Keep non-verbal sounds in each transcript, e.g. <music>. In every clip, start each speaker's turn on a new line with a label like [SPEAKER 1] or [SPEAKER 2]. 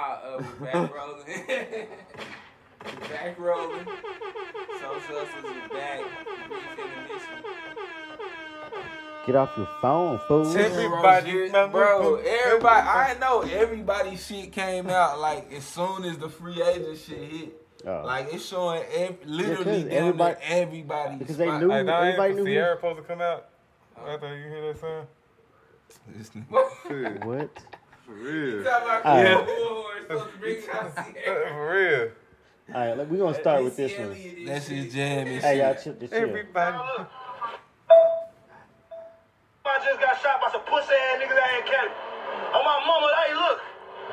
[SPEAKER 1] uh, we back rolling. <laughs> we back rolling. Soul Substance is back. We just in the mix.
[SPEAKER 2] Get off your phone, fool.
[SPEAKER 3] Tip-
[SPEAKER 1] Everybody,
[SPEAKER 3] Everybody, man,
[SPEAKER 1] bro,
[SPEAKER 3] we put-
[SPEAKER 1] everybody, I know everybody shit came out like as soon as the free agent shit hit.
[SPEAKER 2] Oh.
[SPEAKER 1] Like it's showing ev- literally
[SPEAKER 2] 'cause
[SPEAKER 1] down
[SPEAKER 2] everybody-
[SPEAKER 1] everybody, everybody
[SPEAKER 2] because they
[SPEAKER 1] spot. <laughs>
[SPEAKER 2] knew-
[SPEAKER 3] Hey, now ain't
[SPEAKER 2] Everybody knew who-
[SPEAKER 3] Sierra supposed to come out after you hear that sound?
[SPEAKER 1] This nigga-
[SPEAKER 4] Shit,
[SPEAKER 2] What?
[SPEAKER 4] for real.
[SPEAKER 1] Talking about
[SPEAKER 2] Uh,
[SPEAKER 1] Kurt Warhorn, supposed to <laughs> bring out Sierra.
[SPEAKER 3] For
[SPEAKER 2] All right, look, we gonna start with this one.
[SPEAKER 1] That shit jam and
[SPEAKER 2] Hey, y'all,
[SPEAKER 1] shit.
[SPEAKER 2] chill, just
[SPEAKER 3] real.
[SPEAKER 2] chill.
[SPEAKER 3] Everybody.
[SPEAKER 5] I just got shot by some pussy ass niggas out in Cali. On my mama, hey, look.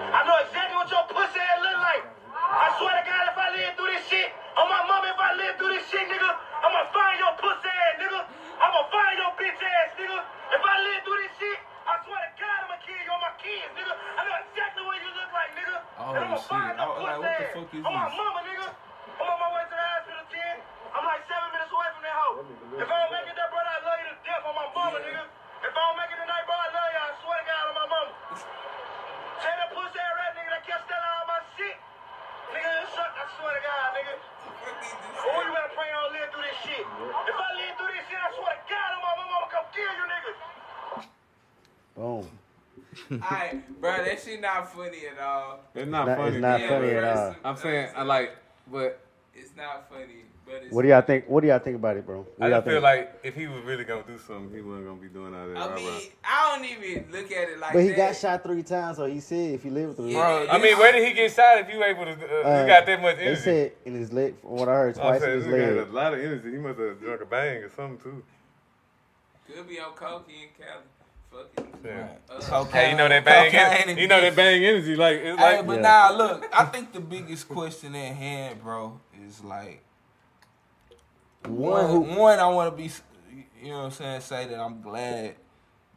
[SPEAKER 5] I know exactly what your pussy ass look like. I swear to God, if I live through this shit, on my mama, if I live through this shit, nigga, I'ma find your pussy ass, nigga. I'ma find your bitch ass, nigga. If I live through this shit, I swear to God, I'ma kill you on my kids, nigga. I know exactly what you look like, nigga.
[SPEAKER 1] Oh,
[SPEAKER 5] and I'ma
[SPEAKER 1] shit.
[SPEAKER 5] find
[SPEAKER 1] I
[SPEAKER 5] your
[SPEAKER 1] was
[SPEAKER 5] pussy
[SPEAKER 1] like, what the
[SPEAKER 5] ass.
[SPEAKER 1] fuck is
[SPEAKER 5] on my
[SPEAKER 1] this?
[SPEAKER 5] mama, nigga. I'm on my way to the hospital, kid. I'm like seven minutes away from that hoe. If I don't make it there, brother, I love you to death on my mama, nigga. If I don't make it tonight, bro, I love you. I swear to God on my mama. Tell that pussy ass rat nigga that kept stealing all my shit. Nigga, you suck, I swear to God, nigga. Oh, you better pray I don't live through this shit. If I live through this shit, I swear to God on my mama, I'm gonna come kill you niggas.
[SPEAKER 2] Boom.
[SPEAKER 1] Alright, bro, that shit not funny at all.
[SPEAKER 4] It's not
[SPEAKER 2] That is
[SPEAKER 4] funny.
[SPEAKER 2] not
[SPEAKER 4] man.
[SPEAKER 1] Yeah,
[SPEAKER 2] funny at
[SPEAKER 1] bro,
[SPEAKER 2] all.
[SPEAKER 1] it's-
[SPEAKER 4] I'm saying, I like, but
[SPEAKER 1] It's not funny, but it's.
[SPEAKER 2] What do y'all think? What do y'all think about it, bro? What
[SPEAKER 3] I
[SPEAKER 2] y'all
[SPEAKER 3] just feel
[SPEAKER 2] think?
[SPEAKER 3] like if he was really gonna do something, he wasn't gonna be doing all that.
[SPEAKER 1] I
[SPEAKER 3] rah-rah.
[SPEAKER 1] mean, I don't even look at it like
[SPEAKER 2] but he
[SPEAKER 1] that.
[SPEAKER 2] got shot three times, so he said if he lived through it.
[SPEAKER 1] Yeah.
[SPEAKER 3] I mean, where did he get shot? If you able to, uh,
[SPEAKER 2] Uh,
[SPEAKER 3] you got that much
[SPEAKER 2] They
[SPEAKER 3] energy.
[SPEAKER 2] said in his leg, from what I heard,
[SPEAKER 3] I'm
[SPEAKER 2] twice in
[SPEAKER 3] saying
[SPEAKER 2] his
[SPEAKER 3] this nigga had
[SPEAKER 2] leg.
[SPEAKER 3] a lot of energy. He must have drunk a bang or something too.
[SPEAKER 1] Could be on coke in Cali. Fuck it.
[SPEAKER 3] Yeah.
[SPEAKER 1] Uh,
[SPEAKER 3] Hey, you know that bang,
[SPEAKER 1] cocaine
[SPEAKER 3] en-
[SPEAKER 1] and
[SPEAKER 3] <laughs> you know that
[SPEAKER 1] bitch.
[SPEAKER 3] bang energy, like it's
[SPEAKER 1] Hey,
[SPEAKER 3] like
[SPEAKER 1] but
[SPEAKER 2] Yeah.
[SPEAKER 1] now nah, look, I think the biggest question at hand, bro, is like
[SPEAKER 2] One
[SPEAKER 1] one.
[SPEAKER 2] who,
[SPEAKER 1] One, I want to be, you know, what I'm saying, say that I'm glad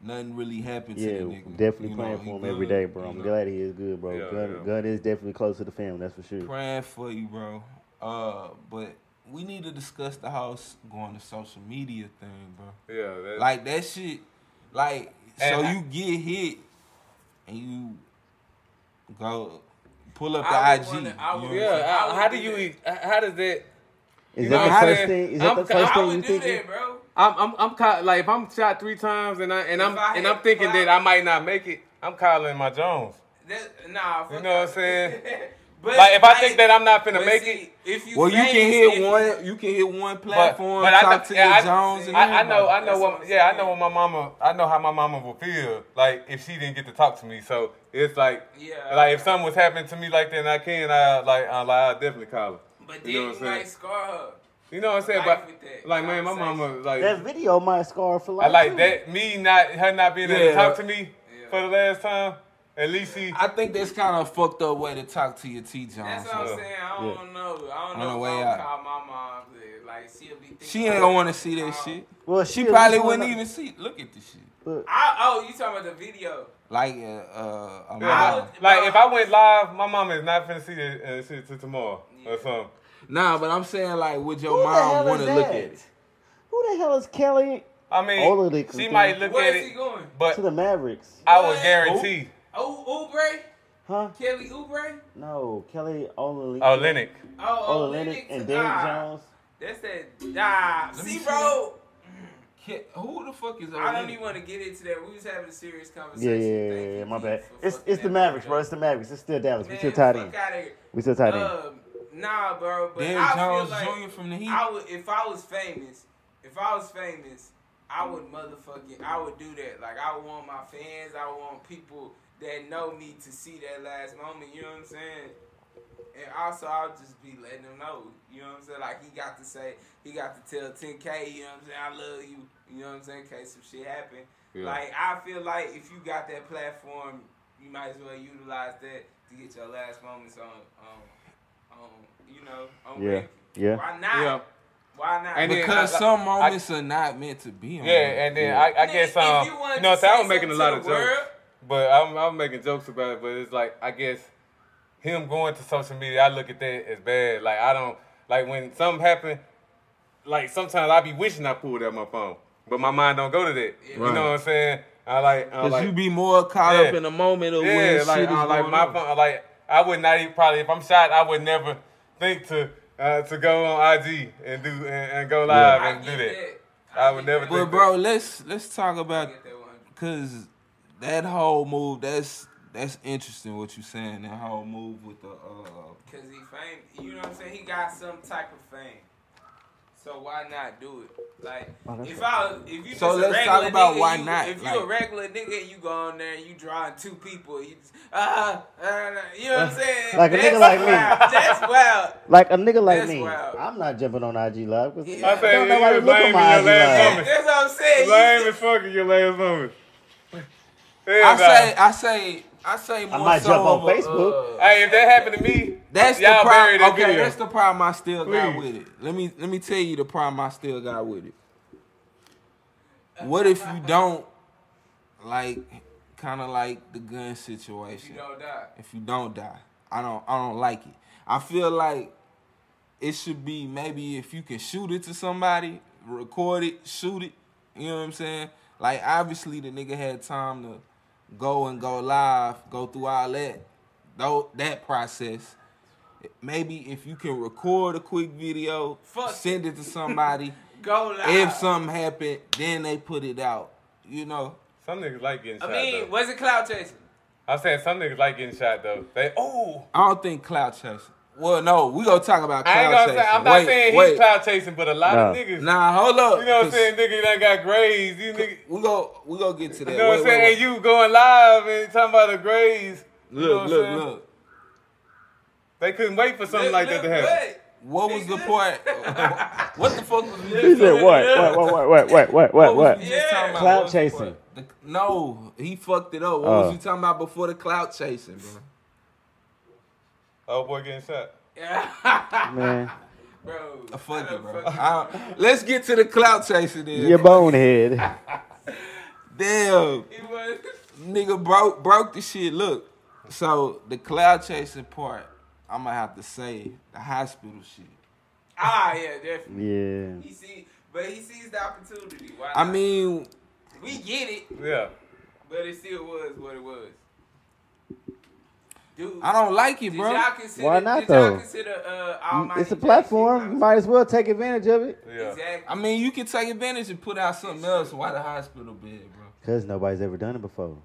[SPEAKER 1] nothing really happened to
[SPEAKER 2] yeah,
[SPEAKER 1] the nigga.
[SPEAKER 2] definitely
[SPEAKER 1] You know,
[SPEAKER 2] praying
[SPEAKER 1] he
[SPEAKER 2] for him
[SPEAKER 1] good,
[SPEAKER 2] every day, bro.
[SPEAKER 1] you
[SPEAKER 2] I'm
[SPEAKER 1] know.
[SPEAKER 2] glad he is good, bro.
[SPEAKER 3] Yeah,
[SPEAKER 2] gun,
[SPEAKER 3] yeah.
[SPEAKER 2] gun is definitely close to the family, that's for sure.
[SPEAKER 1] Praying for you, bro. Uh, but we need to discuss the house going to social media thing, bro.
[SPEAKER 3] yeah, that,
[SPEAKER 1] Like that shit, like so
[SPEAKER 3] And I-
[SPEAKER 1] you get hit and you go pull up the
[SPEAKER 6] I would
[SPEAKER 1] IG.
[SPEAKER 6] wanna-
[SPEAKER 1] you
[SPEAKER 6] I
[SPEAKER 1] know
[SPEAKER 6] would-
[SPEAKER 1] what I'm
[SPEAKER 3] yeah.
[SPEAKER 1] saying?
[SPEAKER 3] I-
[SPEAKER 6] I would
[SPEAKER 3] how do
[SPEAKER 6] do
[SPEAKER 3] you? Eat, how does that?
[SPEAKER 2] Is
[SPEAKER 3] know,
[SPEAKER 2] that the
[SPEAKER 3] how
[SPEAKER 2] first
[SPEAKER 3] did-
[SPEAKER 2] thing? Is that
[SPEAKER 3] I'm
[SPEAKER 2] the
[SPEAKER 3] ca-
[SPEAKER 2] first
[SPEAKER 1] I
[SPEAKER 2] thing you
[SPEAKER 1] would do
[SPEAKER 2] thinking?
[SPEAKER 1] that, bro.
[SPEAKER 3] I'm I'm I'm ca- like if I'm shot three times and I and I'm
[SPEAKER 1] If I
[SPEAKER 3] and
[SPEAKER 1] had
[SPEAKER 3] I'm thinking
[SPEAKER 1] five-
[SPEAKER 3] that I might not make it, I'm calling my Jones.
[SPEAKER 1] That, nah, fuck
[SPEAKER 3] You know what
[SPEAKER 1] that.
[SPEAKER 3] I'm
[SPEAKER 6] <laughs>
[SPEAKER 3] saying?
[SPEAKER 1] but
[SPEAKER 3] Like if I think that I'm not
[SPEAKER 1] but
[SPEAKER 3] finna make
[SPEAKER 1] see,
[SPEAKER 3] it,
[SPEAKER 1] if you
[SPEAKER 3] Well,
[SPEAKER 1] say
[SPEAKER 3] you can
[SPEAKER 1] it's
[SPEAKER 3] hit
[SPEAKER 1] that-
[SPEAKER 3] one-
[SPEAKER 1] You can hit one
[SPEAKER 3] but,
[SPEAKER 1] platform.
[SPEAKER 3] but I,
[SPEAKER 1] talk
[SPEAKER 3] know-
[SPEAKER 1] to
[SPEAKER 3] yeah,
[SPEAKER 1] your
[SPEAKER 3] I,
[SPEAKER 1] Jones. and
[SPEAKER 3] I, I know I
[SPEAKER 1] everybody.
[SPEAKER 3] know
[SPEAKER 1] That's
[SPEAKER 3] what
[SPEAKER 1] I'm
[SPEAKER 3] yeah I
[SPEAKER 1] saying.
[SPEAKER 3] know what my mama I know how my mama would feel like if she didn't get to talk to me. So it's like
[SPEAKER 1] Yeah.
[SPEAKER 3] like if something was happening to me like that and I can I like I like, I'll definitely call her.
[SPEAKER 1] But then
[SPEAKER 3] You know
[SPEAKER 1] you
[SPEAKER 3] what I'm
[SPEAKER 1] might
[SPEAKER 3] saying?
[SPEAKER 1] scar her.
[SPEAKER 3] You know what I'm saying?
[SPEAKER 1] life
[SPEAKER 3] But
[SPEAKER 1] with that
[SPEAKER 3] like man, my mama
[SPEAKER 1] conversation.
[SPEAKER 3] like
[SPEAKER 2] That video might scar for
[SPEAKER 3] I
[SPEAKER 2] life.
[SPEAKER 3] like
[SPEAKER 2] too.
[SPEAKER 3] that me not her not being able
[SPEAKER 1] Yeah.
[SPEAKER 3] to talk to me
[SPEAKER 1] Yeah.
[SPEAKER 3] for the last time. At least she
[SPEAKER 1] I think that's kind of a fucked up way to talk to your T Jones.
[SPEAKER 6] That's what I'm
[SPEAKER 3] Yeah.
[SPEAKER 6] saying. I don't know. I don't
[SPEAKER 1] On the
[SPEAKER 6] know
[SPEAKER 1] way
[SPEAKER 6] if I'm
[SPEAKER 1] out.
[SPEAKER 6] gonna call my mom. but, Like she'll be thinking. Um,
[SPEAKER 1] She ain't gonna want to see
[SPEAKER 6] Uh,
[SPEAKER 1] that shit.
[SPEAKER 2] Well,
[SPEAKER 1] She
[SPEAKER 2] shit,
[SPEAKER 1] probably
[SPEAKER 2] we doing
[SPEAKER 1] wouldn't
[SPEAKER 2] a-
[SPEAKER 1] even see. Look at the shit.
[SPEAKER 2] Look,
[SPEAKER 6] I, oh, you talking about the video?
[SPEAKER 1] Like uh, uh, a
[SPEAKER 3] Yeah,
[SPEAKER 1] mom.
[SPEAKER 3] like, like, if I went live, my mama is not finna see that uh, shit till tomorrow or something.
[SPEAKER 1] Nah, but I'm saying like, would your
[SPEAKER 2] Who the
[SPEAKER 1] mom
[SPEAKER 2] hell
[SPEAKER 1] want
[SPEAKER 2] is
[SPEAKER 1] to look
[SPEAKER 2] that?
[SPEAKER 1] at it?
[SPEAKER 2] Who the hell is Kelly
[SPEAKER 3] I mean,
[SPEAKER 2] All of the
[SPEAKER 3] she
[SPEAKER 2] content.
[SPEAKER 3] might look
[SPEAKER 6] Where
[SPEAKER 3] at
[SPEAKER 6] is he
[SPEAKER 3] it,
[SPEAKER 6] going?
[SPEAKER 3] but
[SPEAKER 2] to the Mavericks?
[SPEAKER 3] I would
[SPEAKER 6] What?
[SPEAKER 3] guarantee.
[SPEAKER 6] Oh, Oubre?
[SPEAKER 2] Huh?
[SPEAKER 6] Kelly Oubre?
[SPEAKER 2] No, Kelly Olenley.
[SPEAKER 3] Oh, Lennox.
[SPEAKER 6] Oh,
[SPEAKER 2] Olenek
[SPEAKER 6] Olenek
[SPEAKER 2] and
[SPEAKER 6] to-
[SPEAKER 2] Danny
[SPEAKER 6] ah,
[SPEAKER 2] Jones.
[SPEAKER 6] That's that. Ah,
[SPEAKER 1] me
[SPEAKER 6] see,
[SPEAKER 1] see
[SPEAKER 6] bro.
[SPEAKER 1] Ki- Who the fuck is?
[SPEAKER 6] I
[SPEAKER 1] Olenek?
[SPEAKER 6] don't even want to get into that. We was having a serious
[SPEAKER 2] Yeah,
[SPEAKER 6] conversation.
[SPEAKER 2] yeah, yeah,
[SPEAKER 6] Thank
[SPEAKER 2] yeah,
[SPEAKER 6] you,
[SPEAKER 2] yeah, my
[SPEAKER 6] Keith,
[SPEAKER 2] bad.
[SPEAKER 6] for
[SPEAKER 2] It's
[SPEAKER 6] fucking
[SPEAKER 2] it's the
[SPEAKER 6] that
[SPEAKER 2] Mavericks,
[SPEAKER 6] video.
[SPEAKER 2] bro. It's the Mavericks. It's still Dallas. We
[SPEAKER 6] Man,
[SPEAKER 2] still tied
[SPEAKER 6] fuck
[SPEAKER 2] in.
[SPEAKER 6] outta here.
[SPEAKER 2] We still tied in.
[SPEAKER 6] Um, nah, bro. But
[SPEAKER 1] Dan
[SPEAKER 6] I
[SPEAKER 1] Jones
[SPEAKER 6] feel like
[SPEAKER 1] Jr. from the Heat.
[SPEAKER 6] I would, if I was famous, if I was famous, I would motherfucking, I would do that. Like I want my fans, I want people that know me to see that last moment. You know what I'm saying? And also, I'll just be letting them know. You know what I'm saying? Like he got to say, he got to tell 10K. You know what I'm saying? I love you. You know what I'm saying? In case some shit happen.
[SPEAKER 3] Yeah.
[SPEAKER 6] Like I feel like if you got that platform, you might as well utilize that to get your last moments on, on, on Um, you know, on
[SPEAKER 2] Yeah,
[SPEAKER 6] record.
[SPEAKER 2] yeah.
[SPEAKER 6] Why not?
[SPEAKER 3] Yeah,
[SPEAKER 6] Why not?
[SPEAKER 3] And then-
[SPEAKER 1] Because
[SPEAKER 3] I-
[SPEAKER 1] some
[SPEAKER 3] I-
[SPEAKER 1] moments are not meant to be on.
[SPEAKER 3] yeah, and then I, I guess
[SPEAKER 6] Nigga,
[SPEAKER 3] um,
[SPEAKER 6] if
[SPEAKER 3] you,
[SPEAKER 6] wanted
[SPEAKER 3] know,
[SPEAKER 6] to
[SPEAKER 3] so I
[SPEAKER 6] say
[SPEAKER 3] was making a
[SPEAKER 6] something
[SPEAKER 3] lot
[SPEAKER 6] to
[SPEAKER 3] of
[SPEAKER 6] the
[SPEAKER 3] jokes,
[SPEAKER 6] world,
[SPEAKER 3] but I'm, I'm making jokes about it. But it's like I guess him going to social media, I look at that as bad. Like I don't like when something happen. Like sometimes I be wishing I pulled out my phone, but my mind don't go to that. You
[SPEAKER 1] Right.
[SPEAKER 3] know what I'm saying? I like, I
[SPEAKER 1] Cause
[SPEAKER 3] uh, like
[SPEAKER 1] you be more caught
[SPEAKER 3] Yeah.
[SPEAKER 1] up in the moment of when
[SPEAKER 3] Yeah,
[SPEAKER 1] shit
[SPEAKER 3] like,
[SPEAKER 1] is
[SPEAKER 3] uh, like
[SPEAKER 1] going
[SPEAKER 3] my
[SPEAKER 1] on.
[SPEAKER 3] phone, like I would not even probably if I'm shot, I would never think to uh, to go on IG and do and, and go live
[SPEAKER 6] I
[SPEAKER 3] and do
[SPEAKER 6] get
[SPEAKER 3] that.
[SPEAKER 6] that.
[SPEAKER 3] I
[SPEAKER 6] get
[SPEAKER 3] would never
[SPEAKER 6] that.
[SPEAKER 3] do
[SPEAKER 1] But bro, let's let's talk
[SPEAKER 6] I
[SPEAKER 1] about
[SPEAKER 6] get that one.
[SPEAKER 1] cause that whole move. That's that's interesting what you saying. That whole move with the uh,
[SPEAKER 6] Cause he fame, you know what I'm saying? He got some type of fame. So why not do it? Like
[SPEAKER 2] Oh, that's
[SPEAKER 6] if I if you just
[SPEAKER 1] So
[SPEAKER 6] a
[SPEAKER 1] let's
[SPEAKER 6] regular
[SPEAKER 1] talk about
[SPEAKER 6] nigga,
[SPEAKER 1] why
[SPEAKER 6] you-
[SPEAKER 1] not,
[SPEAKER 6] If you a
[SPEAKER 1] like-
[SPEAKER 6] regular nigga, and you go on there and you drawing two people. You just, uh, uh, you know what I'm
[SPEAKER 2] <laughs>
[SPEAKER 6] saying?
[SPEAKER 2] Like a nigga
[SPEAKER 6] That's
[SPEAKER 2] like me.
[SPEAKER 6] wild. That's wild.
[SPEAKER 2] Like a nigga like
[SPEAKER 6] That's
[SPEAKER 2] me,
[SPEAKER 6] wild.
[SPEAKER 2] I'm not jumping on IG live because
[SPEAKER 6] Yeah.
[SPEAKER 3] I
[SPEAKER 6] I
[SPEAKER 2] I
[SPEAKER 3] say
[SPEAKER 2] don't
[SPEAKER 3] you
[SPEAKER 2] know why you
[SPEAKER 3] lame
[SPEAKER 2] look at
[SPEAKER 3] in your
[SPEAKER 2] my IG
[SPEAKER 3] last
[SPEAKER 2] live.
[SPEAKER 3] moment.
[SPEAKER 6] That's what I'm saying. You
[SPEAKER 3] Lame
[SPEAKER 6] just-
[SPEAKER 3] as fuck in your last moment.
[SPEAKER 1] I
[SPEAKER 3] Everybody.
[SPEAKER 1] say, I say, I say more
[SPEAKER 2] I might
[SPEAKER 1] so
[SPEAKER 2] jump on
[SPEAKER 1] of a,
[SPEAKER 2] Facebook.
[SPEAKER 1] uh,
[SPEAKER 3] hey, if that happened to me,
[SPEAKER 1] that's the
[SPEAKER 3] y'all
[SPEAKER 1] problem.
[SPEAKER 3] bury that
[SPEAKER 1] Okay,
[SPEAKER 3] video.
[SPEAKER 1] that's the problem I still got
[SPEAKER 3] Please.
[SPEAKER 1] with it. Let me let me tell you the problem I still got with it. What if you don't like, kind of like the gun situation?
[SPEAKER 6] You don't die.
[SPEAKER 1] if you don't die. I don't I don't like it. I feel like it should be maybe if you can shoot it to somebody, record it, shoot it. You know what I'm saying? Like obviously the nigga had time to go and go live, go through all that, though that process. Maybe if you can record a quick video,
[SPEAKER 6] Fuck.
[SPEAKER 1] send it to somebody.
[SPEAKER 6] Go live.
[SPEAKER 1] if something happened, then they put it out. You know,
[SPEAKER 3] some niggas like getting
[SPEAKER 6] I
[SPEAKER 3] shot.
[SPEAKER 6] mean,
[SPEAKER 3] though.
[SPEAKER 6] was it cloud chasing?
[SPEAKER 3] I'm saying some niggas like getting shot though. They oh,
[SPEAKER 1] I don't think cloud chasing. Well, no, we gonna talk about cloud
[SPEAKER 3] I ain't gonna
[SPEAKER 1] chasing.
[SPEAKER 3] say I'm not
[SPEAKER 1] wait,
[SPEAKER 3] saying he's
[SPEAKER 1] wait.
[SPEAKER 3] cloud chasing, but a lot of
[SPEAKER 2] No.
[SPEAKER 3] niggas.
[SPEAKER 1] Nah, hold up.
[SPEAKER 3] You know what I'm
[SPEAKER 1] 'cause
[SPEAKER 3] saying? Nigga that got grades. You nigga.
[SPEAKER 1] We go, we go get to that.
[SPEAKER 3] You know what
[SPEAKER 1] Wait,
[SPEAKER 3] I'm
[SPEAKER 1] wait,
[SPEAKER 3] saying?
[SPEAKER 1] wait.
[SPEAKER 3] And you going live and talking about the grades. you know
[SPEAKER 1] look,
[SPEAKER 3] what
[SPEAKER 1] look,
[SPEAKER 3] I'm saying?
[SPEAKER 1] look.
[SPEAKER 3] They couldn't wait for something like that to happen.
[SPEAKER 1] What was the point?
[SPEAKER 3] <laughs>
[SPEAKER 1] what the fuck was we
[SPEAKER 2] He
[SPEAKER 1] just
[SPEAKER 2] said what? What? What? What? What? What? What?
[SPEAKER 1] was
[SPEAKER 2] What?
[SPEAKER 1] we just talking about?
[SPEAKER 2] Cloud
[SPEAKER 1] What was the
[SPEAKER 2] chasing.
[SPEAKER 1] point? The- no, he fucked it up. What
[SPEAKER 2] Oh.
[SPEAKER 1] was you talking about before the cloud chasing, bro?
[SPEAKER 3] Oh boy, getting shot.
[SPEAKER 6] Yeah.
[SPEAKER 2] Man,
[SPEAKER 6] bro.
[SPEAKER 1] Uh, Fuck
[SPEAKER 6] I
[SPEAKER 1] it,
[SPEAKER 3] <laughs>
[SPEAKER 6] don't
[SPEAKER 1] bro.
[SPEAKER 6] fucking-
[SPEAKER 1] I- let's get to the cloud chasing then.
[SPEAKER 2] you bonehead.
[SPEAKER 1] Damn.
[SPEAKER 6] It was.
[SPEAKER 1] nigga broke broke the shit. Look, so the cloud chasing part, I'm gonna have to say the hospital shit.
[SPEAKER 6] Ah, yeah, definitely.
[SPEAKER 2] Yeah.
[SPEAKER 6] He see, but he sees the opportunity. Why
[SPEAKER 1] I
[SPEAKER 6] not?
[SPEAKER 1] mean,
[SPEAKER 6] we get it,
[SPEAKER 3] Yeah.
[SPEAKER 6] but it still was what it was. Dude,
[SPEAKER 1] I don't like it,
[SPEAKER 6] did
[SPEAKER 1] bro.
[SPEAKER 6] y'all consider,
[SPEAKER 2] Why not,
[SPEAKER 6] did y'all
[SPEAKER 2] though?
[SPEAKER 6] Consider, uh, Almighty
[SPEAKER 2] It's a
[SPEAKER 6] Jackson?
[SPEAKER 2] platform. You might as well take advantage of it.
[SPEAKER 3] Yeah.
[SPEAKER 6] Exactly.
[SPEAKER 1] I mean, you can take advantage and put out something else. Why the hospital bed, bro?
[SPEAKER 2] Cause nobody's ever done it before.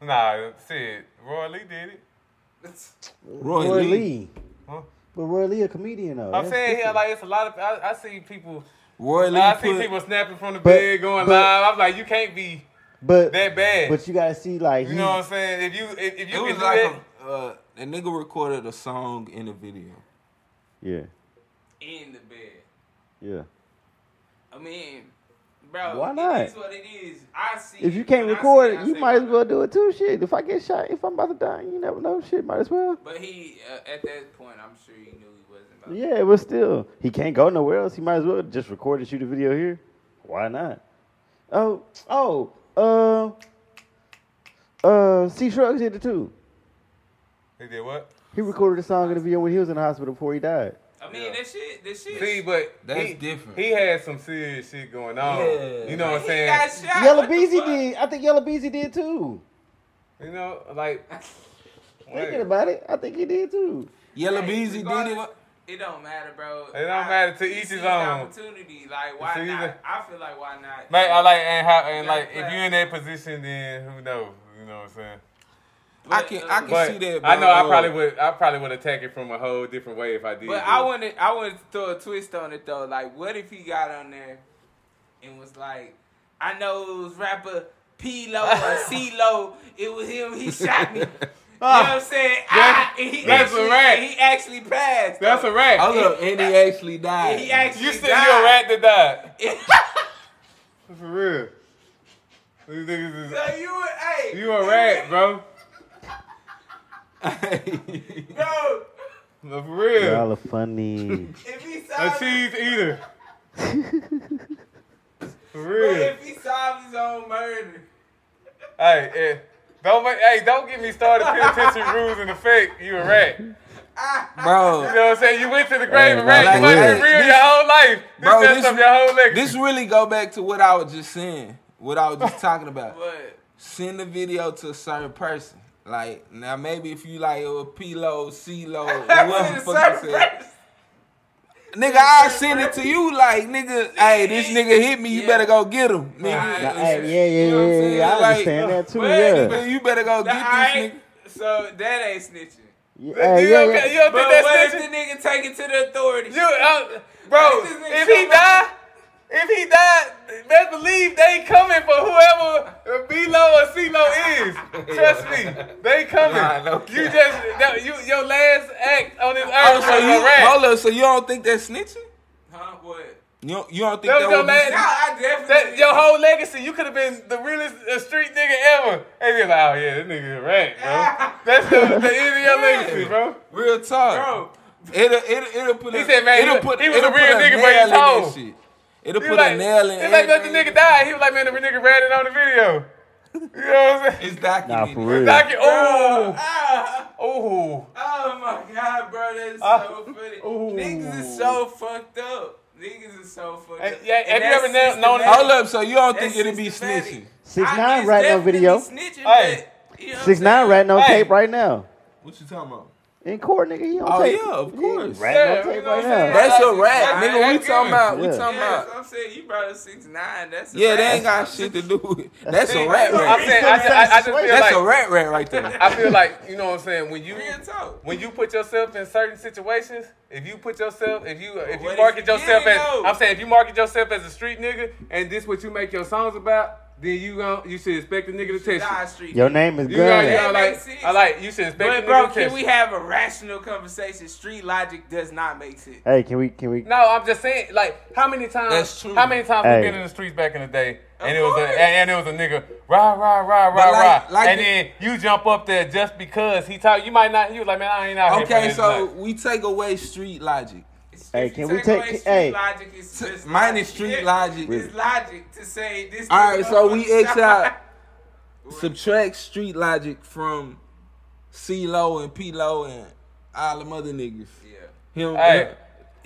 [SPEAKER 3] Nah, shit. Roy Lee did it.
[SPEAKER 1] Roy,
[SPEAKER 2] Roy
[SPEAKER 1] Lee.
[SPEAKER 2] Lee.
[SPEAKER 3] Huh?
[SPEAKER 2] But Roy Lee a comedian though.
[SPEAKER 3] I'm
[SPEAKER 2] That's
[SPEAKER 3] saying here,
[SPEAKER 2] different.
[SPEAKER 3] like it's a lot of. I, I see people.
[SPEAKER 1] Roy Lee.
[SPEAKER 3] I see
[SPEAKER 1] put,
[SPEAKER 3] people snapping from the
[SPEAKER 2] But-
[SPEAKER 3] bed, going
[SPEAKER 2] but-
[SPEAKER 3] live. I'm like, you can't be
[SPEAKER 2] but
[SPEAKER 3] that bad.
[SPEAKER 2] but you gotta see like
[SPEAKER 3] you
[SPEAKER 2] he-
[SPEAKER 3] know what I'm saying? If you if, if
[SPEAKER 1] it
[SPEAKER 3] you can
[SPEAKER 1] was
[SPEAKER 3] do
[SPEAKER 1] like
[SPEAKER 3] that,
[SPEAKER 1] a, uh, a nigga recorded a song in a video.
[SPEAKER 2] yeah
[SPEAKER 6] in the bed.
[SPEAKER 2] yeah.
[SPEAKER 6] I mean, bro.
[SPEAKER 2] Why not?
[SPEAKER 6] It is what it is. I see.
[SPEAKER 2] If you
[SPEAKER 6] it.
[SPEAKER 2] can't
[SPEAKER 6] When I
[SPEAKER 2] record
[SPEAKER 6] see
[SPEAKER 2] it,
[SPEAKER 6] I
[SPEAKER 2] you
[SPEAKER 6] say,
[SPEAKER 2] might as
[SPEAKER 6] why
[SPEAKER 2] well
[SPEAKER 6] not?
[SPEAKER 2] do it too. Shit, if I get shot, if I'm about to die, you never know. Shit, might as well.
[SPEAKER 6] But he, uh, at that point, I'm sure he knew he wasn't about.
[SPEAKER 2] Yeah, but still, he can't go nowhere else. He might as well just record and shoot a video here. Why not? Oh, oh, uh, uh, C Shrugs did it too.
[SPEAKER 3] they did what?
[SPEAKER 2] He recorded a song in a video when he was in the hospital before he died.
[SPEAKER 6] I mean,
[SPEAKER 3] Yeah.
[SPEAKER 6] that shit. That shit.
[SPEAKER 3] See, but
[SPEAKER 1] That's
[SPEAKER 3] he,
[SPEAKER 1] different.
[SPEAKER 3] He had some serious shit going on.
[SPEAKER 1] Yeah.
[SPEAKER 3] You know what I'm
[SPEAKER 6] he
[SPEAKER 3] saying?
[SPEAKER 6] got shot.
[SPEAKER 2] Yellow
[SPEAKER 6] Ah, What the
[SPEAKER 2] Beezy
[SPEAKER 6] fuck?
[SPEAKER 2] did. I think Yellow Beezy did too.
[SPEAKER 3] You know, like
[SPEAKER 2] Thinking
[SPEAKER 3] wait.
[SPEAKER 2] about it, I think he did too.
[SPEAKER 1] Yellow
[SPEAKER 6] Hey,
[SPEAKER 1] Beezy did
[SPEAKER 6] regardless,
[SPEAKER 1] it.
[SPEAKER 6] It don't matter, bro.
[SPEAKER 3] It don't matter to
[SPEAKER 6] he
[SPEAKER 3] each his
[SPEAKER 6] sees the
[SPEAKER 3] own.
[SPEAKER 6] Opportunity, like why
[SPEAKER 3] To
[SPEAKER 6] not?
[SPEAKER 3] either-
[SPEAKER 6] I feel like why not?
[SPEAKER 3] Man, I like and how and
[SPEAKER 6] Yeah,
[SPEAKER 3] like if
[SPEAKER 6] but-
[SPEAKER 3] you're in that position, then who knows? You know what I'm saying?
[SPEAKER 1] I can, I can
[SPEAKER 3] But
[SPEAKER 1] see that. Bro. Uh,
[SPEAKER 3] I know I probably would. I probably would attack it from a whole different way if I did.
[SPEAKER 6] But
[SPEAKER 3] do
[SPEAKER 6] I
[SPEAKER 3] it.
[SPEAKER 6] want to, I want to throw a twist on it though. Like, what if he got on there and was like, I know it was rapper P Lo
[SPEAKER 1] <laughs>
[SPEAKER 6] or C Lo. It was him. He shot me. You know what
[SPEAKER 1] Ah.
[SPEAKER 6] I'm saying? I, and he
[SPEAKER 3] that's
[SPEAKER 6] actually,
[SPEAKER 3] a rat.
[SPEAKER 6] and He actually passed.
[SPEAKER 3] That's a
[SPEAKER 6] though.
[SPEAKER 3] rat.
[SPEAKER 1] Oh look, and he actually died.
[SPEAKER 6] He actually <laughs>
[SPEAKER 3] you said you
[SPEAKER 6] died.
[SPEAKER 3] a rat that died.
[SPEAKER 6] so
[SPEAKER 3] For real. These niggas is-
[SPEAKER 6] you, a-
[SPEAKER 1] <laughs>
[SPEAKER 6] hey,
[SPEAKER 3] you a rat, bro.
[SPEAKER 6] bro.
[SPEAKER 3] No, For real.
[SPEAKER 2] Y'all are funny.
[SPEAKER 6] If he
[SPEAKER 3] A
[SPEAKER 6] saw
[SPEAKER 3] cheese eater.
[SPEAKER 1] <laughs>
[SPEAKER 3] For
[SPEAKER 6] But
[SPEAKER 3] real.
[SPEAKER 6] if he solves his own murder,
[SPEAKER 3] Hey, eh, don't make, hey, don't get me started penitentiary rules in effect. You a rat. You
[SPEAKER 1] <laughs> bro.
[SPEAKER 3] know what I'm saying? You went to the grave
[SPEAKER 2] Hey,
[SPEAKER 3] a rat. You
[SPEAKER 1] like,
[SPEAKER 3] wasn't
[SPEAKER 1] hey,
[SPEAKER 3] real
[SPEAKER 1] this-
[SPEAKER 3] your whole life. This
[SPEAKER 1] bro,
[SPEAKER 3] messed
[SPEAKER 1] this-
[SPEAKER 3] up your whole legacy.
[SPEAKER 1] This really go back to what I was just saying. What I was just talking about.
[SPEAKER 6] but
[SPEAKER 1] Send the video to a certain person. Like now, maybe if you like a P-Lo, C-Lo,
[SPEAKER 3] <laughs>
[SPEAKER 6] That's
[SPEAKER 1] whatever the
[SPEAKER 6] the
[SPEAKER 1] fuck you
[SPEAKER 6] same <laughs>
[SPEAKER 1] said.
[SPEAKER 6] person.
[SPEAKER 1] Nigga, I send it to you like, nigga, hey, this nigga hit me, you
[SPEAKER 6] Yeah.
[SPEAKER 1] better go get him. Nigga.
[SPEAKER 6] Right.
[SPEAKER 2] Nah, <laughs>
[SPEAKER 6] it's-
[SPEAKER 2] hey,
[SPEAKER 1] you know
[SPEAKER 2] yeah,
[SPEAKER 1] what I'm
[SPEAKER 2] yeah, yeah,
[SPEAKER 1] saying?
[SPEAKER 2] yeah. I
[SPEAKER 1] Like,
[SPEAKER 2] understand that too.
[SPEAKER 6] but
[SPEAKER 2] Yeah.
[SPEAKER 1] Man, You better go
[SPEAKER 6] Nah, I
[SPEAKER 1] get this
[SPEAKER 6] ain't-
[SPEAKER 1] nigga.
[SPEAKER 6] So that ain't snitching.
[SPEAKER 2] Yeah, hey,
[SPEAKER 3] you,
[SPEAKER 2] yeah,
[SPEAKER 3] don't,
[SPEAKER 2] yeah.
[SPEAKER 3] you don't
[SPEAKER 6] But
[SPEAKER 3] think that's
[SPEAKER 6] what if
[SPEAKER 3] snitching?
[SPEAKER 6] the nigga take it to the authorities?
[SPEAKER 3] You, uh, bro,
[SPEAKER 6] This nigga
[SPEAKER 3] if he
[SPEAKER 6] so
[SPEAKER 3] die, if he die, best believe they coming for whoever uh, B-Lo or C-Lo
[SPEAKER 1] <laughs>
[SPEAKER 3] is. Trust me, they coming.
[SPEAKER 1] Nah, no
[SPEAKER 3] you just, no, you, your last act on this earth
[SPEAKER 1] Oh, so
[SPEAKER 3] was a
[SPEAKER 1] you,
[SPEAKER 3] rap.
[SPEAKER 1] hold up, so you don't think that's snitching?
[SPEAKER 6] Huh? What?
[SPEAKER 1] You don't, you don't think
[SPEAKER 3] That
[SPEAKER 1] that,
[SPEAKER 3] was your
[SPEAKER 1] would be
[SPEAKER 3] last-
[SPEAKER 6] Nah, I
[SPEAKER 3] That,
[SPEAKER 6] definitely.
[SPEAKER 3] your whole legacy, you could have been the realest uh, street nigga ever. And you're like, oh yeah, this nigga a rat,
[SPEAKER 1] <laughs>
[SPEAKER 3] bro. That's the, the end of your legacy, bro.
[SPEAKER 1] Real talk.
[SPEAKER 6] Bro.
[SPEAKER 1] It'll, it'll, it'll put
[SPEAKER 3] He
[SPEAKER 1] a,
[SPEAKER 3] said, man,
[SPEAKER 1] it'll
[SPEAKER 3] he was-
[SPEAKER 1] put,
[SPEAKER 3] he was a
[SPEAKER 1] it'll put
[SPEAKER 3] real nigga, but he
[SPEAKER 1] nail in that
[SPEAKER 3] told.
[SPEAKER 1] shit. It'll
[SPEAKER 3] He
[SPEAKER 1] put
[SPEAKER 3] was like,
[SPEAKER 1] a nail in
[SPEAKER 3] it's like that the
[SPEAKER 1] everything.
[SPEAKER 3] nigga died. He was like, man, the nigga ratted on the video. You know what I'm saying?
[SPEAKER 1] It's
[SPEAKER 2] Nah,
[SPEAKER 1] documented.
[SPEAKER 2] for real.
[SPEAKER 3] Doc, oh,
[SPEAKER 6] Ah,
[SPEAKER 3] oh,
[SPEAKER 6] oh my god, bro, that's so funny. Niggas is so fucked up. Niggas is so fucked
[SPEAKER 3] Hey,
[SPEAKER 6] up.
[SPEAKER 3] yeah,
[SPEAKER 6] And
[SPEAKER 3] have you ever
[SPEAKER 6] that's
[SPEAKER 3] known-
[SPEAKER 6] systematic.
[SPEAKER 1] Hold up, so you don't think
[SPEAKER 6] That's
[SPEAKER 1] it'll be
[SPEAKER 6] systematic.
[SPEAKER 1] snitching?
[SPEAKER 2] Six
[SPEAKER 6] I-
[SPEAKER 2] nine
[SPEAKER 6] it's
[SPEAKER 2] riding on
[SPEAKER 6] definitely
[SPEAKER 2] video.
[SPEAKER 6] Snitching,
[SPEAKER 3] Hey.
[SPEAKER 6] but, you know what I'm
[SPEAKER 2] Six nine
[SPEAKER 6] saying?
[SPEAKER 2] riding on
[SPEAKER 3] Hey.
[SPEAKER 2] tape right now.
[SPEAKER 1] What you talking about?
[SPEAKER 2] In court, nigga. He on
[SPEAKER 1] Oh,
[SPEAKER 2] tape.
[SPEAKER 1] yeah, of
[SPEAKER 2] He
[SPEAKER 1] course.
[SPEAKER 2] Riding on
[SPEAKER 3] Yeah, you
[SPEAKER 2] tape
[SPEAKER 3] know
[SPEAKER 2] right
[SPEAKER 3] what I'm saying?
[SPEAKER 2] now.
[SPEAKER 1] That's a
[SPEAKER 6] Yeah.
[SPEAKER 1] rap,
[SPEAKER 6] Yeah.
[SPEAKER 1] nigga. We talking about, we
[SPEAKER 2] Yeah.
[SPEAKER 1] talking
[SPEAKER 6] Yeah, that's
[SPEAKER 1] about.
[SPEAKER 6] what I'm saying. You brought up six nine. That's a
[SPEAKER 1] Yeah,
[SPEAKER 6] fact.
[SPEAKER 1] that ain't got shit to do with. That's a rap,
[SPEAKER 3] I'm
[SPEAKER 1] rap.
[SPEAKER 3] saying, I, I, I just feel
[SPEAKER 1] That's a
[SPEAKER 3] like,
[SPEAKER 1] rat rat right <laughs> there.
[SPEAKER 3] I feel like, you know what I'm saying? When you,
[SPEAKER 6] real talk.
[SPEAKER 3] when you put yourself in certain situations, if you put yourself, if you if
[SPEAKER 6] What
[SPEAKER 3] you
[SPEAKER 6] if
[SPEAKER 3] market
[SPEAKER 6] you
[SPEAKER 3] yourself
[SPEAKER 6] didn't
[SPEAKER 3] as,
[SPEAKER 6] know?
[SPEAKER 3] I'm saying, if you market yourself as a street nigga, and this what you make your songs about, then you gon' you should expect a nigga to test
[SPEAKER 6] Die
[SPEAKER 3] you.
[SPEAKER 6] street.
[SPEAKER 2] Your name is
[SPEAKER 3] You got, you
[SPEAKER 2] Gunn.
[SPEAKER 3] got,
[SPEAKER 6] That
[SPEAKER 3] like,
[SPEAKER 6] makes sense.
[SPEAKER 3] I like, you should expect a
[SPEAKER 6] But
[SPEAKER 3] nigga
[SPEAKER 6] bro,
[SPEAKER 3] to
[SPEAKER 6] can
[SPEAKER 3] test
[SPEAKER 6] we
[SPEAKER 3] you.
[SPEAKER 6] have a rational conversation? Street logic does not make sense.
[SPEAKER 2] Hey, can we? Can we?
[SPEAKER 3] No, I'm just saying, like, how many times?
[SPEAKER 1] That's true.
[SPEAKER 3] How many times
[SPEAKER 2] Hey.
[SPEAKER 3] we been in the streets back in the day, and
[SPEAKER 6] Of
[SPEAKER 3] it was a
[SPEAKER 6] course.
[SPEAKER 3] and, and it was a nigga rah rah rah rah
[SPEAKER 1] like-
[SPEAKER 3] rah,
[SPEAKER 1] like
[SPEAKER 3] and
[SPEAKER 1] the-
[SPEAKER 3] then you jump up there just because he talk. You might not. You was like, man, I ain't out here.
[SPEAKER 1] Okay,
[SPEAKER 3] for this
[SPEAKER 1] so
[SPEAKER 3] tonight."
[SPEAKER 1] we take away street logic.
[SPEAKER 6] If
[SPEAKER 2] Hey,
[SPEAKER 6] you
[SPEAKER 2] can we
[SPEAKER 6] away
[SPEAKER 2] take-
[SPEAKER 6] street
[SPEAKER 2] hey.
[SPEAKER 6] logic? It's
[SPEAKER 1] T-
[SPEAKER 6] just
[SPEAKER 1] minus street logic.
[SPEAKER 6] It's logic to say this.
[SPEAKER 1] All right, so we
[SPEAKER 6] motherfucker-
[SPEAKER 1] X out, subtract street logic from C-Lo and P-Lo and all them other niggas.
[SPEAKER 6] <laughs> Yeah.
[SPEAKER 1] Him,
[SPEAKER 3] Hey.
[SPEAKER 1] Is,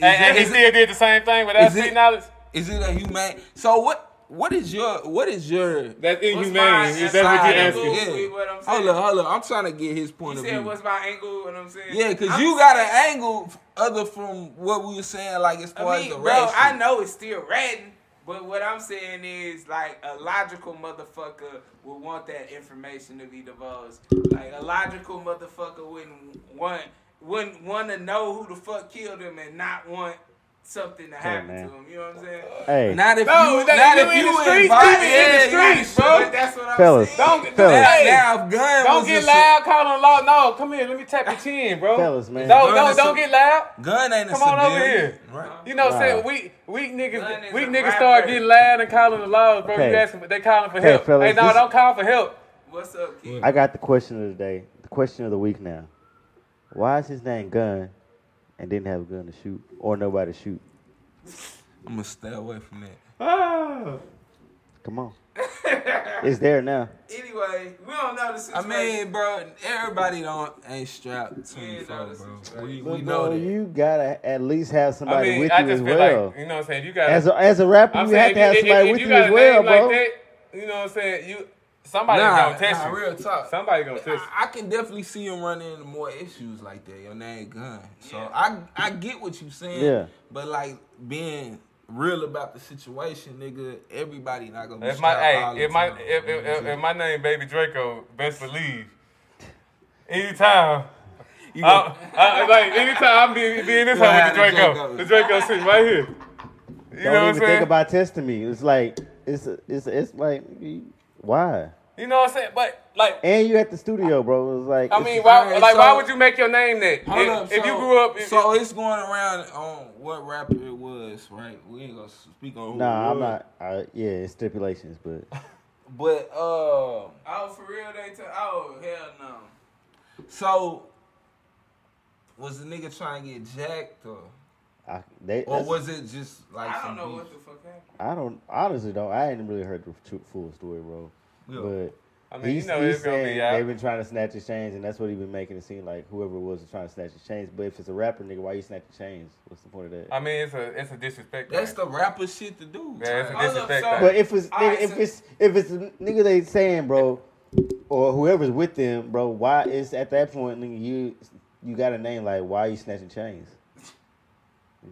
[SPEAKER 3] and, and
[SPEAKER 1] it-
[SPEAKER 3] he
[SPEAKER 1] is,
[SPEAKER 3] still did the same thing without
[SPEAKER 1] is it-
[SPEAKER 3] street knowledge.
[SPEAKER 1] it- is it a human? So what? What is your? What is your?
[SPEAKER 3] That's
[SPEAKER 6] What's
[SPEAKER 3] inhumane.
[SPEAKER 6] mine?
[SPEAKER 3] Is
[SPEAKER 6] That's
[SPEAKER 3] that what
[SPEAKER 6] mine.
[SPEAKER 3] you're asking?
[SPEAKER 6] Cool with what I'm
[SPEAKER 1] Hold
[SPEAKER 6] saying.
[SPEAKER 1] up, hold up. I'm trying to get his
[SPEAKER 6] You
[SPEAKER 1] point of
[SPEAKER 6] said
[SPEAKER 1] view.
[SPEAKER 6] what's my angle? What I'm saying?
[SPEAKER 1] Yeah, because
[SPEAKER 6] I'm
[SPEAKER 1] you got
[SPEAKER 6] saying-
[SPEAKER 1] an angle f- other from what we were saying, like as far
[SPEAKER 6] I mean,
[SPEAKER 1] as the
[SPEAKER 6] bro,
[SPEAKER 1] race.
[SPEAKER 6] I know it's still ratting, but what I'm saying is like a logical motherfucker would want that information to be divulged. Like a logical motherfucker wouldn't want wouldn't want to know who the fuck killed him and not want something to happen
[SPEAKER 2] man.
[SPEAKER 6] to him. You know what I'm saying?
[SPEAKER 2] Hey,
[SPEAKER 1] Not if
[SPEAKER 3] No,
[SPEAKER 1] you,
[SPEAKER 3] that-
[SPEAKER 1] not
[SPEAKER 3] you
[SPEAKER 1] if
[SPEAKER 3] in
[SPEAKER 1] you
[SPEAKER 3] the streets,
[SPEAKER 1] involved-
[SPEAKER 3] baby, in the
[SPEAKER 1] yeah, you
[SPEAKER 3] streets,
[SPEAKER 1] should-
[SPEAKER 3] bro.
[SPEAKER 6] But that's what I'm
[SPEAKER 2] fellas,
[SPEAKER 6] saying.
[SPEAKER 3] Don't,
[SPEAKER 2] Fellas.
[SPEAKER 3] hey,
[SPEAKER 1] Now, if gun
[SPEAKER 3] don't
[SPEAKER 1] was
[SPEAKER 3] get
[SPEAKER 1] a-
[SPEAKER 3] loud calling law. No, come here. Let me tap your chin, bro.
[SPEAKER 2] Fellas, man.
[SPEAKER 3] Don't,
[SPEAKER 1] Gun
[SPEAKER 3] don't,
[SPEAKER 1] is a-
[SPEAKER 3] don't get loud.
[SPEAKER 1] Gun ain't a
[SPEAKER 3] Come on over
[SPEAKER 1] civilian,
[SPEAKER 3] here.
[SPEAKER 1] Right.
[SPEAKER 3] You know what I'm
[SPEAKER 2] Wow.
[SPEAKER 3] saying? We we
[SPEAKER 6] Gun
[SPEAKER 3] niggas
[SPEAKER 6] is
[SPEAKER 3] we
[SPEAKER 6] a
[SPEAKER 3] niggas
[SPEAKER 6] rapper.
[SPEAKER 3] start getting loud and calling the laws, bro.
[SPEAKER 2] Okay.
[SPEAKER 3] You asking they calling for
[SPEAKER 2] Okay,
[SPEAKER 3] help.
[SPEAKER 2] fellas,
[SPEAKER 3] hey no,
[SPEAKER 2] this-
[SPEAKER 3] don't call for help.
[SPEAKER 6] What's up, kid?
[SPEAKER 2] I got the question of the day. The question of the week now. Why is his name Gun, and didn't have a gun to shoot or nobody to shoot?
[SPEAKER 1] I'm gonna stay away from that.
[SPEAKER 2] Come
[SPEAKER 3] <laughs>
[SPEAKER 2] on. it's there now.
[SPEAKER 6] Anyway, we don't know the
[SPEAKER 1] I
[SPEAKER 6] situation.
[SPEAKER 1] mean, bro, everybody don't ain't strapped
[SPEAKER 6] Yeah,
[SPEAKER 1] 24,
[SPEAKER 6] no, this is
[SPEAKER 1] bro.
[SPEAKER 6] right.
[SPEAKER 1] We,
[SPEAKER 2] But
[SPEAKER 1] we know
[SPEAKER 2] bro,
[SPEAKER 1] that.
[SPEAKER 2] you gotta at least have
[SPEAKER 3] I
[SPEAKER 2] somebody
[SPEAKER 3] mean,
[SPEAKER 2] with
[SPEAKER 3] I
[SPEAKER 2] you as
[SPEAKER 3] just feel
[SPEAKER 2] well.
[SPEAKER 3] like you know what I'm saying. You got
[SPEAKER 2] as a, as a rapper,
[SPEAKER 3] I'm
[SPEAKER 2] you have
[SPEAKER 3] saying
[SPEAKER 2] to have
[SPEAKER 3] if, you-
[SPEAKER 2] somebody
[SPEAKER 3] if,
[SPEAKER 2] with
[SPEAKER 3] if
[SPEAKER 2] you,
[SPEAKER 3] you got
[SPEAKER 2] as
[SPEAKER 3] a
[SPEAKER 2] well,
[SPEAKER 3] name
[SPEAKER 2] bro.
[SPEAKER 3] like that, you know what I'm saying. You somebody
[SPEAKER 1] Nah,
[SPEAKER 3] gonna test
[SPEAKER 1] nah,
[SPEAKER 3] you.
[SPEAKER 1] real talk.
[SPEAKER 3] Somebody gonna test
[SPEAKER 1] I, I can definitely see him running into more issues like that. Your name gun. So I I get what you saying.
[SPEAKER 2] Yeah.
[SPEAKER 1] But like being real about the situation, nigga, everybody not gonna
[SPEAKER 3] you.
[SPEAKER 1] be
[SPEAKER 3] If my
[SPEAKER 1] strapped all
[SPEAKER 3] hey,
[SPEAKER 1] the
[SPEAKER 3] if my
[SPEAKER 1] time,
[SPEAKER 3] if,
[SPEAKER 1] you know
[SPEAKER 3] if,
[SPEAKER 1] what I'm
[SPEAKER 3] if, if
[SPEAKER 1] saying?
[SPEAKER 3] my name Baby Draco, best believe. Anytime.
[SPEAKER 1] You
[SPEAKER 3] I,
[SPEAKER 1] gonna-
[SPEAKER 3] I, like anytime I'm being be in this
[SPEAKER 1] Right,
[SPEAKER 3] house with the
[SPEAKER 1] the
[SPEAKER 3] Draco,
[SPEAKER 1] Draco.
[SPEAKER 3] the Draco sitting right here. You know
[SPEAKER 2] Don't
[SPEAKER 3] what I'm
[SPEAKER 2] even think
[SPEAKER 3] saying?
[SPEAKER 2] about testing me. It's like it's it's it's like why?
[SPEAKER 3] You know what I'm saying? But like
[SPEAKER 2] And you at the studio, bro. It's like
[SPEAKER 3] I
[SPEAKER 2] it's
[SPEAKER 3] mean,
[SPEAKER 2] just-
[SPEAKER 3] why,
[SPEAKER 1] Alright,
[SPEAKER 3] like, why
[SPEAKER 1] so-
[SPEAKER 3] would you make your name that?
[SPEAKER 1] Hold
[SPEAKER 3] if,
[SPEAKER 1] up,
[SPEAKER 3] if
[SPEAKER 1] so,
[SPEAKER 3] you grew up, if,
[SPEAKER 1] so it's going around on what rapper it was, right? We ain't gonna speak on. who
[SPEAKER 2] nah,
[SPEAKER 1] it was.
[SPEAKER 2] I'm not. I, yeah, it's stipulations, but
[SPEAKER 1] But uh,
[SPEAKER 6] oh, for real, they tell. Oh, hell no.
[SPEAKER 1] so was the nigga trying to get jacked or
[SPEAKER 2] I they
[SPEAKER 1] or
[SPEAKER 2] that's-
[SPEAKER 1] was it just like
[SPEAKER 6] I
[SPEAKER 1] some
[SPEAKER 6] don't know what
[SPEAKER 1] beef?
[SPEAKER 6] the fuck happened.
[SPEAKER 2] I don't honestly don't. I ain't really heard the true, full story, bro.
[SPEAKER 1] Yeah.
[SPEAKER 2] But
[SPEAKER 3] I mean,
[SPEAKER 2] he's,
[SPEAKER 3] you know,
[SPEAKER 2] he's
[SPEAKER 3] it's gonna
[SPEAKER 2] saying
[SPEAKER 3] be
[SPEAKER 2] they've
[SPEAKER 3] out.
[SPEAKER 2] been trying to snatch his chains, and that's what he's been making it seem like whoever it was was trying to snatch his chains. But if it's a rapper, nigga, why you snatch your chains? What's the point of that?
[SPEAKER 3] I mean, it's a, it's a disrespect.
[SPEAKER 1] That's
[SPEAKER 3] thing.
[SPEAKER 1] the rapper shit to do.
[SPEAKER 3] yeah, it's a
[SPEAKER 6] Hold up,
[SPEAKER 3] disrespect.
[SPEAKER 6] so-
[SPEAKER 3] thing.
[SPEAKER 2] But if it's
[SPEAKER 6] All right,
[SPEAKER 2] nigga, if
[SPEAKER 6] so-
[SPEAKER 2] it's if it's a nigga they saying, bro, or whoever's with them, bro, why is at that point nigga, you you got a name like why you snatching chains?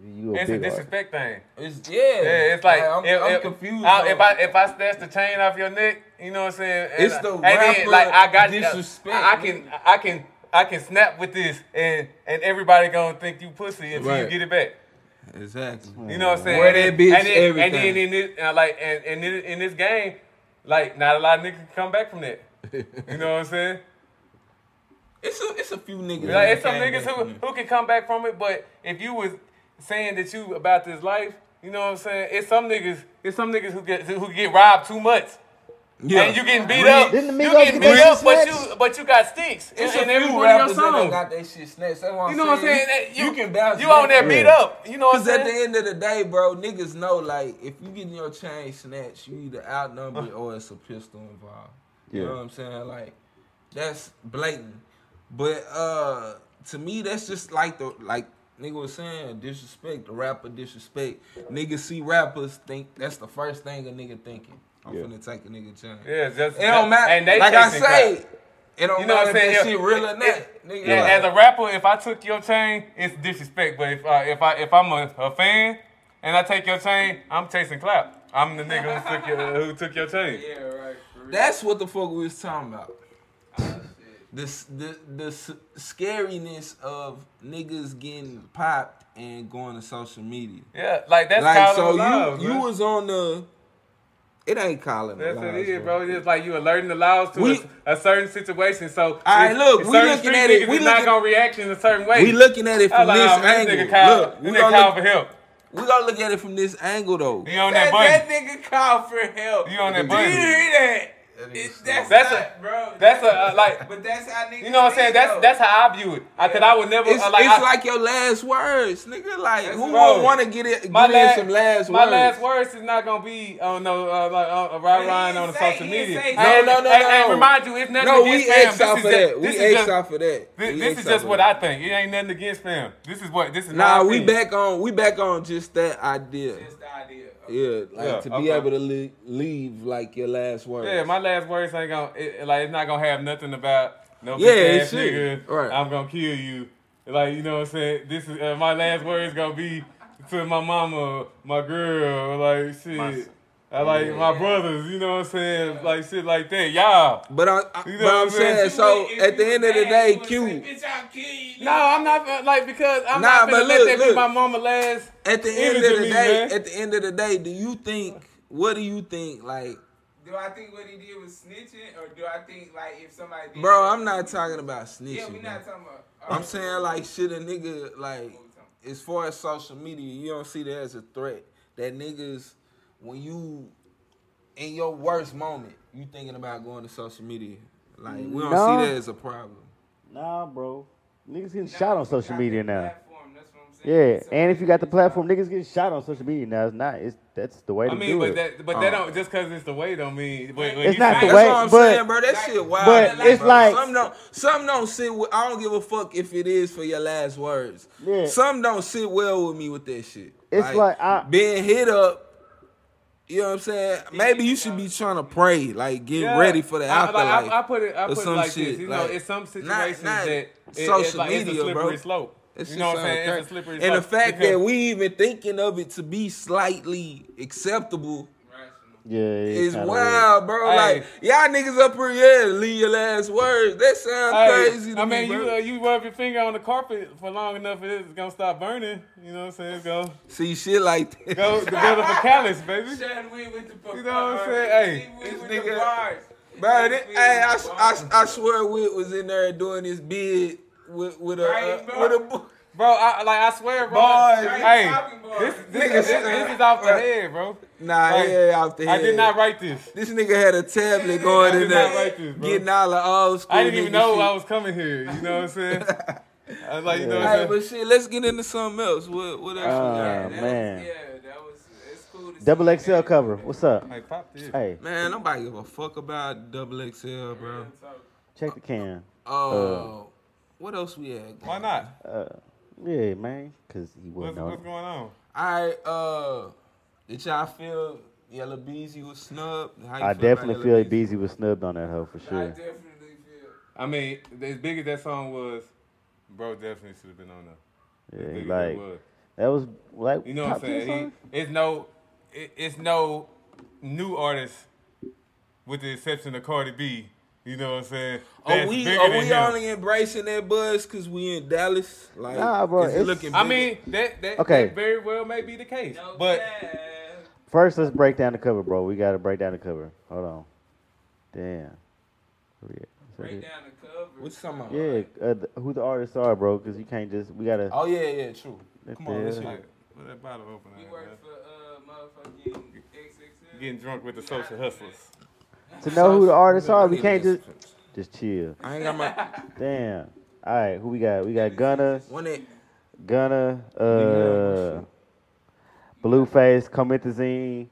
[SPEAKER 2] You a
[SPEAKER 3] It's a
[SPEAKER 2] big artist.
[SPEAKER 3] disrespect thing.
[SPEAKER 1] It's yeah.
[SPEAKER 3] Yeah, it's like,
[SPEAKER 1] I'm,
[SPEAKER 3] if,
[SPEAKER 1] I'm
[SPEAKER 3] if-
[SPEAKER 1] confused.
[SPEAKER 3] I,
[SPEAKER 1] bro.
[SPEAKER 3] if I if I snatch the chain off your neck, you know what I'm saying? And
[SPEAKER 1] It's
[SPEAKER 3] I-
[SPEAKER 1] the
[SPEAKER 3] and then,
[SPEAKER 1] rapper
[SPEAKER 3] like I got uh,
[SPEAKER 1] disrespect,
[SPEAKER 3] I, I can I can I can snap with this, and and everybody gonna think you pussy until you
[SPEAKER 1] Right.
[SPEAKER 3] get it back.
[SPEAKER 1] exactly.
[SPEAKER 3] You know what I'm saying?
[SPEAKER 1] Where
[SPEAKER 3] And
[SPEAKER 1] that
[SPEAKER 3] then-
[SPEAKER 1] bitch
[SPEAKER 3] and then, and then
[SPEAKER 1] everything.
[SPEAKER 3] in this, and like, and, and in, in this game, like, not a lot of niggas can come back
[SPEAKER 1] <laughs>
[SPEAKER 3] from that. You know what I'm saying?
[SPEAKER 1] It's a it's a few niggas.
[SPEAKER 3] Like,
[SPEAKER 1] that
[SPEAKER 3] it's some
[SPEAKER 1] came
[SPEAKER 3] niggas
[SPEAKER 1] back
[SPEAKER 3] who,
[SPEAKER 1] from it.
[SPEAKER 3] who can come back from it, but if you was saying that you about this life, you know what I'm saying? It's some niggas, it's some niggas who get who get robbed too much.
[SPEAKER 1] yeah.
[SPEAKER 3] And you getting beat up.
[SPEAKER 2] Didn't the
[SPEAKER 3] you
[SPEAKER 2] Migos
[SPEAKER 3] getting
[SPEAKER 2] get
[SPEAKER 3] beat
[SPEAKER 2] that
[SPEAKER 3] up, but
[SPEAKER 2] shit
[SPEAKER 3] you
[SPEAKER 2] snatched?
[SPEAKER 3] but you got sticks.
[SPEAKER 1] It's
[SPEAKER 3] in,
[SPEAKER 1] a
[SPEAKER 3] in
[SPEAKER 1] few
[SPEAKER 3] every one of your
[SPEAKER 1] rappers that done
[SPEAKER 3] songs.
[SPEAKER 1] got that shit snatched. That's what
[SPEAKER 3] you know what I'm saying? That
[SPEAKER 1] You, can bounce.
[SPEAKER 3] You on
[SPEAKER 1] back.
[SPEAKER 3] that beat
[SPEAKER 2] Yeah.
[SPEAKER 3] up. You know what I'm
[SPEAKER 1] Cause at the
[SPEAKER 3] saying?
[SPEAKER 1] end of the day, bro, niggas know like if you getting your chain snatched, you either outnumbered or it's a pistol involved. You know
[SPEAKER 2] Yeah.
[SPEAKER 1] what I'm saying? Like that's blatant. But uh to me that's just like the like nigga was saying, disrespect, the rapper disrespect. Niggas see rappers think that's the first thing a nigga thinking. I'm
[SPEAKER 2] Yeah.
[SPEAKER 1] finna take a nigga chain.
[SPEAKER 3] Yeah, just
[SPEAKER 1] It don't matter.
[SPEAKER 3] And they
[SPEAKER 1] like I
[SPEAKER 3] chasing
[SPEAKER 1] say,
[SPEAKER 3] crap.
[SPEAKER 1] it don't
[SPEAKER 3] You know what
[SPEAKER 1] matter
[SPEAKER 3] I'm
[SPEAKER 1] if
[SPEAKER 3] saying?
[SPEAKER 1] that
[SPEAKER 3] Yeah.
[SPEAKER 1] shit real or not.
[SPEAKER 3] It-
[SPEAKER 1] nigga,
[SPEAKER 3] Yeah,
[SPEAKER 1] like-
[SPEAKER 3] as a rapper, if I took your chain, it's disrespect. But if I if I if I'm a, a fan and I take your chain, I'm chasing clap. I'm the nigga who took your who took your chain.
[SPEAKER 6] Yeah, right. For real.
[SPEAKER 1] That's what the fuck we was talking about.
[SPEAKER 3] Ah,
[SPEAKER 6] Oh, shit.
[SPEAKER 1] This the the s- scariness of niggas getting popped and going to social media.
[SPEAKER 3] Yeah, like that's
[SPEAKER 1] like
[SPEAKER 3] like,
[SPEAKER 1] so,
[SPEAKER 3] calling lives,
[SPEAKER 1] you you
[SPEAKER 3] bro.
[SPEAKER 1] was on the. It ain't calling. the
[SPEAKER 3] That's what
[SPEAKER 1] lies,
[SPEAKER 3] it is, bro. It's just like you alerting the laws to a-
[SPEAKER 1] We-
[SPEAKER 3] a, certain situation. So
[SPEAKER 1] right,
[SPEAKER 3] if-
[SPEAKER 1] look,
[SPEAKER 3] if
[SPEAKER 1] we
[SPEAKER 3] certain
[SPEAKER 1] looking
[SPEAKER 3] street
[SPEAKER 1] at it-
[SPEAKER 3] niggas
[SPEAKER 1] we
[SPEAKER 3] is not
[SPEAKER 1] looking-
[SPEAKER 3] gonna react in a certain way.
[SPEAKER 1] We looking at it
[SPEAKER 3] I'm
[SPEAKER 1] from
[SPEAKER 3] like,
[SPEAKER 1] this
[SPEAKER 3] oh, man,
[SPEAKER 1] angle.
[SPEAKER 3] This nigga Kyle,
[SPEAKER 1] look, we
[SPEAKER 3] this nigga
[SPEAKER 1] gonna,
[SPEAKER 3] Kyle
[SPEAKER 1] look,
[SPEAKER 3] for help.
[SPEAKER 1] we gonna look at it from this angle though.
[SPEAKER 3] He on
[SPEAKER 6] That,
[SPEAKER 3] that
[SPEAKER 6] that
[SPEAKER 3] button.
[SPEAKER 6] nigga called for help.
[SPEAKER 3] You on that
[SPEAKER 6] Do you
[SPEAKER 3] button.
[SPEAKER 6] hear that?
[SPEAKER 1] That nigga
[SPEAKER 6] It's-
[SPEAKER 1] slow.
[SPEAKER 6] that's
[SPEAKER 3] That's
[SPEAKER 6] not,
[SPEAKER 3] a-
[SPEAKER 6] bro.
[SPEAKER 3] That's a, a like.
[SPEAKER 6] But that's how niggas.
[SPEAKER 3] You know what I'm saying?
[SPEAKER 6] think,
[SPEAKER 3] That's
[SPEAKER 6] though.
[SPEAKER 3] that's how I view it. I, Cause I would never
[SPEAKER 1] It's,
[SPEAKER 3] uh,
[SPEAKER 1] like,
[SPEAKER 3] like,
[SPEAKER 1] it's
[SPEAKER 3] I-
[SPEAKER 1] like your last words, nigga. Like who
[SPEAKER 3] bro.
[SPEAKER 1] won't want to get it? Get
[SPEAKER 3] my
[SPEAKER 1] in
[SPEAKER 3] last
[SPEAKER 1] some last
[SPEAKER 3] my
[SPEAKER 1] words.
[SPEAKER 3] last words is not gonna be oh no uh, like uh, a right
[SPEAKER 6] He
[SPEAKER 3] line
[SPEAKER 6] didn't
[SPEAKER 3] on the
[SPEAKER 6] say-
[SPEAKER 3] social
[SPEAKER 6] he didn't
[SPEAKER 3] media.
[SPEAKER 6] say-
[SPEAKER 3] And-
[SPEAKER 1] No, no, no,
[SPEAKER 3] and, and
[SPEAKER 1] no.
[SPEAKER 3] remind you, it's nothing
[SPEAKER 1] No,
[SPEAKER 3] against
[SPEAKER 1] we
[SPEAKER 3] fam.
[SPEAKER 1] X
[SPEAKER 3] This
[SPEAKER 1] out
[SPEAKER 3] is
[SPEAKER 1] for
[SPEAKER 3] just-
[SPEAKER 1] that. We
[SPEAKER 3] this is
[SPEAKER 1] X
[SPEAKER 3] just-
[SPEAKER 1] out for that.
[SPEAKER 3] This,
[SPEAKER 1] We
[SPEAKER 3] this
[SPEAKER 1] X
[SPEAKER 3] is
[SPEAKER 1] out
[SPEAKER 3] just
[SPEAKER 1] for
[SPEAKER 3] what
[SPEAKER 1] that.
[SPEAKER 3] I think. It ain't nothing against fam. This is what this is.
[SPEAKER 1] Nah,
[SPEAKER 3] my
[SPEAKER 1] we
[SPEAKER 3] opinion.
[SPEAKER 1] back on we back on just that idea.
[SPEAKER 6] Just the idea.
[SPEAKER 1] Yeah, like
[SPEAKER 3] Yeah,
[SPEAKER 1] to be
[SPEAKER 3] okay.
[SPEAKER 1] able to leave, leave like your last word.
[SPEAKER 3] Yeah, my last words ain't gonna it, like it's not gonna have nothing about no
[SPEAKER 1] Yeah,
[SPEAKER 3] bitch ass
[SPEAKER 1] it should.
[SPEAKER 3] nigga.
[SPEAKER 1] Right.
[SPEAKER 3] I'm gonna kill you. Like you know what I'm saying. This is uh, my last words gonna be to my mama, my girl, like shit. I like my brothers. You know what I'm saying. Like shit like that. Y'all.
[SPEAKER 1] but I, I
[SPEAKER 3] You know
[SPEAKER 1] but
[SPEAKER 3] what
[SPEAKER 1] I'm
[SPEAKER 3] I'm saying?
[SPEAKER 1] saying
[SPEAKER 3] If
[SPEAKER 1] so
[SPEAKER 6] If
[SPEAKER 1] at the
[SPEAKER 6] you
[SPEAKER 1] end of the
[SPEAKER 6] mad,
[SPEAKER 1] day,
[SPEAKER 6] you
[SPEAKER 1] Q.
[SPEAKER 6] would say, Bitch, I'll kill you.
[SPEAKER 3] No, I'm not uh, like because I'm
[SPEAKER 1] Nah,
[SPEAKER 3] not
[SPEAKER 1] but
[SPEAKER 3] gonna let
[SPEAKER 1] look,
[SPEAKER 3] that be
[SPEAKER 1] look.
[SPEAKER 3] my mama last.
[SPEAKER 1] At the
[SPEAKER 3] Give
[SPEAKER 1] end of
[SPEAKER 3] it to
[SPEAKER 1] the
[SPEAKER 3] me,
[SPEAKER 1] day,
[SPEAKER 3] man.
[SPEAKER 1] at the end of the day, do you think? What do you think? Like,
[SPEAKER 6] Do I think what he did was snitching, or do I think like if somebody? Did
[SPEAKER 1] bro, I'm not talking about snitching.
[SPEAKER 6] Yeah, we
[SPEAKER 1] bro.
[SPEAKER 6] not talking about. Oh,
[SPEAKER 1] I'm saying like shit a nigga like as far as social media, you don't see that as a threat. That niggas when you in your worst moment, you thinking about going to social media. Like we don't
[SPEAKER 2] No.
[SPEAKER 1] see that as a problem.
[SPEAKER 2] Nah, bro. Niggas getting shot on social media now.
[SPEAKER 6] Platform, that's what I'm saying.
[SPEAKER 2] Yeah,
[SPEAKER 6] <laughs> So
[SPEAKER 2] and if you got the
[SPEAKER 6] it's
[SPEAKER 2] platform, niggas getting shot on social media now. It's not. It's that's the way to
[SPEAKER 3] I mean,
[SPEAKER 2] do
[SPEAKER 3] but
[SPEAKER 2] it.
[SPEAKER 3] that but
[SPEAKER 1] Uh-huh.
[SPEAKER 3] that don't just because it's the way don't mean. But,
[SPEAKER 2] It's not the
[SPEAKER 1] That's
[SPEAKER 2] way-
[SPEAKER 1] what I'm
[SPEAKER 2] but-
[SPEAKER 1] saying, bro. That shit wild.
[SPEAKER 2] but
[SPEAKER 1] Like,
[SPEAKER 2] it's
[SPEAKER 1] bro,
[SPEAKER 2] like-
[SPEAKER 1] some don't some don't sit with I don't give a fuck if it is for your last words.
[SPEAKER 2] Yeah.
[SPEAKER 1] Some don't sit well with me with that shit.
[SPEAKER 2] It's like, I-
[SPEAKER 1] being hit up. You know what I'm saying? Maybe you should be trying to pray, like get
[SPEAKER 3] Yeah.
[SPEAKER 1] ready for the
[SPEAKER 3] I-
[SPEAKER 1] afterlife.
[SPEAKER 3] I, I, I put it, I
[SPEAKER 1] or
[SPEAKER 3] put it
[SPEAKER 1] some
[SPEAKER 3] like
[SPEAKER 1] shit,
[SPEAKER 3] this. You
[SPEAKER 1] like,
[SPEAKER 3] know, it's some
[SPEAKER 1] not-
[SPEAKER 3] situations
[SPEAKER 1] not
[SPEAKER 3] that it, it's,
[SPEAKER 1] social
[SPEAKER 3] like, it's a
[SPEAKER 1] media,
[SPEAKER 3] slippery
[SPEAKER 1] bro.
[SPEAKER 3] slope.
[SPEAKER 1] That shit
[SPEAKER 3] you know what
[SPEAKER 1] sound
[SPEAKER 3] I'm saying? It's a
[SPEAKER 1] crazy.
[SPEAKER 3] slippery slope.
[SPEAKER 1] and the fact that
[SPEAKER 3] <laughs> because-
[SPEAKER 1] we even thinking of it to be slightly acceptable
[SPEAKER 6] rational.
[SPEAKER 2] yeah, it's
[SPEAKER 1] is
[SPEAKER 2] kinda
[SPEAKER 1] wild, bro.
[SPEAKER 3] Hey.
[SPEAKER 1] Like y'all niggas up here, yeah, leave your last words. That sounds
[SPEAKER 3] Hey,
[SPEAKER 1] crazy to
[SPEAKER 3] I
[SPEAKER 1] me,
[SPEAKER 3] mean,
[SPEAKER 1] bro.
[SPEAKER 3] you uh, you rub your finger on the carpet for long enough, it's gonna stop burning. You know what I'm saying? Go
[SPEAKER 1] See shit like that. <laughs>
[SPEAKER 3] go develop a callus, baby.
[SPEAKER 6] Shun Wee with the uh,
[SPEAKER 3] You know what I'm saying? Hey,
[SPEAKER 6] Wee
[SPEAKER 1] this
[SPEAKER 6] with the
[SPEAKER 1] nigga-
[SPEAKER 6] bars.
[SPEAKER 1] Bro,
[SPEAKER 6] Shun
[SPEAKER 1] that-
[SPEAKER 6] Wee
[SPEAKER 1] hey, I,
[SPEAKER 6] with the
[SPEAKER 1] I,
[SPEAKER 6] bars.
[SPEAKER 1] I swear Witt was in there doing his bid with with a
[SPEAKER 6] Right,
[SPEAKER 1] uh,
[SPEAKER 6] bro.
[SPEAKER 1] with a book.
[SPEAKER 3] Bro, I, like I swear, bro.
[SPEAKER 1] Boys.
[SPEAKER 3] Hey,
[SPEAKER 6] Talking boys.
[SPEAKER 3] this, this,
[SPEAKER 1] Niggas-
[SPEAKER 3] this, this is off the head, bro.
[SPEAKER 1] Nah,
[SPEAKER 3] Like,
[SPEAKER 1] yeah, off the
[SPEAKER 3] I
[SPEAKER 1] head.
[SPEAKER 3] did not write this.
[SPEAKER 1] This nigga had a tablet going
[SPEAKER 3] I
[SPEAKER 1] in
[SPEAKER 3] did not
[SPEAKER 1] there,
[SPEAKER 3] write this, bro.
[SPEAKER 1] getting all the old school.
[SPEAKER 3] I didn't even
[SPEAKER 1] nigga
[SPEAKER 3] know
[SPEAKER 1] shit.
[SPEAKER 3] I was coming here. You know what
[SPEAKER 1] <laughs>
[SPEAKER 3] I'm saying? I was like, you know what
[SPEAKER 1] Hey,
[SPEAKER 3] I'm saying?
[SPEAKER 1] but shit, let's get into something else. What what else? we got?
[SPEAKER 2] Uh,
[SPEAKER 6] That was-
[SPEAKER 2] man.
[SPEAKER 6] Yeah, that was. It's cool to see.
[SPEAKER 2] Double XL
[SPEAKER 6] man.
[SPEAKER 2] cover. What's up?
[SPEAKER 3] Hey, pop this.
[SPEAKER 2] Hey,
[SPEAKER 1] Man, nobody give a fuck about double XL,
[SPEAKER 3] Uh.
[SPEAKER 1] bro.
[SPEAKER 2] check the can.
[SPEAKER 1] Oh, what else we had?
[SPEAKER 3] Why not?
[SPEAKER 2] Uh, yeah, man, cause he
[SPEAKER 3] What's,
[SPEAKER 2] wasn't on.
[SPEAKER 3] what's
[SPEAKER 2] it.
[SPEAKER 3] going on?
[SPEAKER 1] All right, uh, did y'all feel Yellow Beezy was snubbed? How you
[SPEAKER 2] I
[SPEAKER 1] feel about
[SPEAKER 2] definitely
[SPEAKER 1] Yellow
[SPEAKER 2] feel
[SPEAKER 1] Beezy?
[SPEAKER 2] Beezy was snubbed on that hoe for
[SPEAKER 6] I
[SPEAKER 2] sure.
[SPEAKER 6] definitely
[SPEAKER 3] I mean, as big as that song was, bro, definitely should have been on there. As
[SPEAKER 2] Yeah,
[SPEAKER 3] big as it
[SPEAKER 2] like
[SPEAKER 3] was.
[SPEAKER 2] that was like
[SPEAKER 3] You know what I'm
[SPEAKER 2] top 10
[SPEAKER 3] saying?
[SPEAKER 2] song?
[SPEAKER 3] He, it's no, it, it's no new artist, with the exception of Cardi B. You know what I'm saying?
[SPEAKER 1] Are
[SPEAKER 3] that's
[SPEAKER 1] we
[SPEAKER 3] bigger
[SPEAKER 1] are
[SPEAKER 3] than
[SPEAKER 1] we
[SPEAKER 3] him.
[SPEAKER 1] only embracing that buzz because we in Dallas? Like,
[SPEAKER 2] Nah, bro,
[SPEAKER 1] is it
[SPEAKER 2] it's-
[SPEAKER 1] looking
[SPEAKER 3] I
[SPEAKER 1] big?
[SPEAKER 3] mean, that that,
[SPEAKER 2] Okay.
[SPEAKER 3] that very well may be the case,
[SPEAKER 6] No
[SPEAKER 3] but
[SPEAKER 6] cap.
[SPEAKER 2] First, let's break down the cover, bro. We gotta break down the cover. Hold on. Damn. Where we at? Is that
[SPEAKER 6] break
[SPEAKER 2] it?
[SPEAKER 6] down the cover.
[SPEAKER 1] what you talking about?
[SPEAKER 2] Yeah, uh, th- who the artists are, bro? Because you can't just. We gotta.
[SPEAKER 1] Oh yeah, yeah, true.
[SPEAKER 2] Let
[SPEAKER 1] Come on, let's
[SPEAKER 2] the-
[SPEAKER 1] hear it.
[SPEAKER 3] Put that bottle open.
[SPEAKER 6] We
[SPEAKER 3] out, man.
[SPEAKER 6] work for uh motherfucking XXL.
[SPEAKER 3] Getting drunk with the social hustlers.
[SPEAKER 2] To know who the artists are, we can't just just chill.
[SPEAKER 1] I ain't got
[SPEAKER 3] <laughs>
[SPEAKER 1] my
[SPEAKER 2] Damn. All right, who we got? We got Gunna,
[SPEAKER 1] one that.
[SPEAKER 2] Gunna, uh, Blueface, Comethazine,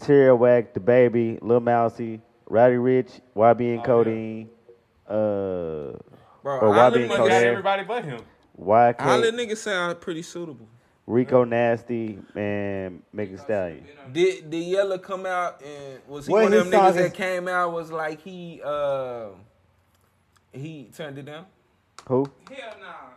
[SPEAKER 2] Tierra Whack, The Baby, Lil Mousy, Rowdy Rich, YB and Codeine, uh,
[SPEAKER 1] Oh, Bro,
[SPEAKER 2] Bro,
[SPEAKER 1] all
[SPEAKER 2] why being
[SPEAKER 1] them
[SPEAKER 3] Look
[SPEAKER 2] Cold
[SPEAKER 3] at
[SPEAKER 2] Air?
[SPEAKER 1] niggas,
[SPEAKER 3] everybody but him.
[SPEAKER 1] all them
[SPEAKER 2] YK,
[SPEAKER 1] niggas sound pretty suitable.
[SPEAKER 2] Rico Nasty, and Megan Stallion.
[SPEAKER 1] Did the Yella come out and was he
[SPEAKER 2] What
[SPEAKER 1] one
[SPEAKER 2] he
[SPEAKER 1] of them
[SPEAKER 2] saw
[SPEAKER 1] niggas
[SPEAKER 2] his-
[SPEAKER 1] that came out was like he uh he turned it down?
[SPEAKER 2] Who?
[SPEAKER 6] Hell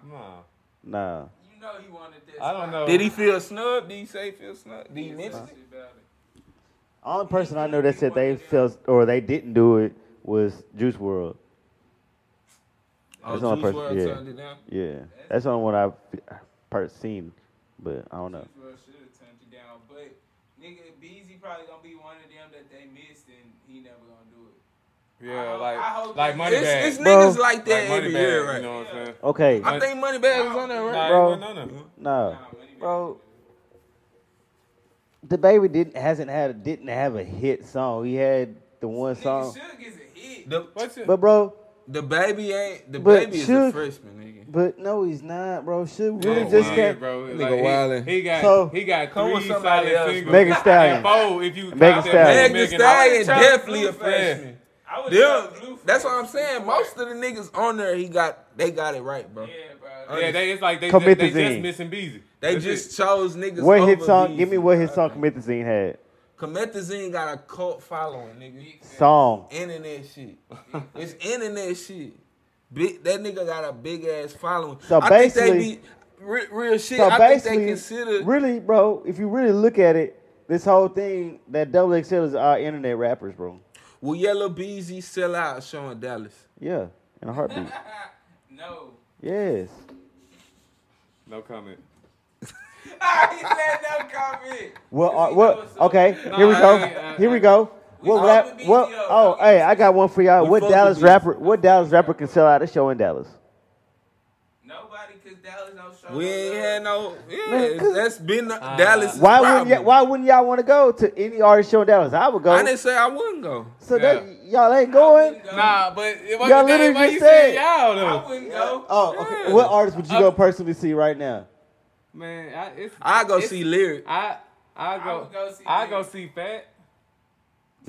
[SPEAKER 6] nah.
[SPEAKER 3] Nah,
[SPEAKER 2] Nah.
[SPEAKER 6] You know he wanted that.
[SPEAKER 3] I don't
[SPEAKER 6] spot.
[SPEAKER 3] know.
[SPEAKER 1] Did he feel snubbed? Did he say he feel snubbed? Did he
[SPEAKER 6] He
[SPEAKER 1] mention
[SPEAKER 6] said
[SPEAKER 1] it?
[SPEAKER 6] shit about it.
[SPEAKER 2] Only person I know that said they felt or they didn't do it was Juice World.
[SPEAKER 1] Oh,
[SPEAKER 2] That's
[SPEAKER 3] Oh,
[SPEAKER 2] the only
[SPEAKER 1] Juice
[SPEAKER 2] person-
[SPEAKER 1] WRLD
[SPEAKER 2] yeah.
[SPEAKER 1] turned it down.
[SPEAKER 2] Yeah, that's the only one I've per- seen, but I don't know.
[SPEAKER 6] Juice WRLD should have turned you down, but nigga, Beezy probably gonna be one of them that they missed, and he never gonna do it. I
[SPEAKER 3] Yeah,
[SPEAKER 6] hope- I
[SPEAKER 3] like like
[SPEAKER 6] hope that-
[SPEAKER 3] money bag.
[SPEAKER 1] It's, it's
[SPEAKER 2] Bro.
[SPEAKER 1] niggas like that
[SPEAKER 3] like money
[SPEAKER 1] every
[SPEAKER 3] bag.
[SPEAKER 1] year, right?
[SPEAKER 3] You know what I'm saying?
[SPEAKER 2] Okay,
[SPEAKER 1] I think Moneybag was on there, right?
[SPEAKER 3] Nah,
[SPEAKER 2] Bro.
[SPEAKER 3] it wasn't on there.
[SPEAKER 2] no,
[SPEAKER 6] Nah, money
[SPEAKER 2] bro. The baby didn't hasn't had didn't have a hit song. He had the one
[SPEAKER 6] Nigga,
[SPEAKER 2] song,
[SPEAKER 6] Suge is a hit.
[SPEAKER 1] The,
[SPEAKER 3] What's it?
[SPEAKER 2] but bro,
[SPEAKER 1] the baby ain't the
[SPEAKER 2] But
[SPEAKER 1] baby is
[SPEAKER 2] Suge-
[SPEAKER 1] a freshman, nigga.
[SPEAKER 2] but no, he's not, bro. Should
[SPEAKER 3] Yeah,
[SPEAKER 2] really just
[SPEAKER 3] wow.
[SPEAKER 2] get
[SPEAKER 3] bro.
[SPEAKER 1] Nigga
[SPEAKER 3] Like, he-
[SPEAKER 1] wildin'.
[SPEAKER 3] he, got
[SPEAKER 2] So-
[SPEAKER 3] he got
[SPEAKER 1] Come with
[SPEAKER 3] three
[SPEAKER 1] somebody
[SPEAKER 3] solid
[SPEAKER 1] else,
[SPEAKER 3] singles.
[SPEAKER 2] Megan Stallion.
[SPEAKER 3] And four if you
[SPEAKER 2] Megan
[SPEAKER 3] count that
[SPEAKER 2] Stallion.
[SPEAKER 3] Megan
[SPEAKER 1] Megan Stallion
[SPEAKER 6] Stallion.
[SPEAKER 1] definitely a
[SPEAKER 6] Blueface.
[SPEAKER 1] freshman.
[SPEAKER 6] I would
[SPEAKER 1] Them,
[SPEAKER 6] have Blue.
[SPEAKER 1] that's what I'm saying. Most of the niggas on there, he got they got it right, bro.
[SPEAKER 6] Yeah,
[SPEAKER 1] Oh,
[SPEAKER 6] bro.
[SPEAKER 3] Yeah, they, it's like they, they,
[SPEAKER 2] Commit
[SPEAKER 3] they
[SPEAKER 2] to
[SPEAKER 3] just
[SPEAKER 2] Zine.
[SPEAKER 3] missing Beezy.
[SPEAKER 1] They
[SPEAKER 3] That's
[SPEAKER 1] just
[SPEAKER 3] it.
[SPEAKER 1] chose niggas.
[SPEAKER 2] what
[SPEAKER 1] over
[SPEAKER 2] hit song?
[SPEAKER 1] these.
[SPEAKER 2] Give me what hit song Comethazine had.
[SPEAKER 1] Comethazine got a cult following, nigga.
[SPEAKER 2] Song.
[SPEAKER 1] Internet shit.
[SPEAKER 3] <laughs>
[SPEAKER 1] it's internet shit. Big, that nigga got a big ass following.
[SPEAKER 2] So
[SPEAKER 1] I think they
[SPEAKER 2] basically-
[SPEAKER 1] be re, real shit. I
[SPEAKER 2] So
[SPEAKER 1] think
[SPEAKER 2] basically,
[SPEAKER 1] they consider
[SPEAKER 2] really, bro, if you really look at it, this whole thing that Double XL is our internet rappers, bro.
[SPEAKER 1] will Yellow Beezy sell out showing Dallas.
[SPEAKER 2] Yeah, in
[SPEAKER 1] <laughs>
[SPEAKER 2] a heartbeat.
[SPEAKER 6] No. <laughs>
[SPEAKER 2] yes.
[SPEAKER 3] No comment.
[SPEAKER 6] Ah, he said no comment.
[SPEAKER 2] Well,
[SPEAKER 6] Cause
[SPEAKER 2] uh,
[SPEAKER 6] he
[SPEAKER 2] what?
[SPEAKER 6] knows something.
[SPEAKER 2] Okay, here we go.
[SPEAKER 1] uh,
[SPEAKER 3] I- I-
[SPEAKER 2] here we go. What
[SPEAKER 6] fuck
[SPEAKER 2] rap?
[SPEAKER 6] with
[SPEAKER 2] What?
[SPEAKER 6] BTO,
[SPEAKER 2] Oh,
[SPEAKER 6] bro.
[SPEAKER 2] hey, I got one for y'all.
[SPEAKER 1] We
[SPEAKER 2] What
[SPEAKER 1] fuck with
[SPEAKER 2] Dallas
[SPEAKER 1] BTO.
[SPEAKER 2] rapper? What Dallas rapper can sell out a show in Dallas?
[SPEAKER 6] Nobody, cause Dallas no show.
[SPEAKER 1] We ain't
[SPEAKER 3] Uh,
[SPEAKER 6] no
[SPEAKER 1] had
[SPEAKER 6] love.
[SPEAKER 1] no. Yeah,
[SPEAKER 2] Man, 'cause-
[SPEAKER 1] that's been Dallas.
[SPEAKER 2] Why
[SPEAKER 1] problem.
[SPEAKER 2] wouldn't y- Why wouldn't y'all want to go to any artist show in Dallas? I would go.
[SPEAKER 1] I didn't say I wouldn't go.
[SPEAKER 2] so that y'all ain't going.
[SPEAKER 3] Nah, but it
[SPEAKER 2] Y'all
[SPEAKER 3] wasn't
[SPEAKER 2] literally
[SPEAKER 3] that. Why
[SPEAKER 2] just
[SPEAKER 3] you said
[SPEAKER 2] said-
[SPEAKER 3] y'all though?
[SPEAKER 6] I wouldn't go.
[SPEAKER 2] Oh, okay. What artist would
[SPEAKER 1] Uh,
[SPEAKER 2] you go personally see right now?
[SPEAKER 3] Man, I, it's,
[SPEAKER 1] I go
[SPEAKER 3] it's-
[SPEAKER 1] see Lyric.
[SPEAKER 3] I I
[SPEAKER 6] I
[SPEAKER 3] go
[SPEAKER 6] would go see
[SPEAKER 3] I
[SPEAKER 6] Fat.
[SPEAKER 3] go see Fat.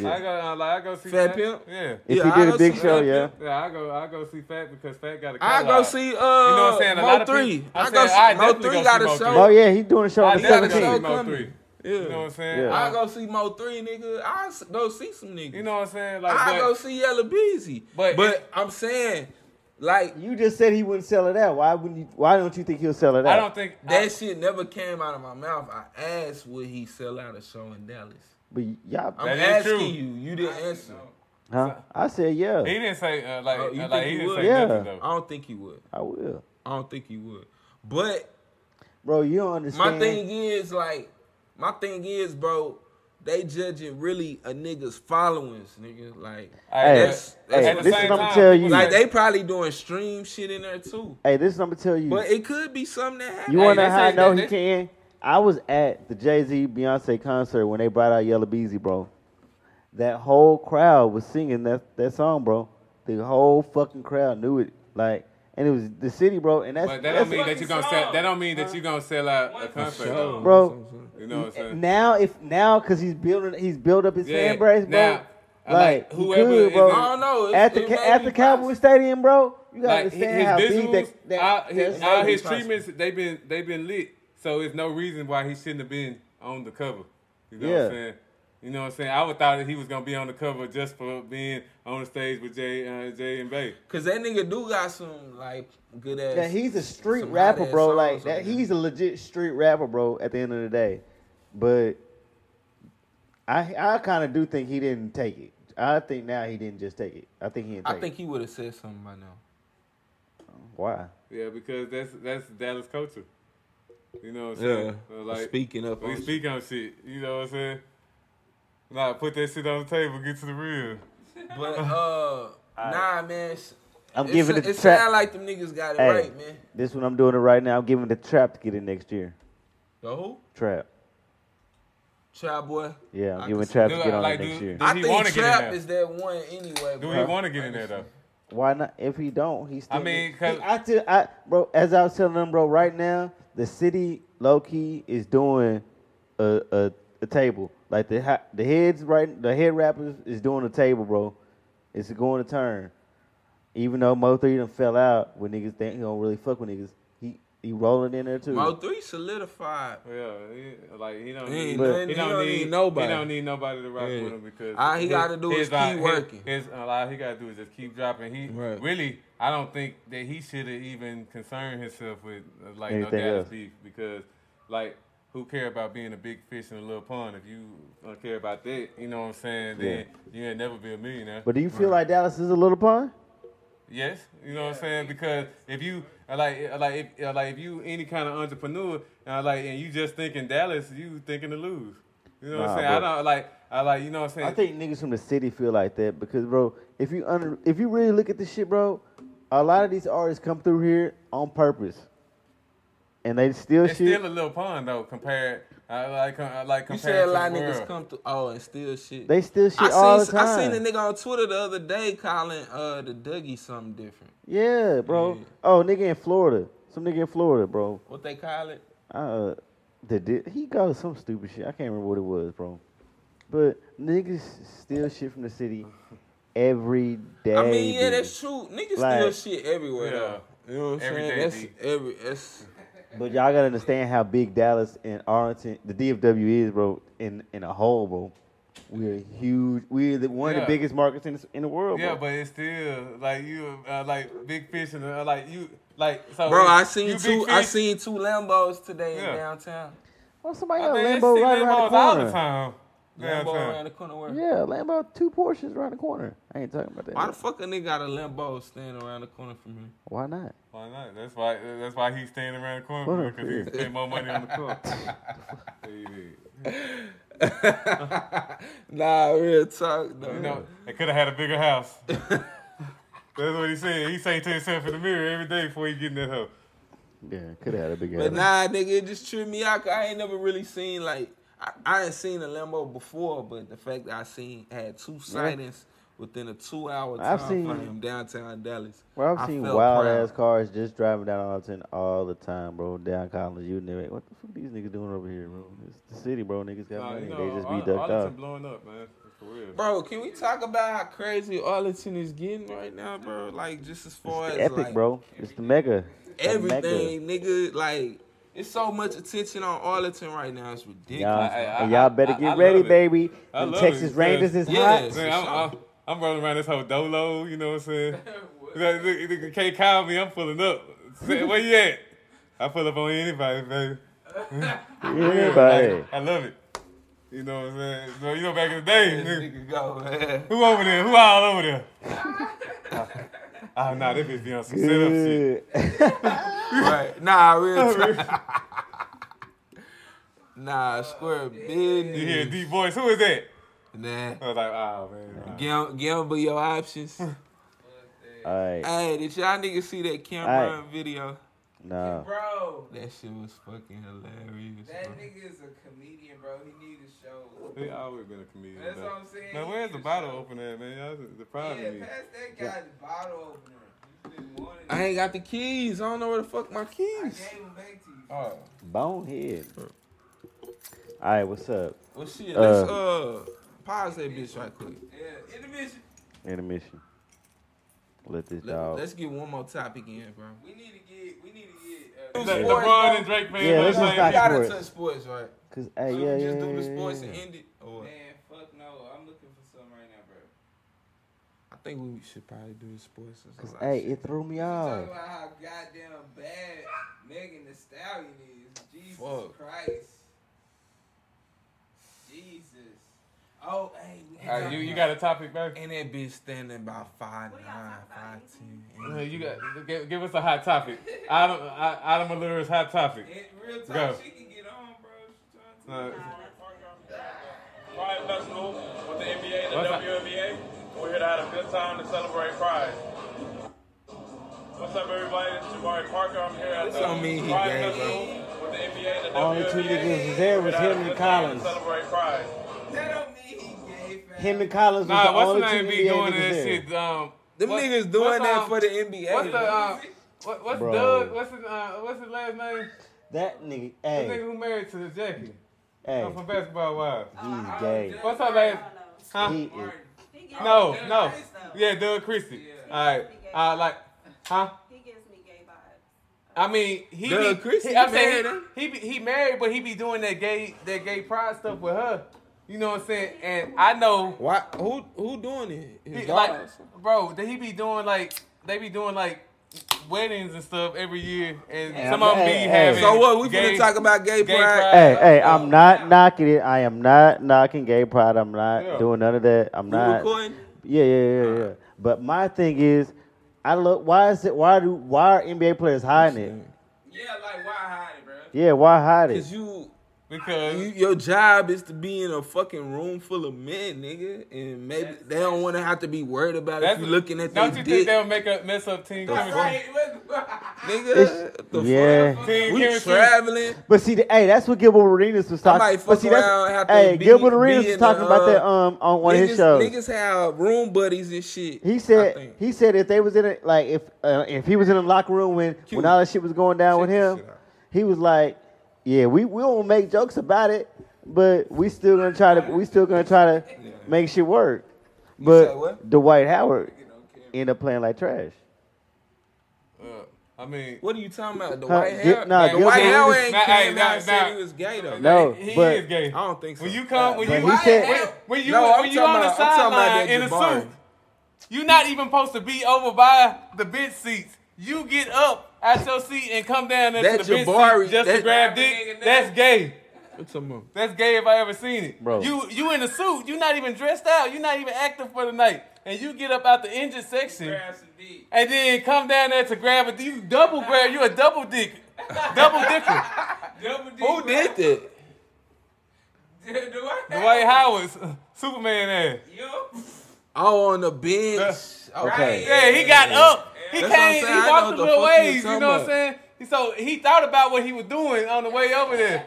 [SPEAKER 2] Yeah.
[SPEAKER 3] I go uh, like I go see
[SPEAKER 1] Fat
[SPEAKER 3] Fat
[SPEAKER 1] Pimp?
[SPEAKER 3] Yeah.
[SPEAKER 2] If
[SPEAKER 1] Yeah,
[SPEAKER 2] you
[SPEAKER 1] I
[SPEAKER 2] did
[SPEAKER 1] go
[SPEAKER 2] a big
[SPEAKER 1] see
[SPEAKER 2] show,
[SPEAKER 1] Fat
[SPEAKER 2] yeah.
[SPEAKER 3] Yeah, I go I go see Fat because Fat got a
[SPEAKER 1] I go
[SPEAKER 3] catalog.
[SPEAKER 1] see uh
[SPEAKER 3] You know what I'm saying? A
[SPEAKER 1] Mo
[SPEAKER 3] lot of
[SPEAKER 1] three.
[SPEAKER 3] people- I
[SPEAKER 1] I go
[SPEAKER 3] said, I
[SPEAKER 1] see Mo
[SPEAKER 3] definitely
[SPEAKER 1] three
[SPEAKER 3] go
[SPEAKER 1] got
[SPEAKER 3] see
[SPEAKER 1] a
[SPEAKER 3] Mo
[SPEAKER 1] show.
[SPEAKER 3] three.
[SPEAKER 2] Oh yeah, he doing a show
[SPEAKER 3] I
[SPEAKER 2] on the
[SPEAKER 3] definitely go see
[SPEAKER 1] seventeen.
[SPEAKER 2] 17th.
[SPEAKER 3] Mo three.
[SPEAKER 1] Yeah.
[SPEAKER 3] You know what I'm saying?
[SPEAKER 2] Yeah.
[SPEAKER 1] I go see Mo three nigga. I s- go see some niggas.
[SPEAKER 3] You know what I'm saying? Like
[SPEAKER 1] I
[SPEAKER 3] but,
[SPEAKER 1] go see Yellow Beezy.
[SPEAKER 3] But-
[SPEAKER 1] But I'm saying, like
[SPEAKER 2] You just said he wouldn't sell it out. Why wouldn't you? Why don't you think he'll sell it out?
[SPEAKER 3] I don't think
[SPEAKER 1] that shit never came out of my mouth. I asked would he sell out a show in Dallas.
[SPEAKER 2] But y'all,
[SPEAKER 1] I'm
[SPEAKER 3] That is
[SPEAKER 1] asking
[SPEAKER 3] true.
[SPEAKER 1] you. You didn't answer.
[SPEAKER 2] huh? I said yeah.
[SPEAKER 3] He didn't say uh, like
[SPEAKER 1] Oh, you
[SPEAKER 3] uh, like
[SPEAKER 1] think
[SPEAKER 3] he
[SPEAKER 1] he
[SPEAKER 3] didn't
[SPEAKER 1] would?
[SPEAKER 3] say
[SPEAKER 2] Yeah.
[SPEAKER 3] nothing though.
[SPEAKER 1] I don't think you would.
[SPEAKER 2] I will,
[SPEAKER 1] I don't think you would. But
[SPEAKER 2] bro. You don't
[SPEAKER 1] My
[SPEAKER 2] understand.
[SPEAKER 1] thing is like, my thing is, bro. They judging really a nigga's followings, nigga. Like,
[SPEAKER 3] Hey,
[SPEAKER 1] that's, that's
[SPEAKER 2] hey,
[SPEAKER 3] At the
[SPEAKER 1] what
[SPEAKER 2] this
[SPEAKER 1] I'm
[SPEAKER 2] is
[SPEAKER 3] same
[SPEAKER 2] what
[SPEAKER 3] time,
[SPEAKER 2] I'm tell you.
[SPEAKER 1] saying. like they probably doing stream shit in there too.
[SPEAKER 2] hey, this is what I'm tell you.
[SPEAKER 1] But it could be something that happened.
[SPEAKER 2] You want to know
[SPEAKER 3] they
[SPEAKER 2] how I
[SPEAKER 3] say
[SPEAKER 2] know
[SPEAKER 3] that-
[SPEAKER 2] he can? I was at the Jay Z Beyonce concert when they brought out Yellow Beezy, bro. That whole crowd was singing that that song, bro. The whole fucking crowd knew it, like, and it was the city, bro. And that's,
[SPEAKER 3] But that don't
[SPEAKER 2] that's-
[SPEAKER 3] mean that you gonna sell. That don't mean that you gonna sell out a concert. though.
[SPEAKER 2] bro.
[SPEAKER 3] You know what I'm saying?
[SPEAKER 2] Now if now because he's building, he's built up his
[SPEAKER 3] Yeah.
[SPEAKER 2] fan base, bro.
[SPEAKER 3] Now, I like
[SPEAKER 2] Like,
[SPEAKER 3] whoever
[SPEAKER 2] good,
[SPEAKER 3] is
[SPEAKER 2] bro.
[SPEAKER 3] in-
[SPEAKER 1] I don't know. It's,
[SPEAKER 2] at the
[SPEAKER 1] it
[SPEAKER 2] ca-
[SPEAKER 1] may
[SPEAKER 2] at
[SPEAKER 1] be
[SPEAKER 2] the
[SPEAKER 1] possible.
[SPEAKER 2] Cowboy Stadium, bro. You gotta
[SPEAKER 3] like his,
[SPEAKER 2] understand how
[SPEAKER 3] his
[SPEAKER 2] big
[SPEAKER 3] visuals,
[SPEAKER 2] that, that
[SPEAKER 3] all his,
[SPEAKER 2] that
[SPEAKER 3] all
[SPEAKER 2] song
[SPEAKER 3] his
[SPEAKER 2] is.
[SPEAKER 3] treatments, they've been they've been lit. So it's no reason why he shouldn't have been on the cover. You know what
[SPEAKER 2] Yeah.
[SPEAKER 3] I'm saying? You know what I'm saying? I would thought that he was gonna be on the cover just for being on the stage with Jay, uh, Jay and Bay.
[SPEAKER 1] Cause that nigga do got some like good ass.
[SPEAKER 2] Yeah, he's a street
[SPEAKER 1] some
[SPEAKER 2] rapper,
[SPEAKER 1] hot-ass
[SPEAKER 2] bro.
[SPEAKER 1] songs
[SPEAKER 2] Like
[SPEAKER 1] on
[SPEAKER 2] that,
[SPEAKER 1] there.
[SPEAKER 2] he's a legit street rapper, bro. At the end of the day, but I I kind of do think he didn't take it. I think now he didn't just take it. I think he didn't
[SPEAKER 1] I
[SPEAKER 2] take
[SPEAKER 1] think he would have said something by now.
[SPEAKER 2] it. Why?
[SPEAKER 3] Yeah, because that's that's Dallas culture. You know what I'm
[SPEAKER 1] Yeah,
[SPEAKER 3] saying? Uh, Like
[SPEAKER 1] speaking up.
[SPEAKER 3] we <laughs>
[SPEAKER 1] on
[SPEAKER 3] speak on shit. You know what I'm saying? Nah, put that shit on the table. Get to the real.
[SPEAKER 1] shit. <laughs> but uh, nah, man. It's,
[SPEAKER 2] I'm
[SPEAKER 1] it's-
[SPEAKER 2] giving it the
[SPEAKER 1] It
[SPEAKER 2] trap.
[SPEAKER 1] sound like them niggas got it
[SPEAKER 2] Hey.
[SPEAKER 1] right, man.
[SPEAKER 2] This one I'm doing it right now. I'm giving the trap to get it next year.
[SPEAKER 1] The who?
[SPEAKER 2] Trap.
[SPEAKER 1] Trap boy.
[SPEAKER 2] Yeah, I'm
[SPEAKER 1] I
[SPEAKER 2] giving
[SPEAKER 1] can-
[SPEAKER 2] trap
[SPEAKER 3] do
[SPEAKER 2] to
[SPEAKER 3] I
[SPEAKER 2] get on
[SPEAKER 3] like
[SPEAKER 2] it next
[SPEAKER 3] do-
[SPEAKER 2] year.
[SPEAKER 3] do- Does
[SPEAKER 1] I
[SPEAKER 3] he
[SPEAKER 1] think
[SPEAKER 3] wanna get in
[SPEAKER 1] trap
[SPEAKER 3] there?
[SPEAKER 1] is that one anyway.
[SPEAKER 3] Do
[SPEAKER 1] Bro.
[SPEAKER 3] we want to get in there though?
[SPEAKER 2] Why not? If he don't, he's. Still
[SPEAKER 3] I mean,
[SPEAKER 2] he-
[SPEAKER 3] 'cause-
[SPEAKER 2] I tell, I bro. As I was telling them, bro, right now the city low key is doing a a, a table. Like the ha- the heads right, the head rappers is doing a table, bro. It's going to turn. Even though Mo three done fell out with niggas, think he don't really fuck with niggas. He he rolling in there too.
[SPEAKER 1] Mo three solidified.
[SPEAKER 3] Yeah, he, like he don't
[SPEAKER 1] He ain't
[SPEAKER 3] need,
[SPEAKER 1] nothing- he don't need nobody.
[SPEAKER 3] He don't need nobody to rock
[SPEAKER 1] Yeah.
[SPEAKER 3] with him because
[SPEAKER 1] All he gotta do is
[SPEAKER 3] his line-
[SPEAKER 1] keep
[SPEAKER 3] his-
[SPEAKER 1] working.
[SPEAKER 3] His, all he gotta do is just keep dropping. He
[SPEAKER 1] Right.
[SPEAKER 3] really, I don't think that he should have even concerned himself with uh, like
[SPEAKER 2] Anything
[SPEAKER 3] no Dallas
[SPEAKER 2] else.
[SPEAKER 3] beef because like who care about being a big fish in a little pond if you don't care about that? You know what I'm saying? Then you ain't never be a millionaire.
[SPEAKER 2] but do you feel like Dallas is a little pun?
[SPEAKER 3] Yes, you know what I'm saying because if you uh, like uh, like if uh, like if you any kind of entrepreneur uh, like and you just thinking Dallas, you thinking to lose. You know what
[SPEAKER 2] Nah,
[SPEAKER 3] I'm saying? I
[SPEAKER 2] bro.
[SPEAKER 3] don't like I like you know what I'm saying.
[SPEAKER 2] I think niggas from the city feel like that because, bro, if you under, if you really look at this shit, bro, a lot of these artists come through here on purpose, and they steal
[SPEAKER 3] it's
[SPEAKER 2] shit.
[SPEAKER 3] still a little pond though compared. I like I like
[SPEAKER 1] You
[SPEAKER 3] compared
[SPEAKER 1] said
[SPEAKER 3] to
[SPEAKER 1] a lot of
[SPEAKER 3] the
[SPEAKER 1] niggas
[SPEAKER 3] world.
[SPEAKER 1] come through. Oh, and steal shit.
[SPEAKER 2] they steal shit
[SPEAKER 1] I seen,
[SPEAKER 2] all the time.
[SPEAKER 1] I seen a nigga on Twitter the other day calling uh the Dougie something different.
[SPEAKER 2] yeah, bro.
[SPEAKER 1] Yeah.
[SPEAKER 2] Oh, nigga in Florida, some nigga in Florida, bro.
[SPEAKER 1] What they call it?
[SPEAKER 2] Uh, the di- he got some stupid shit. I can't remember what it was, bro. But niggas steal shit from the
[SPEAKER 1] <laughs>
[SPEAKER 2] city every day.
[SPEAKER 1] I mean, yeah,
[SPEAKER 2] dude.
[SPEAKER 1] that's true. Niggas
[SPEAKER 2] Like-
[SPEAKER 1] steal shit everywhere.
[SPEAKER 3] Yeah.
[SPEAKER 1] Though. You know what I'm
[SPEAKER 3] Every day,
[SPEAKER 1] saying? That's
[SPEAKER 3] D.
[SPEAKER 1] every. That's
[SPEAKER 2] But y'all gotta understand how big Dallas and Arlington, the DFW is, bro. In in a whole, bro. We're huge. We're the, one
[SPEAKER 3] Yeah.
[SPEAKER 2] of the biggest markets in, the- in the world.
[SPEAKER 3] Yeah,
[SPEAKER 2] bro.
[SPEAKER 3] but it's still like you uh, like big fish and uh, like you like so.
[SPEAKER 1] bro. I
[SPEAKER 3] you
[SPEAKER 1] seen
[SPEAKER 3] big
[SPEAKER 1] two. I
[SPEAKER 3] fish,
[SPEAKER 1] seen two Lambos today
[SPEAKER 3] Yeah.
[SPEAKER 1] in downtown.
[SPEAKER 2] well, somebody
[SPEAKER 3] I
[SPEAKER 2] got a
[SPEAKER 3] mean,
[SPEAKER 2] Lambo
[SPEAKER 3] it's
[SPEAKER 2] right
[SPEAKER 3] Lambos
[SPEAKER 2] around the
[SPEAKER 3] all the
[SPEAKER 2] corner.
[SPEAKER 3] time.
[SPEAKER 1] Lambo
[SPEAKER 3] Downtown.
[SPEAKER 1] around the corner. Where?
[SPEAKER 2] yeah, Lambo two Porsches around the corner. I ain't talking about that.
[SPEAKER 1] Why the fuck a nigga got a Lambo standing around the corner from me?
[SPEAKER 2] Why not?
[SPEAKER 3] Why not? That's why. That's why he's staying around the
[SPEAKER 2] What a
[SPEAKER 3] corner because he
[SPEAKER 2] bitch.
[SPEAKER 3] can spend more money on <laughs> the car. Baby.
[SPEAKER 1] Nah, real talk though.
[SPEAKER 3] You know, they could have had a bigger house. <laughs> That's what he said. He say to himself in the mirror every day before he get in that hoe.
[SPEAKER 2] Yeah, could have had a big.
[SPEAKER 1] But nah, nigga, it just tripped me out. 'cause I ain't never really seen like I, I ain't seen a Lambo before, but the fact that I seen had two sightings within a two hour time
[SPEAKER 2] I've seen-
[SPEAKER 1] frame downtown Dallas.
[SPEAKER 2] Bro, I've
[SPEAKER 1] I
[SPEAKER 2] seen
[SPEAKER 1] felt
[SPEAKER 2] wild
[SPEAKER 1] proud.
[SPEAKER 2] ass cars just driving down Arlington all the time, bro. Down College, you never. What the fuck these niggas doing over here, bro? It's the city, bro. Niggas got
[SPEAKER 3] Nah,
[SPEAKER 2] money.
[SPEAKER 3] you know,
[SPEAKER 2] they just
[SPEAKER 3] Ar-
[SPEAKER 2] be ducked
[SPEAKER 3] Arlington
[SPEAKER 2] off.
[SPEAKER 3] blowing up, man. For real.
[SPEAKER 1] Bro, can we talk about how crazy Arlington is getting right now, bro? Like just as far as
[SPEAKER 2] It's the epic,
[SPEAKER 1] like,
[SPEAKER 2] bro. It's the mega. It's the mega.
[SPEAKER 1] everything, nigga, like it's so much attention on Arlington right now. It's
[SPEAKER 2] Y'all,
[SPEAKER 1] ridiculous.
[SPEAKER 3] I- I-
[SPEAKER 2] and y'all
[SPEAKER 3] I-
[SPEAKER 2] better
[SPEAKER 3] I-
[SPEAKER 2] get
[SPEAKER 3] I
[SPEAKER 2] ready,
[SPEAKER 3] love it.
[SPEAKER 2] baby.
[SPEAKER 3] I
[SPEAKER 2] The
[SPEAKER 3] love
[SPEAKER 2] Texas
[SPEAKER 3] it,
[SPEAKER 2] Rangers
[SPEAKER 3] because-
[SPEAKER 2] is
[SPEAKER 1] Yes.
[SPEAKER 2] hot.
[SPEAKER 3] Man, I'm, I'm, I'm rolling around this whole dolo. You know what I'm saying? Look, look, look, can't call me. I'm pulling up. Say, Where you at? I pull up on anybody, baby.
[SPEAKER 2] Everybody.
[SPEAKER 3] I love it. You know what I'm saying? So, you know, back in the day,
[SPEAKER 1] This
[SPEAKER 3] nigga,
[SPEAKER 1] nigga go, man. <laughs>
[SPEAKER 3] Who over there? Who all over there? oh, nah, they bitch be on some setup shit.
[SPEAKER 2] Good.
[SPEAKER 1] Right. Nah,
[SPEAKER 2] <laughs>
[SPEAKER 1] real talk. <laughs> nah, square business.
[SPEAKER 3] You hear a deep voice. Who is that?
[SPEAKER 1] Nah.
[SPEAKER 3] I was like, oh, man. all right.
[SPEAKER 1] Gam- gamble your
[SPEAKER 2] <laughs>
[SPEAKER 1] options.
[SPEAKER 2] All right.
[SPEAKER 1] hey, did y'all niggas see that Cameron video?
[SPEAKER 2] No.
[SPEAKER 6] Bro,
[SPEAKER 1] That shit was fucking hilarious.
[SPEAKER 6] that
[SPEAKER 1] bro.
[SPEAKER 6] nigga is a comedian, bro. He need a show.
[SPEAKER 3] He always been a comedian.
[SPEAKER 6] That's
[SPEAKER 3] though.
[SPEAKER 6] what I'm saying.
[SPEAKER 3] Man,
[SPEAKER 6] He
[SPEAKER 3] where's
[SPEAKER 6] need
[SPEAKER 3] the
[SPEAKER 6] a
[SPEAKER 3] bottle
[SPEAKER 6] show.
[SPEAKER 3] opener, at, man? Y'all just
[SPEAKER 6] Yeah,
[SPEAKER 3] depriving me.
[SPEAKER 6] pass that guy the bottle opener. He's been wanting
[SPEAKER 1] I
[SPEAKER 6] it.
[SPEAKER 1] ain't got the keys. I don't know where the fuck my
[SPEAKER 6] I
[SPEAKER 1] keys.
[SPEAKER 6] gave him back to you.
[SPEAKER 1] Oh,
[SPEAKER 2] Bonehead. All right, what's up?
[SPEAKER 1] well, shit.
[SPEAKER 2] Uh,
[SPEAKER 1] Let's uh pause that bitch right quick.
[SPEAKER 6] Yeah, in the mission.
[SPEAKER 2] Intermission. Let this
[SPEAKER 1] Let,
[SPEAKER 2] dog.
[SPEAKER 1] us get one more topic in, bro.
[SPEAKER 6] We need to get, we need to
[SPEAKER 3] Le-
[SPEAKER 6] get. Uh,
[SPEAKER 1] Yeah.
[SPEAKER 3] LeBron and Drake, man.
[SPEAKER 2] Yeah,
[SPEAKER 3] they
[SPEAKER 2] let's just
[SPEAKER 3] playing
[SPEAKER 2] not-
[SPEAKER 1] We gotta
[SPEAKER 2] sports.
[SPEAKER 1] touch sports, right?
[SPEAKER 2] Cause hey,
[SPEAKER 1] So
[SPEAKER 2] yeah,
[SPEAKER 1] we
[SPEAKER 2] yeah,
[SPEAKER 1] just
[SPEAKER 2] yeah,
[SPEAKER 1] do the
[SPEAKER 2] yeah,
[SPEAKER 1] sports
[SPEAKER 2] yeah.
[SPEAKER 1] and end it. Or what?
[SPEAKER 6] man, fuck
[SPEAKER 1] think we should probably do the sports. and
[SPEAKER 2] Cause
[SPEAKER 1] stuff.
[SPEAKER 2] hey, it threw me
[SPEAKER 6] Talk
[SPEAKER 2] off.
[SPEAKER 6] about how goddamn bad Megan the Stallion is. Jesus
[SPEAKER 1] Fuck.
[SPEAKER 6] Christ. Jesus. Oh, hey, we
[SPEAKER 3] All right, you, you got a topic, man?
[SPEAKER 1] and that bitch standing by five
[SPEAKER 7] What y'all
[SPEAKER 1] nine,
[SPEAKER 7] talking about?
[SPEAKER 1] five ten.
[SPEAKER 3] Uh, You got give, give us a hot topic. Adam I- Adam Allura's hot topic.
[SPEAKER 6] It, real talk,
[SPEAKER 3] Go.
[SPEAKER 6] she can get on, bro. She trying to.
[SPEAKER 3] Uh,
[SPEAKER 5] Pride Festival with the NBA and the
[SPEAKER 3] What's up?
[SPEAKER 5] WNBA. We're here to have a good time to celebrate Pride. What's up, everybody? This is Jabari Parker. I'm here at
[SPEAKER 1] This
[SPEAKER 5] the
[SPEAKER 1] don't mean he
[SPEAKER 5] Pride
[SPEAKER 1] gay,
[SPEAKER 5] Festival with the NBA and the
[SPEAKER 2] Only
[SPEAKER 5] WNBA.
[SPEAKER 2] two niggas was there was
[SPEAKER 5] We're here to
[SPEAKER 2] him and
[SPEAKER 5] have a good time
[SPEAKER 2] Collins.
[SPEAKER 5] to Celebrate Pride.
[SPEAKER 6] That don't mean he gay, fam.
[SPEAKER 2] Him and Collins was
[SPEAKER 3] Nah,
[SPEAKER 2] the
[SPEAKER 3] what's
[SPEAKER 2] only
[SPEAKER 3] the name
[SPEAKER 2] two
[SPEAKER 3] be
[SPEAKER 2] NBA
[SPEAKER 3] doing
[SPEAKER 2] niggas
[SPEAKER 3] this
[SPEAKER 2] there.
[SPEAKER 3] shit? Um,
[SPEAKER 1] Them
[SPEAKER 3] what-
[SPEAKER 1] niggas
[SPEAKER 3] what's,
[SPEAKER 1] doing that
[SPEAKER 3] um,
[SPEAKER 1] for the NBA.
[SPEAKER 3] What's the uh, what, what's
[SPEAKER 2] Bro.
[SPEAKER 3] Doug? What's his uh, what's his last name?
[SPEAKER 2] That nigga,
[SPEAKER 3] The
[SPEAKER 2] hey,
[SPEAKER 3] nigga who married to the Jackie
[SPEAKER 2] hey,
[SPEAKER 3] uh, from Basketball Wives.
[SPEAKER 2] he's gay.
[SPEAKER 3] <laughs> What's up, man? Huh?
[SPEAKER 2] He is.
[SPEAKER 6] Martin.
[SPEAKER 3] No,
[SPEAKER 6] Oh, Doug
[SPEAKER 3] no.
[SPEAKER 6] Christie.
[SPEAKER 3] Yeah, Doug Christie.
[SPEAKER 6] Yeah.
[SPEAKER 3] All right, uh, like, huh?
[SPEAKER 7] He gives me gay vibes.
[SPEAKER 3] I mean, he
[SPEAKER 1] Doug
[SPEAKER 3] be,
[SPEAKER 1] Christie
[SPEAKER 3] he, I'm
[SPEAKER 1] married
[SPEAKER 3] saying
[SPEAKER 1] her?
[SPEAKER 3] he, he be, he married, but he be doing that gay that gay pride stuff with her. You know what I'm saying? And I know
[SPEAKER 1] Why? Who who doing it? His
[SPEAKER 3] He-
[SPEAKER 1] daughter or
[SPEAKER 3] like,
[SPEAKER 1] something?
[SPEAKER 3] bro, that he be doing like they be doing like weddings and stuff every year, and
[SPEAKER 2] Hey,
[SPEAKER 3] some
[SPEAKER 2] I'm-
[SPEAKER 3] of them be
[SPEAKER 2] hey, hey.
[SPEAKER 3] having.
[SPEAKER 1] so what? We
[SPEAKER 3] gay-
[SPEAKER 1] finna talk about gay,
[SPEAKER 3] gay
[SPEAKER 1] pride.
[SPEAKER 3] pride.
[SPEAKER 2] Hey, hey, I'm not knocking it. I am not knocking gay pride. I'm not
[SPEAKER 3] Yeah.
[SPEAKER 2] doing none of that. I'm
[SPEAKER 1] We
[SPEAKER 2] not.
[SPEAKER 1] recording?
[SPEAKER 2] Yeah, yeah, yeah, yeah. But my thing is, I look. Why is it? Why do? Why are NBA players hiding it?
[SPEAKER 6] Yeah, like, why hide it, bro?
[SPEAKER 2] Yeah, why hide it?
[SPEAKER 1] Cause you,
[SPEAKER 3] because
[SPEAKER 1] you, your job is to be in a fucking room full of men, nigga, and maybe they don't want to have to be worried about if
[SPEAKER 3] that's
[SPEAKER 1] you looking at
[SPEAKER 3] Don't
[SPEAKER 1] their
[SPEAKER 3] you
[SPEAKER 1] dick,
[SPEAKER 3] think they'll make a mess up team chemistry?
[SPEAKER 6] Right, what-
[SPEAKER 1] nigga.
[SPEAKER 2] It's-
[SPEAKER 1] What the
[SPEAKER 2] yeah.
[SPEAKER 1] fuck?
[SPEAKER 3] Team
[SPEAKER 1] we
[SPEAKER 3] chemistry.
[SPEAKER 1] traveling.
[SPEAKER 2] But see, the, hey, that's what Gilbert Arenas was talking.
[SPEAKER 1] might
[SPEAKER 2] But
[SPEAKER 1] fuck
[SPEAKER 2] see, that's
[SPEAKER 1] around, have to
[SPEAKER 2] hey,
[SPEAKER 1] be-
[SPEAKER 2] Gilbert
[SPEAKER 1] be
[SPEAKER 2] Arenas
[SPEAKER 1] in
[SPEAKER 2] was talking
[SPEAKER 1] the,
[SPEAKER 2] about that
[SPEAKER 1] uh,
[SPEAKER 2] um on one of
[SPEAKER 1] Niggas,
[SPEAKER 2] his shows.
[SPEAKER 1] niggas have room buddies and shit.
[SPEAKER 2] He
[SPEAKER 1] I
[SPEAKER 2] said
[SPEAKER 1] think.
[SPEAKER 2] he said if they was in it like if uh, if he was in the locker room when
[SPEAKER 1] Cute.
[SPEAKER 2] when all that shit was going down
[SPEAKER 1] Check
[SPEAKER 2] with
[SPEAKER 1] this
[SPEAKER 2] him,
[SPEAKER 1] shit out.
[SPEAKER 2] he was like, yeah, we we don't make jokes about it, but we still gonna try to we still gonna try to make shit work.
[SPEAKER 1] said
[SPEAKER 2] But
[SPEAKER 1] what?
[SPEAKER 2] Dwight Howard ended up playing like trash.
[SPEAKER 3] Uh, I mean,
[SPEAKER 1] What are you talking about? The
[SPEAKER 2] Huh,
[SPEAKER 1] white
[SPEAKER 2] Gil-
[SPEAKER 1] hair?
[SPEAKER 2] nah,
[SPEAKER 1] the white
[SPEAKER 2] Gilbert-
[SPEAKER 1] hair ain't
[SPEAKER 3] Nah,
[SPEAKER 1] came
[SPEAKER 3] hey, nah,
[SPEAKER 1] out and said
[SPEAKER 3] nah.
[SPEAKER 1] he was gay though.
[SPEAKER 2] No,
[SPEAKER 3] he
[SPEAKER 2] but-
[SPEAKER 3] is gay.
[SPEAKER 1] I don't think so.
[SPEAKER 3] When you come, when
[SPEAKER 2] But
[SPEAKER 3] you
[SPEAKER 2] he said
[SPEAKER 6] hell?
[SPEAKER 3] when you
[SPEAKER 1] No, I'm
[SPEAKER 3] when you
[SPEAKER 1] talking
[SPEAKER 3] on the
[SPEAKER 1] about- I'm talking about
[SPEAKER 3] sideline
[SPEAKER 1] that
[SPEAKER 3] in a
[SPEAKER 1] Jabari.
[SPEAKER 3] suit, you're not even supposed to be over by the bench seats. You get up at your seat and come down into
[SPEAKER 1] That
[SPEAKER 3] the bench
[SPEAKER 1] Jabari-
[SPEAKER 3] seat just to
[SPEAKER 1] that-
[SPEAKER 3] grab dick. That's gay.
[SPEAKER 1] What's up, man?
[SPEAKER 3] That's gay if I ever seen it.
[SPEAKER 2] Bro.
[SPEAKER 3] You you in a suit, you not even dressed out, you not even active for the night. And you get up out the injured section
[SPEAKER 6] Grab some D.
[SPEAKER 3] and then come down there to grab a you double grab, you a double dick. Double dicker. <laughs>
[SPEAKER 6] Double D.
[SPEAKER 1] Who
[SPEAKER 6] <laughs>
[SPEAKER 1] did that?
[SPEAKER 6] that? Dwight.
[SPEAKER 3] Dwight Howard's uh, Superman ass.
[SPEAKER 6] Yo.
[SPEAKER 1] Oh, on the bench. Okay.
[SPEAKER 2] Okay.
[SPEAKER 3] Yeah, he got up. He
[SPEAKER 1] That's what I'm
[SPEAKER 3] came,
[SPEAKER 1] saying.
[SPEAKER 3] he
[SPEAKER 1] I
[SPEAKER 3] walked a
[SPEAKER 1] know the
[SPEAKER 3] little
[SPEAKER 1] fuck you
[SPEAKER 3] ways, you
[SPEAKER 1] talking
[SPEAKER 3] know what I'm
[SPEAKER 1] about.
[SPEAKER 3] saying? So he thought about what he was doing on the way over there.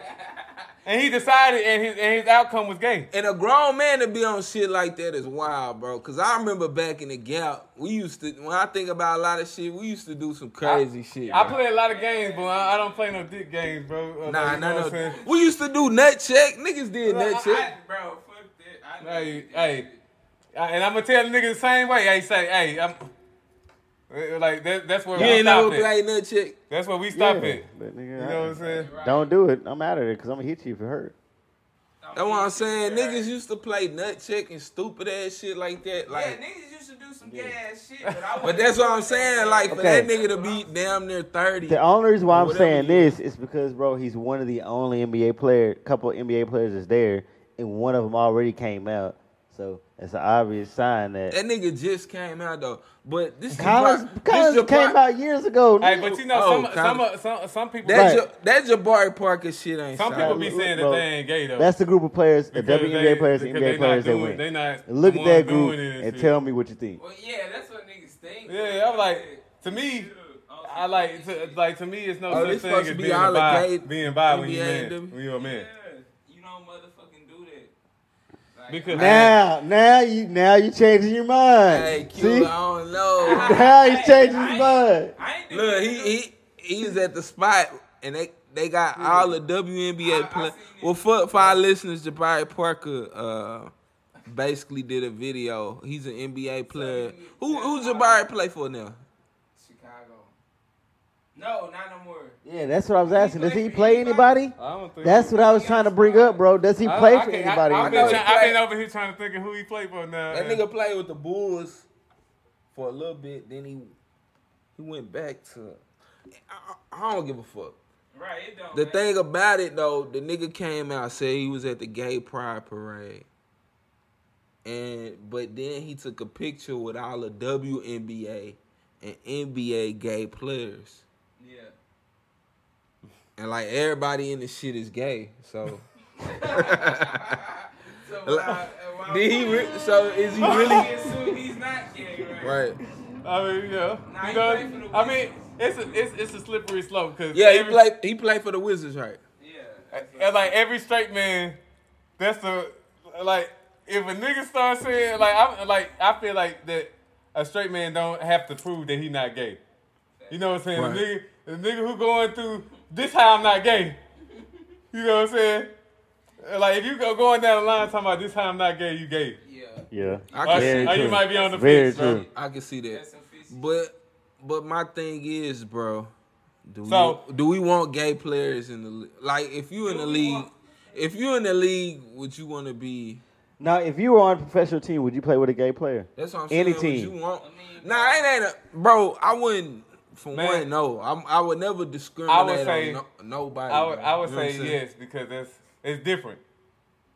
[SPEAKER 3] And he decided and his and his outcome was gay.
[SPEAKER 1] And a grown man to be on shit like that is wild, bro. Cause I remember back in the gap, we used to. When I think about a lot of shit, we used to do some crazy shit.
[SPEAKER 3] I
[SPEAKER 1] bro.
[SPEAKER 3] play a lot of games, but I, I don't play no dick games, bro. Uh,
[SPEAKER 1] Nah,
[SPEAKER 3] you know
[SPEAKER 1] nah,
[SPEAKER 3] what I'm
[SPEAKER 1] no.
[SPEAKER 3] saying?
[SPEAKER 1] We used to do nut check. Niggas did
[SPEAKER 3] Well,
[SPEAKER 1] nut
[SPEAKER 3] I-
[SPEAKER 1] check.
[SPEAKER 6] Bro, fuck that. I know you
[SPEAKER 3] Hey,
[SPEAKER 6] did.
[SPEAKER 3] hey, I- and I'm gonna tell the nigga the same way. Hey, say, hey, I'm eh, like that. That's where
[SPEAKER 1] You
[SPEAKER 3] we
[SPEAKER 1] ain't
[SPEAKER 3] stop
[SPEAKER 1] never
[SPEAKER 3] it.
[SPEAKER 1] played nut check.
[SPEAKER 3] That's where we stop
[SPEAKER 2] Yeah,
[SPEAKER 3] it.
[SPEAKER 2] but nigga,
[SPEAKER 3] You
[SPEAKER 2] I-
[SPEAKER 3] know what I'm saying?
[SPEAKER 2] Don't do it. I'm out of there because I'm gonna hit you if it hurt.
[SPEAKER 1] That's what I'm saying. Niggas used to play nut check and stupid ass shit like that. Like,
[SPEAKER 6] yeah, niggas used to do some gay ass shit, but I
[SPEAKER 1] But that's what I'm saying. Like for
[SPEAKER 2] Okay.
[SPEAKER 1] that nigga to be damn near thirty.
[SPEAKER 2] The um, only reason why I'm
[SPEAKER 1] Whatever
[SPEAKER 2] saying
[SPEAKER 1] you-
[SPEAKER 2] this is because, bro, he's one of the only NBA player, couple NBA players that's there, and one of them already came out. So it's an obvious sign that
[SPEAKER 1] that nigga just came out though. But this
[SPEAKER 2] Collins,
[SPEAKER 1] Jabari-
[SPEAKER 2] Collins
[SPEAKER 1] this Jabari-
[SPEAKER 2] came out years ago.
[SPEAKER 3] Hey,
[SPEAKER 2] nigga.
[SPEAKER 3] but you know,
[SPEAKER 1] Oh,
[SPEAKER 3] some, some,
[SPEAKER 1] kinda.
[SPEAKER 3] uh, some, some people,
[SPEAKER 1] That,
[SPEAKER 2] Right.
[SPEAKER 1] Ja- that Jabari Parker shit ain't.
[SPEAKER 3] some
[SPEAKER 1] solid.
[SPEAKER 3] people be saying that
[SPEAKER 2] Bro,
[SPEAKER 3] they ain't gay though.
[SPEAKER 2] That's the group of players, the
[SPEAKER 3] Because
[SPEAKER 2] WNBA
[SPEAKER 3] they-
[SPEAKER 2] players, and
[SPEAKER 3] because
[SPEAKER 2] NBA
[SPEAKER 3] they not
[SPEAKER 2] players that
[SPEAKER 3] doing-
[SPEAKER 2] win.
[SPEAKER 3] They not
[SPEAKER 2] And Look
[SPEAKER 3] the
[SPEAKER 2] at
[SPEAKER 3] ones
[SPEAKER 2] that group
[SPEAKER 3] doing it
[SPEAKER 2] and
[SPEAKER 3] shit.
[SPEAKER 2] tell me what you think.
[SPEAKER 6] Well, yeah, that's what niggas think.
[SPEAKER 3] Yeah, I'm like, to me, I like, to, like to me, it's no
[SPEAKER 1] Oh,
[SPEAKER 3] such
[SPEAKER 1] this
[SPEAKER 3] thing
[SPEAKER 1] supposed
[SPEAKER 3] as
[SPEAKER 1] to be
[SPEAKER 3] being
[SPEAKER 1] all
[SPEAKER 3] bi,
[SPEAKER 1] gay
[SPEAKER 3] being bi when you
[SPEAKER 1] NBA and
[SPEAKER 3] man,
[SPEAKER 1] them.
[SPEAKER 3] when you a
[SPEAKER 6] Yeah,
[SPEAKER 3] man.
[SPEAKER 6] you don't motherfucking do that. Like,
[SPEAKER 3] Because
[SPEAKER 2] Now, now you, now you changing your mind.
[SPEAKER 1] Hey, Q,
[SPEAKER 2] See,
[SPEAKER 1] I don't <laughs> know.
[SPEAKER 2] now you
[SPEAKER 6] Hey,
[SPEAKER 2] changing
[SPEAKER 6] I
[SPEAKER 2] your
[SPEAKER 6] ain't-
[SPEAKER 2] mind.
[SPEAKER 6] I ain't do
[SPEAKER 1] Look,
[SPEAKER 6] that.
[SPEAKER 1] he he he's at the spot and they they got all the
[SPEAKER 6] I- I
[SPEAKER 1] WNBA play.
[SPEAKER 6] seen it.
[SPEAKER 1] Well, for for our listeners, Jabari Parker uh basically did a video. He's an NBA player. Who who Jabari play for now?
[SPEAKER 6] Chicago. No, not no more.
[SPEAKER 2] Yeah, that's what I was asking. Does
[SPEAKER 6] play
[SPEAKER 2] he
[SPEAKER 6] for
[SPEAKER 2] play
[SPEAKER 6] anybody?
[SPEAKER 2] anybody?
[SPEAKER 3] I don't think
[SPEAKER 2] That's what I was trying to bring up, bro. Does he
[SPEAKER 3] I-
[SPEAKER 2] play
[SPEAKER 3] I
[SPEAKER 2] for
[SPEAKER 3] can't-
[SPEAKER 2] anybody?
[SPEAKER 3] I,
[SPEAKER 2] I
[SPEAKER 3] have been,
[SPEAKER 2] know.
[SPEAKER 3] try- I've been over here trying to think of who he played for now.
[SPEAKER 1] That
[SPEAKER 3] and-
[SPEAKER 1] nigga played with the Bulls. for a little bit. Then he he went back to. I, I I don't give a fuck.
[SPEAKER 6] Right, it don't.
[SPEAKER 1] The
[SPEAKER 6] matter.
[SPEAKER 1] thing about it though, the nigga came out said he was at the gay pride parade, and but then he took a picture with all the WNBA and NBA gay players, <laughs>
[SPEAKER 6] Yeah.
[SPEAKER 1] and like everybody in the shit is gay. So
[SPEAKER 6] So
[SPEAKER 1] Like,
[SPEAKER 6] why, uh,
[SPEAKER 1] <laughs>
[SPEAKER 6] why
[SPEAKER 1] did he? Re- so is he really?
[SPEAKER 6] assume he's not gay, right?
[SPEAKER 1] <laughs> right.
[SPEAKER 3] I mean, you know,
[SPEAKER 6] Nah, he
[SPEAKER 3] you know,
[SPEAKER 6] played for the
[SPEAKER 3] I mean, it's a it's, it's a slippery slope because
[SPEAKER 1] Yeah, he played. He played for the Wizards, right?
[SPEAKER 6] Yeah. that's what-
[SPEAKER 3] And like every straight man, that's the like if a nigga starts saying like I like I feel like that a straight man don't have to prove that he not gay. You know what I'm saying?
[SPEAKER 1] Right.
[SPEAKER 3] The nigga, the nigga who going through this how I'm not gay. You know what I'm saying? Like if you go going down the line talking about this how I'm not gay, you gay.
[SPEAKER 6] Yeah.
[SPEAKER 2] Yeah.
[SPEAKER 1] I
[SPEAKER 3] Or,
[SPEAKER 1] can
[SPEAKER 2] Very
[SPEAKER 1] see.
[SPEAKER 3] or
[SPEAKER 2] true.
[SPEAKER 3] you might be on the
[SPEAKER 2] Very
[SPEAKER 3] fence, bro.
[SPEAKER 2] true.
[SPEAKER 1] I can see that.
[SPEAKER 6] That's some fish.
[SPEAKER 1] But but my thing is, bro, do
[SPEAKER 3] So-
[SPEAKER 1] we, do we want gay players in the le- like if you in the league, if you in the league, would you want to be?
[SPEAKER 2] Now, if you were on a professional team, would you play with a gay player?
[SPEAKER 1] That's what I'm saying.
[SPEAKER 2] Any
[SPEAKER 1] would
[SPEAKER 2] team.
[SPEAKER 1] you want?
[SPEAKER 6] mean-
[SPEAKER 1] Nah, it ain't a bro. I wouldn't. For
[SPEAKER 3] Man.
[SPEAKER 1] one, no, I'm, I would never discriminate I would
[SPEAKER 3] say-
[SPEAKER 1] say, on no, nobody.
[SPEAKER 3] I would,
[SPEAKER 1] bro.
[SPEAKER 3] I would
[SPEAKER 1] Oh, You know what
[SPEAKER 3] say
[SPEAKER 1] I'm saying?
[SPEAKER 3] yes because that's it's different.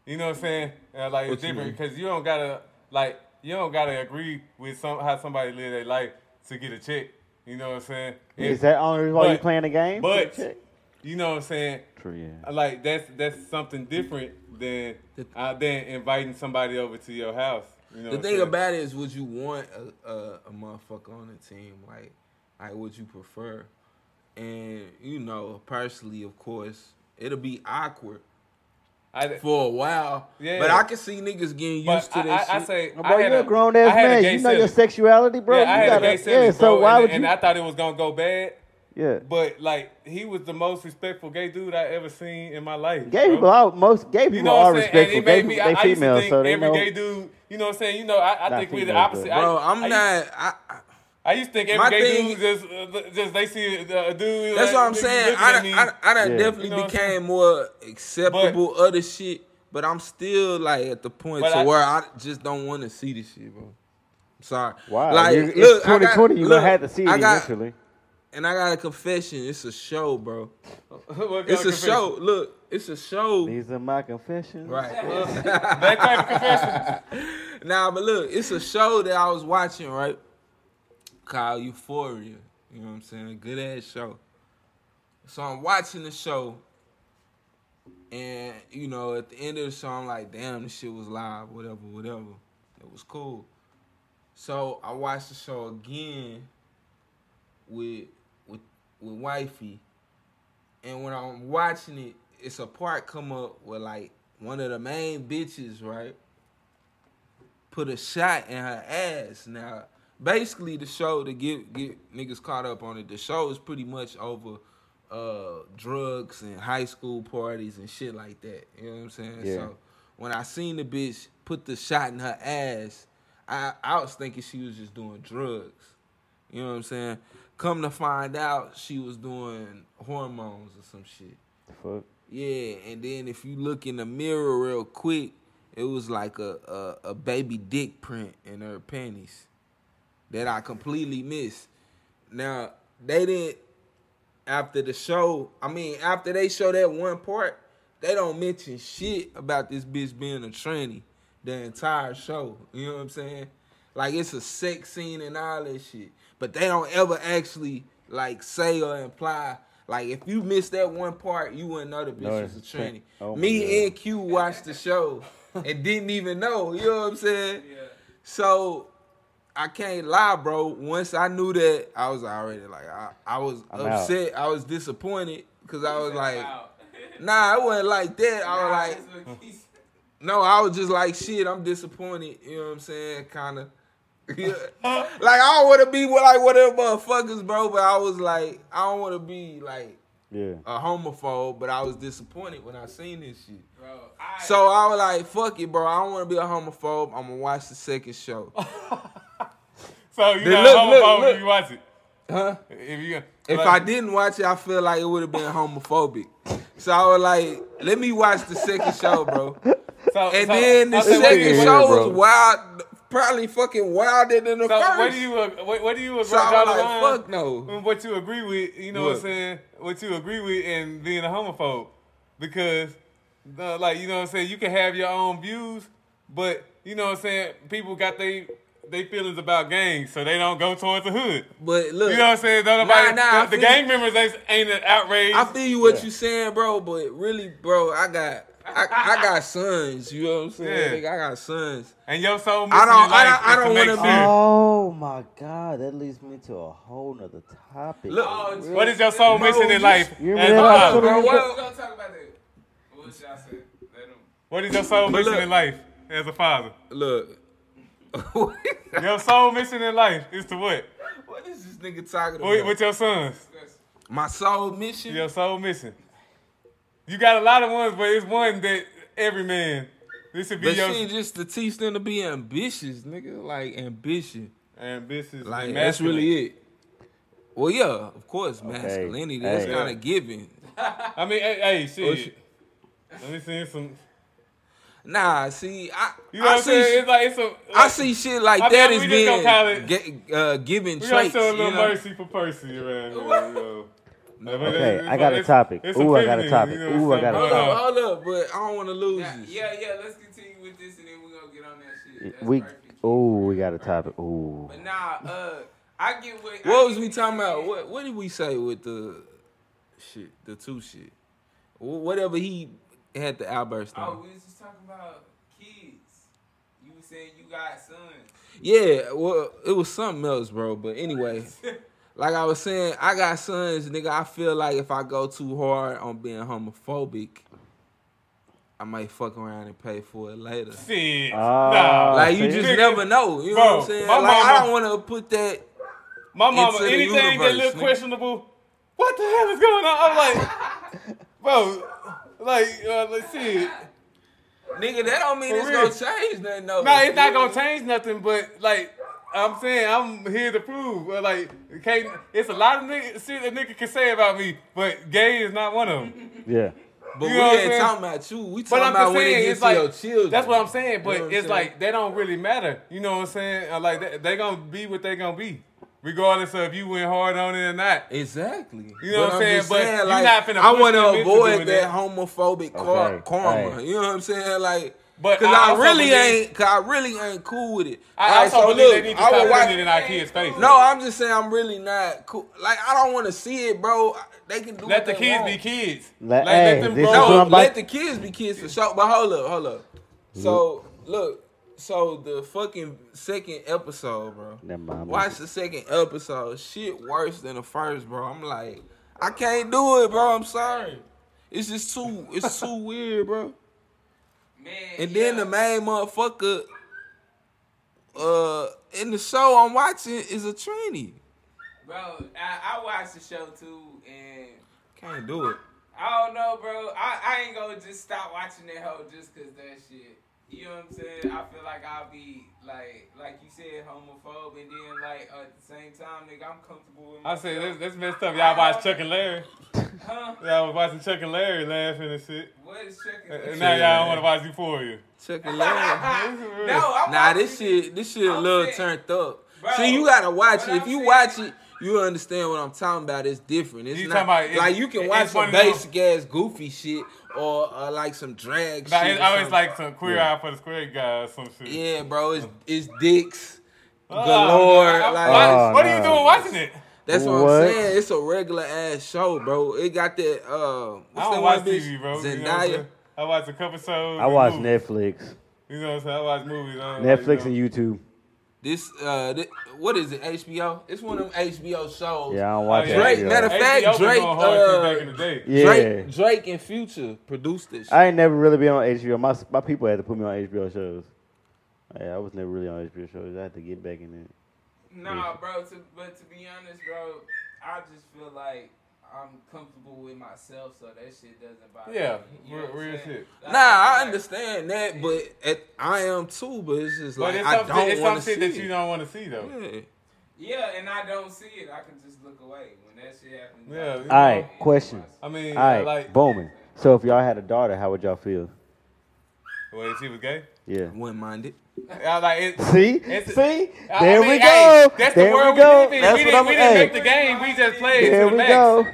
[SPEAKER 3] You know what I'm saying? Uh, like
[SPEAKER 1] What
[SPEAKER 3] it's
[SPEAKER 1] you
[SPEAKER 3] different
[SPEAKER 1] mean?
[SPEAKER 3] because you don't gotta like you don't gotta agree with some how somebody live their life to get a check. You know what I'm saying?
[SPEAKER 2] Is
[SPEAKER 3] If-
[SPEAKER 2] that only reason why you
[SPEAKER 3] but-
[SPEAKER 2] playing the game?
[SPEAKER 3] But you know what I'm saying?
[SPEAKER 2] True, yeah.
[SPEAKER 3] Like that's that's something different than uh, than inviting somebody over to your house. You know
[SPEAKER 1] The
[SPEAKER 3] what
[SPEAKER 1] thing
[SPEAKER 3] I'm saying?
[SPEAKER 1] about it is, would you want a, a, a motherfucker on the team? Like, like would you prefer? And you know, personally, of course, it'll be awkward
[SPEAKER 3] I,
[SPEAKER 1] for a while.
[SPEAKER 3] Yeah.
[SPEAKER 1] But I can see niggas getting used
[SPEAKER 3] but
[SPEAKER 1] to
[SPEAKER 3] I,
[SPEAKER 1] that
[SPEAKER 3] I, I
[SPEAKER 1] shit.
[SPEAKER 3] say,
[SPEAKER 2] bro,
[SPEAKER 3] I had
[SPEAKER 2] you're a grown ass
[SPEAKER 3] I had a
[SPEAKER 2] man.
[SPEAKER 3] gay
[SPEAKER 2] You know your
[SPEAKER 3] silly.
[SPEAKER 2] sexuality, bro.
[SPEAKER 3] Yeah, I
[SPEAKER 2] you
[SPEAKER 3] had
[SPEAKER 2] gotta,
[SPEAKER 3] a gay silly,
[SPEAKER 2] yeah so
[SPEAKER 3] bro,
[SPEAKER 2] why
[SPEAKER 3] and,
[SPEAKER 2] would
[SPEAKER 3] and
[SPEAKER 2] you?
[SPEAKER 3] I thought it was gonna go bad.
[SPEAKER 2] yeah.
[SPEAKER 3] But like he was the most respectful gay dude I ever seen in my life.
[SPEAKER 2] Gay
[SPEAKER 3] bro.
[SPEAKER 2] people, are, most gay people
[SPEAKER 3] You know what
[SPEAKER 2] are
[SPEAKER 3] I'm saying? And
[SPEAKER 2] respectful.
[SPEAKER 3] it
[SPEAKER 2] Gay
[SPEAKER 3] made
[SPEAKER 2] people,
[SPEAKER 3] me.
[SPEAKER 2] they
[SPEAKER 3] I, I used to
[SPEAKER 2] females,
[SPEAKER 3] think
[SPEAKER 2] so they
[SPEAKER 3] every
[SPEAKER 2] know.
[SPEAKER 3] gay dude. You know what I'm saying? You know, I, I
[SPEAKER 2] Not
[SPEAKER 3] think we're the
[SPEAKER 2] females,
[SPEAKER 3] opposite.
[SPEAKER 2] but-
[SPEAKER 3] I-
[SPEAKER 1] Bro, I'm
[SPEAKER 3] I,
[SPEAKER 1] not. I, I,
[SPEAKER 3] I used to think
[SPEAKER 1] My
[SPEAKER 3] every gay
[SPEAKER 1] thing-
[SPEAKER 3] dude just, uh, just they see a a dude.
[SPEAKER 1] that's
[SPEAKER 3] like,
[SPEAKER 1] what I'm
[SPEAKER 3] nigga
[SPEAKER 1] saying.
[SPEAKER 3] looking
[SPEAKER 1] I,
[SPEAKER 3] at
[SPEAKER 1] done-
[SPEAKER 3] me.
[SPEAKER 1] I, done- I, done
[SPEAKER 2] Yeah.
[SPEAKER 1] definitely
[SPEAKER 3] You know what I'm
[SPEAKER 1] became
[SPEAKER 3] saying?
[SPEAKER 1] more acceptable of the shit, but I'm still like at the point
[SPEAKER 3] But
[SPEAKER 1] to
[SPEAKER 3] I-
[SPEAKER 1] where I just don't want to see this shit, bro. I'm sorry.
[SPEAKER 2] Wow,
[SPEAKER 1] Like,
[SPEAKER 2] you- it's
[SPEAKER 1] look, I got-
[SPEAKER 2] 2020. you
[SPEAKER 1] look,
[SPEAKER 2] gonna have to see it
[SPEAKER 1] I got-
[SPEAKER 2] eventually.
[SPEAKER 1] And I got a confession. It's a show, bro.
[SPEAKER 3] <laughs> What kind
[SPEAKER 1] It's
[SPEAKER 3] of
[SPEAKER 1] a show. Look, it's a show.
[SPEAKER 2] These are my confessions.
[SPEAKER 1] Right.
[SPEAKER 3] confession? That type
[SPEAKER 1] <laughs>
[SPEAKER 3] of confession.
[SPEAKER 1] Nah, but look, it's a show that I was watching, right? Called Euphoria. You know what I'm saying? Good ass show. So I'm watching the show. And, you know, at the end of the show, I'm like, damn, this shit was live, whatever, whatever. It was cool. So I watched the show again with with with wifey. And when I'm watching it, it's a part come up where like one of the main bitches, right? put a shot in her ass. Now, basically, the show to get get niggas caught up on it. The show is pretty much over uh drugs and high school parties and shit like that. You know what I'm saying?
[SPEAKER 2] Yeah.
[SPEAKER 1] So when I seen the bitch put the shot in her ass, I I was thinking she was just doing drugs. You know what I'm saying? Come to find out, she was doing hormones or some shit.
[SPEAKER 2] Fuck.
[SPEAKER 1] Yeah, and then if you look in the mirror real quick, it was like a, a, a baby dick print in her panties that I completely missed. Now they didn't after the show. I mean, after they show that one part, they don't mention shit about this bitch being a tranny the entire show. You know what I'm saying? Like it's a sex scene and all that shit, but they don't ever actually like say or imply. Like if you miss that one part, you wouldn't know the bitch
[SPEAKER 2] No,
[SPEAKER 1] was a
[SPEAKER 2] it's-
[SPEAKER 1] tranny.
[SPEAKER 2] <laughs> oh my
[SPEAKER 1] Me
[SPEAKER 2] God.
[SPEAKER 1] and Q watched the show and didn't even know. You know what I'm saying?
[SPEAKER 6] Yeah.
[SPEAKER 1] So I can't lie, bro. Once I knew that, I was already like, I, I was
[SPEAKER 2] I'm out.
[SPEAKER 1] upset. I was disappointed because I was like,
[SPEAKER 6] Wow.
[SPEAKER 1] <laughs> nah, it wasn't like that. I
[SPEAKER 6] Nah,
[SPEAKER 1] was
[SPEAKER 6] that's
[SPEAKER 1] like,
[SPEAKER 6] what he said.
[SPEAKER 1] no, I was just like, shit, I'm disappointed. You know what I'm saying? Kind <laughs> of. like I don't want to be like one of them motherfuckers, bro. But I was like, I don't want to be like
[SPEAKER 2] Yeah.
[SPEAKER 1] a homophobe. But I was disappointed when I seen this shit.
[SPEAKER 6] Bro, I,
[SPEAKER 1] So I was like, fuck it, bro. I don't want to be a homophobe. I'm gonna watch the second show.
[SPEAKER 3] So you
[SPEAKER 1] Then
[SPEAKER 3] know,
[SPEAKER 1] look,
[SPEAKER 3] homophobe
[SPEAKER 1] look, look.
[SPEAKER 3] if you watch it.
[SPEAKER 1] Huh?
[SPEAKER 3] If you
[SPEAKER 1] If
[SPEAKER 3] like,
[SPEAKER 1] I didn't watch it, I feel like it would have been homophobic. So I was like, let me watch the second show, bro.
[SPEAKER 3] so,
[SPEAKER 1] And
[SPEAKER 3] so,
[SPEAKER 1] then the
[SPEAKER 3] I said,
[SPEAKER 2] what
[SPEAKER 1] second
[SPEAKER 2] you
[SPEAKER 3] wait,
[SPEAKER 2] mean,
[SPEAKER 1] show
[SPEAKER 2] bro?
[SPEAKER 1] was wild. probably fucking wilder than the
[SPEAKER 3] So
[SPEAKER 1] first.
[SPEAKER 3] what do you uh, what, what do you agree
[SPEAKER 1] so I'm like,
[SPEAKER 3] line
[SPEAKER 1] fuck no.
[SPEAKER 3] on what you agree with? You know what? I'm
[SPEAKER 1] What?
[SPEAKER 3] saying? What you agree with and being a homophobe because uh, like you know what I'm saying you can have your own views, but you know what I'm saying people got they they feelings about gangs, so they don't go towards the hood.
[SPEAKER 1] But look,
[SPEAKER 3] You know what I'm saying? Don't
[SPEAKER 1] Nah,
[SPEAKER 3] nobody,
[SPEAKER 1] nah, I
[SPEAKER 3] the, the
[SPEAKER 1] feel
[SPEAKER 3] gang
[SPEAKER 1] you.
[SPEAKER 3] members ain't, ain't outraged.
[SPEAKER 1] I feel you what you saying, bro, but really, bro, I got I, I got sons. You know what I'm saying?
[SPEAKER 3] Yeah.
[SPEAKER 1] Nigga, I got sons.
[SPEAKER 3] and your
[SPEAKER 1] I
[SPEAKER 3] soul
[SPEAKER 1] don't- I don't- I
[SPEAKER 3] I
[SPEAKER 1] don't
[SPEAKER 3] don't, I don't
[SPEAKER 1] wanna
[SPEAKER 3] want
[SPEAKER 1] be-
[SPEAKER 3] to
[SPEAKER 2] Oh my God, that leads me to a whole nother topic.
[SPEAKER 1] Look,
[SPEAKER 6] Oh,
[SPEAKER 3] What is your soul
[SPEAKER 1] Bro,
[SPEAKER 3] missing
[SPEAKER 1] you-
[SPEAKER 3] in life?
[SPEAKER 2] you
[SPEAKER 3] as
[SPEAKER 2] remember
[SPEAKER 3] a
[SPEAKER 2] that
[SPEAKER 1] <laughs> Bro,
[SPEAKER 2] episode?
[SPEAKER 3] father?
[SPEAKER 6] What we
[SPEAKER 1] what,
[SPEAKER 6] gonna talk about that? What should I say? Let him.
[SPEAKER 3] What is your soul
[SPEAKER 1] But
[SPEAKER 3] missing
[SPEAKER 1] look-
[SPEAKER 3] in life as a father?
[SPEAKER 1] look. <laughs>
[SPEAKER 3] Your soul missing in life is to what?
[SPEAKER 1] what is this nigga talking about?
[SPEAKER 3] With, with your sons.
[SPEAKER 1] My soul mission.
[SPEAKER 3] Your soul missing. You got a lot of ones, but it's one that every man. This should be
[SPEAKER 1] But
[SPEAKER 3] your
[SPEAKER 1] she just to teach them to be ambitious, nigga. Like ambition.
[SPEAKER 3] ambitious.
[SPEAKER 1] Like
[SPEAKER 3] and
[SPEAKER 1] that's
[SPEAKER 3] masculine.
[SPEAKER 1] really it. Well, yeah, of course, masculinity. That's
[SPEAKER 2] Hey.
[SPEAKER 1] kind of given.
[SPEAKER 3] I mean, hey, hey
[SPEAKER 1] Oh,
[SPEAKER 3] shit.
[SPEAKER 1] shit.
[SPEAKER 3] Let me see some.
[SPEAKER 1] Nah, see, I
[SPEAKER 3] You know
[SPEAKER 1] I
[SPEAKER 3] what I'm
[SPEAKER 1] see.
[SPEAKER 3] saying? It's like it's a.
[SPEAKER 1] I see shit like
[SPEAKER 3] I mean,
[SPEAKER 1] that
[SPEAKER 3] we
[SPEAKER 1] is
[SPEAKER 3] just
[SPEAKER 1] being
[SPEAKER 3] gonna call it-
[SPEAKER 1] ga- uh, given
[SPEAKER 3] We gotta
[SPEAKER 1] traits.
[SPEAKER 3] show a
[SPEAKER 1] You
[SPEAKER 3] little
[SPEAKER 1] know?
[SPEAKER 3] mercy for Percy around here.
[SPEAKER 1] <laughs>
[SPEAKER 3] You know.
[SPEAKER 2] Okay, I got a topic. Ooh, I got a topic. Ooh, I got a
[SPEAKER 1] Hold
[SPEAKER 2] topic.
[SPEAKER 1] up, hold up, but I don't want to lose
[SPEAKER 6] Yeah,
[SPEAKER 1] this.
[SPEAKER 6] yeah, yeah. Let's continue with this, and then we're gonna get on that shit. That's
[SPEAKER 2] we
[SPEAKER 6] perfect.
[SPEAKER 2] oh we got a topic. Ooh,
[SPEAKER 6] But nah, uh, I get what. I
[SPEAKER 1] What was
[SPEAKER 6] get
[SPEAKER 1] we
[SPEAKER 6] what
[SPEAKER 1] talking
[SPEAKER 6] you're
[SPEAKER 1] about?
[SPEAKER 6] saying.
[SPEAKER 1] What What did we say with the shit? The two shit. Wh- Whatever he had the outburst
[SPEAKER 6] Oh,
[SPEAKER 1] on.
[SPEAKER 6] we was just talking about kids. You were saying you got sons. <laughs>
[SPEAKER 1] Yeah, well, it was something else, bro. But anyway, like I was saying, I got sons, nigga. I feel like if I go too hard on being homophobic, I might fuck around and pay for it later.
[SPEAKER 3] uh, Shit.
[SPEAKER 2] Ah,
[SPEAKER 3] nah.
[SPEAKER 1] Like you
[SPEAKER 2] see?
[SPEAKER 1] just
[SPEAKER 3] Nigga,
[SPEAKER 1] never know. You know
[SPEAKER 3] Bro,
[SPEAKER 1] what I'm saying?
[SPEAKER 3] my
[SPEAKER 1] Like I
[SPEAKER 3] mama-
[SPEAKER 1] don't want to put that.
[SPEAKER 3] My mama,
[SPEAKER 1] into the
[SPEAKER 3] anything that
[SPEAKER 1] universe,
[SPEAKER 3] look
[SPEAKER 1] nigga.
[SPEAKER 3] questionable, what the hell is going on? I'm like,
[SPEAKER 1] <laughs>
[SPEAKER 3] bro, like, uh, let's see.
[SPEAKER 1] Nigga, that don't mean
[SPEAKER 3] For
[SPEAKER 1] it's
[SPEAKER 3] real.
[SPEAKER 1] gonna change nothing. No,
[SPEAKER 3] No, it's not gonna change nothing, but like, I'm saying, I'm here to prove. But, like, can't, it's a lot of nigga, shit a nigga can say about me, but gay is not one of
[SPEAKER 1] <laughs>
[SPEAKER 3] them.
[SPEAKER 2] yeah.
[SPEAKER 1] But
[SPEAKER 3] You
[SPEAKER 1] we
[SPEAKER 3] know what I'm
[SPEAKER 1] ain't
[SPEAKER 3] saying?
[SPEAKER 1] talking about you. We
[SPEAKER 3] But
[SPEAKER 1] talking
[SPEAKER 3] I'm
[SPEAKER 1] about
[SPEAKER 3] just
[SPEAKER 1] when it
[SPEAKER 3] saying,
[SPEAKER 1] gets
[SPEAKER 3] it's
[SPEAKER 1] to your
[SPEAKER 3] like
[SPEAKER 1] children.
[SPEAKER 3] that's what I'm saying. But
[SPEAKER 1] You know what I'm
[SPEAKER 3] it's
[SPEAKER 1] saying?
[SPEAKER 3] like they don't really matter. You know what I'm saying? Uh, Like they, they gonna be what they gonna be, regardless of if you went hard on it or not.
[SPEAKER 1] Exactly.
[SPEAKER 3] You know
[SPEAKER 1] But
[SPEAKER 3] what I'm saying?
[SPEAKER 1] just
[SPEAKER 3] But you
[SPEAKER 1] like,
[SPEAKER 3] not finna
[SPEAKER 1] I
[SPEAKER 3] push
[SPEAKER 1] wanna
[SPEAKER 3] them into doing
[SPEAKER 1] avoid that
[SPEAKER 3] that.
[SPEAKER 1] homophobic car-
[SPEAKER 2] Okay.
[SPEAKER 1] karma.
[SPEAKER 2] Hey.
[SPEAKER 1] You know what I'm saying? Like,
[SPEAKER 3] But
[SPEAKER 1] cause
[SPEAKER 3] I
[SPEAKER 1] I,
[SPEAKER 3] also
[SPEAKER 1] really
[SPEAKER 3] believe-
[SPEAKER 1] ain't, cause I really ain't cool with it.
[SPEAKER 3] I
[SPEAKER 1] All right,
[SPEAKER 3] also
[SPEAKER 1] so
[SPEAKER 3] believe
[SPEAKER 1] look,
[SPEAKER 3] they need to
[SPEAKER 1] I
[SPEAKER 3] stop
[SPEAKER 1] would
[SPEAKER 3] putting
[SPEAKER 1] watch-
[SPEAKER 3] it in our kids' face.
[SPEAKER 1] No, I'm just saying I'm really not cool. Like I don't want to see it, bro. They can do what
[SPEAKER 3] Let the
[SPEAKER 1] they
[SPEAKER 3] kids
[SPEAKER 1] want.
[SPEAKER 3] be kids.
[SPEAKER 2] Let-
[SPEAKER 3] Like,
[SPEAKER 2] hey,
[SPEAKER 3] let them
[SPEAKER 2] this is
[SPEAKER 3] grow
[SPEAKER 2] what
[SPEAKER 1] No,
[SPEAKER 2] I'm
[SPEAKER 3] up.
[SPEAKER 2] about-
[SPEAKER 1] let the kids be kids for sure. But hold up, hold up. So
[SPEAKER 2] Mm-hmm.
[SPEAKER 1] look, so the fucking second episode, bro.
[SPEAKER 2] Never mind, I'm
[SPEAKER 1] Watch the second episode. Shit worse than the first, bro. I'm like, I can't do it, bro. I'm sorry. It's just too, it's
[SPEAKER 3] <laughs>
[SPEAKER 1] too weird, bro.
[SPEAKER 6] Man,
[SPEAKER 1] And
[SPEAKER 6] yeah.
[SPEAKER 1] then the main motherfucker, uh, in the show I'm watching is a tranny.
[SPEAKER 6] bro, I, I watched the show too, and
[SPEAKER 1] Can't do it.
[SPEAKER 6] I don't know, bro. I, I ain't gonna just stop watching that hoe just cause that shit. You know what I'm saying? I feel like I'll be like, like you said, homophobe, and then like at the same time, nigga, I'm comfortable with.
[SPEAKER 3] I
[SPEAKER 6] Myself.
[SPEAKER 3] said that's, that's messed up. Y'all watch Chuck and Larry.
[SPEAKER 6] huh?
[SPEAKER 3] Y'all was watching Chuck and Larry laughing and shit.
[SPEAKER 6] What is
[SPEAKER 3] And <laughs>
[SPEAKER 6] checking?
[SPEAKER 3] now y'all want to watch Euphoria.
[SPEAKER 1] Check it out.
[SPEAKER 6] no,
[SPEAKER 1] Nah,
[SPEAKER 6] I'm watching
[SPEAKER 1] this shit, this shit a
[SPEAKER 6] I'm
[SPEAKER 1] little
[SPEAKER 6] saying-
[SPEAKER 1] turned up.
[SPEAKER 6] Bro,
[SPEAKER 1] See, you gotta watch
[SPEAKER 6] what
[SPEAKER 1] it. If
[SPEAKER 6] I'm
[SPEAKER 1] you
[SPEAKER 6] saying-
[SPEAKER 1] watch it, you understand what I'm talking about. It's different. It's
[SPEAKER 3] You
[SPEAKER 1] not
[SPEAKER 3] talking about-
[SPEAKER 1] like
[SPEAKER 3] it-
[SPEAKER 1] you can
[SPEAKER 3] it-
[SPEAKER 1] watch
[SPEAKER 3] it's one
[SPEAKER 1] some
[SPEAKER 3] of them-
[SPEAKER 1] basic ass goofy shit or uh, like some drag
[SPEAKER 3] Nah,
[SPEAKER 1] shit.
[SPEAKER 3] it's
[SPEAKER 1] or
[SPEAKER 3] always
[SPEAKER 1] something.
[SPEAKER 3] like some queer eye for the square guy or some shit.
[SPEAKER 1] yeah, bro, it's it's dicks
[SPEAKER 3] Oh,
[SPEAKER 1] galore.
[SPEAKER 3] I- I-
[SPEAKER 1] like
[SPEAKER 2] Oh,
[SPEAKER 3] what are
[SPEAKER 2] nah.
[SPEAKER 3] you doing watching it?
[SPEAKER 1] that's what,
[SPEAKER 2] What?
[SPEAKER 1] I'm saying. It's a regular ass show, bro. It got that. Uh,
[SPEAKER 3] I
[SPEAKER 1] what's
[SPEAKER 3] don't
[SPEAKER 1] that
[SPEAKER 3] watch
[SPEAKER 1] one bitch?
[SPEAKER 3] TV, bro. You know what I'm
[SPEAKER 1] Zendaya.
[SPEAKER 3] saying? I watch a couple shows.
[SPEAKER 2] I
[SPEAKER 3] and
[SPEAKER 2] watch
[SPEAKER 3] movies.
[SPEAKER 2] Netflix,
[SPEAKER 3] You know what I'm saying? I watch movies. I don't like,
[SPEAKER 2] Netflix and YouTube.
[SPEAKER 1] this uh, thi- what is it? HBO. It's one of them HBO shows.
[SPEAKER 2] Yeah, I don't
[SPEAKER 3] Oh,
[SPEAKER 2] watch
[SPEAKER 3] yeah.
[SPEAKER 2] that.
[SPEAKER 1] Drake,
[SPEAKER 2] yeah.
[SPEAKER 1] matter of fact,
[SPEAKER 3] HBO been
[SPEAKER 1] Drake,
[SPEAKER 3] going hard since
[SPEAKER 1] uh,
[SPEAKER 3] back in the day.
[SPEAKER 2] Yeah,
[SPEAKER 1] Drake, Drake and Future produced this. Shit.
[SPEAKER 2] I ain't never really been on HBO. My my people had to put me on HBO shows. Yeah, I was never really on HBO shows. I had to get back in it.
[SPEAKER 6] Nah, bro. To, but to be honest, bro, I just feel like I'm comfortable with myself, so that shit doesn't bother
[SPEAKER 3] Yeah,
[SPEAKER 6] me. You know
[SPEAKER 3] real-
[SPEAKER 6] what I'm
[SPEAKER 3] real
[SPEAKER 6] saying?
[SPEAKER 3] shit.
[SPEAKER 6] Like,
[SPEAKER 1] Nah, I
[SPEAKER 6] feel like-
[SPEAKER 1] understand that, but at, I am too. But it's just
[SPEAKER 3] But
[SPEAKER 1] like
[SPEAKER 3] it's
[SPEAKER 1] I
[SPEAKER 3] some, shit-
[SPEAKER 1] don't
[SPEAKER 3] it's
[SPEAKER 1] want
[SPEAKER 3] some
[SPEAKER 1] to see
[SPEAKER 3] shit that you
[SPEAKER 1] it.
[SPEAKER 3] don't want to see, though.
[SPEAKER 1] Yeah.
[SPEAKER 6] Yeah, and I don't see it. I can just look away when that shit happens.
[SPEAKER 3] Yeah. you know?
[SPEAKER 2] All right, question.
[SPEAKER 3] I mean,
[SPEAKER 2] All right,
[SPEAKER 3] like,
[SPEAKER 2] Bowman. So if y'all had a daughter, how would y'all feel?
[SPEAKER 3] well, if she was gay?
[SPEAKER 2] Yeah.
[SPEAKER 1] Wouldn't mind it.
[SPEAKER 3] I like it.
[SPEAKER 2] See,
[SPEAKER 3] It's-
[SPEAKER 2] see,
[SPEAKER 3] I- I
[SPEAKER 2] there
[SPEAKER 3] mean,
[SPEAKER 2] we
[SPEAKER 3] hey,
[SPEAKER 2] go.
[SPEAKER 3] that's
[SPEAKER 2] there
[SPEAKER 3] the world
[SPEAKER 2] we go.
[SPEAKER 3] We, live in.
[SPEAKER 2] That's what
[SPEAKER 3] we didn't,
[SPEAKER 2] I'm.
[SPEAKER 3] we didn't
[SPEAKER 2] hey,
[SPEAKER 3] make the game. We just played.
[SPEAKER 2] there
[SPEAKER 3] to the
[SPEAKER 2] we
[SPEAKER 3] max.
[SPEAKER 2] go.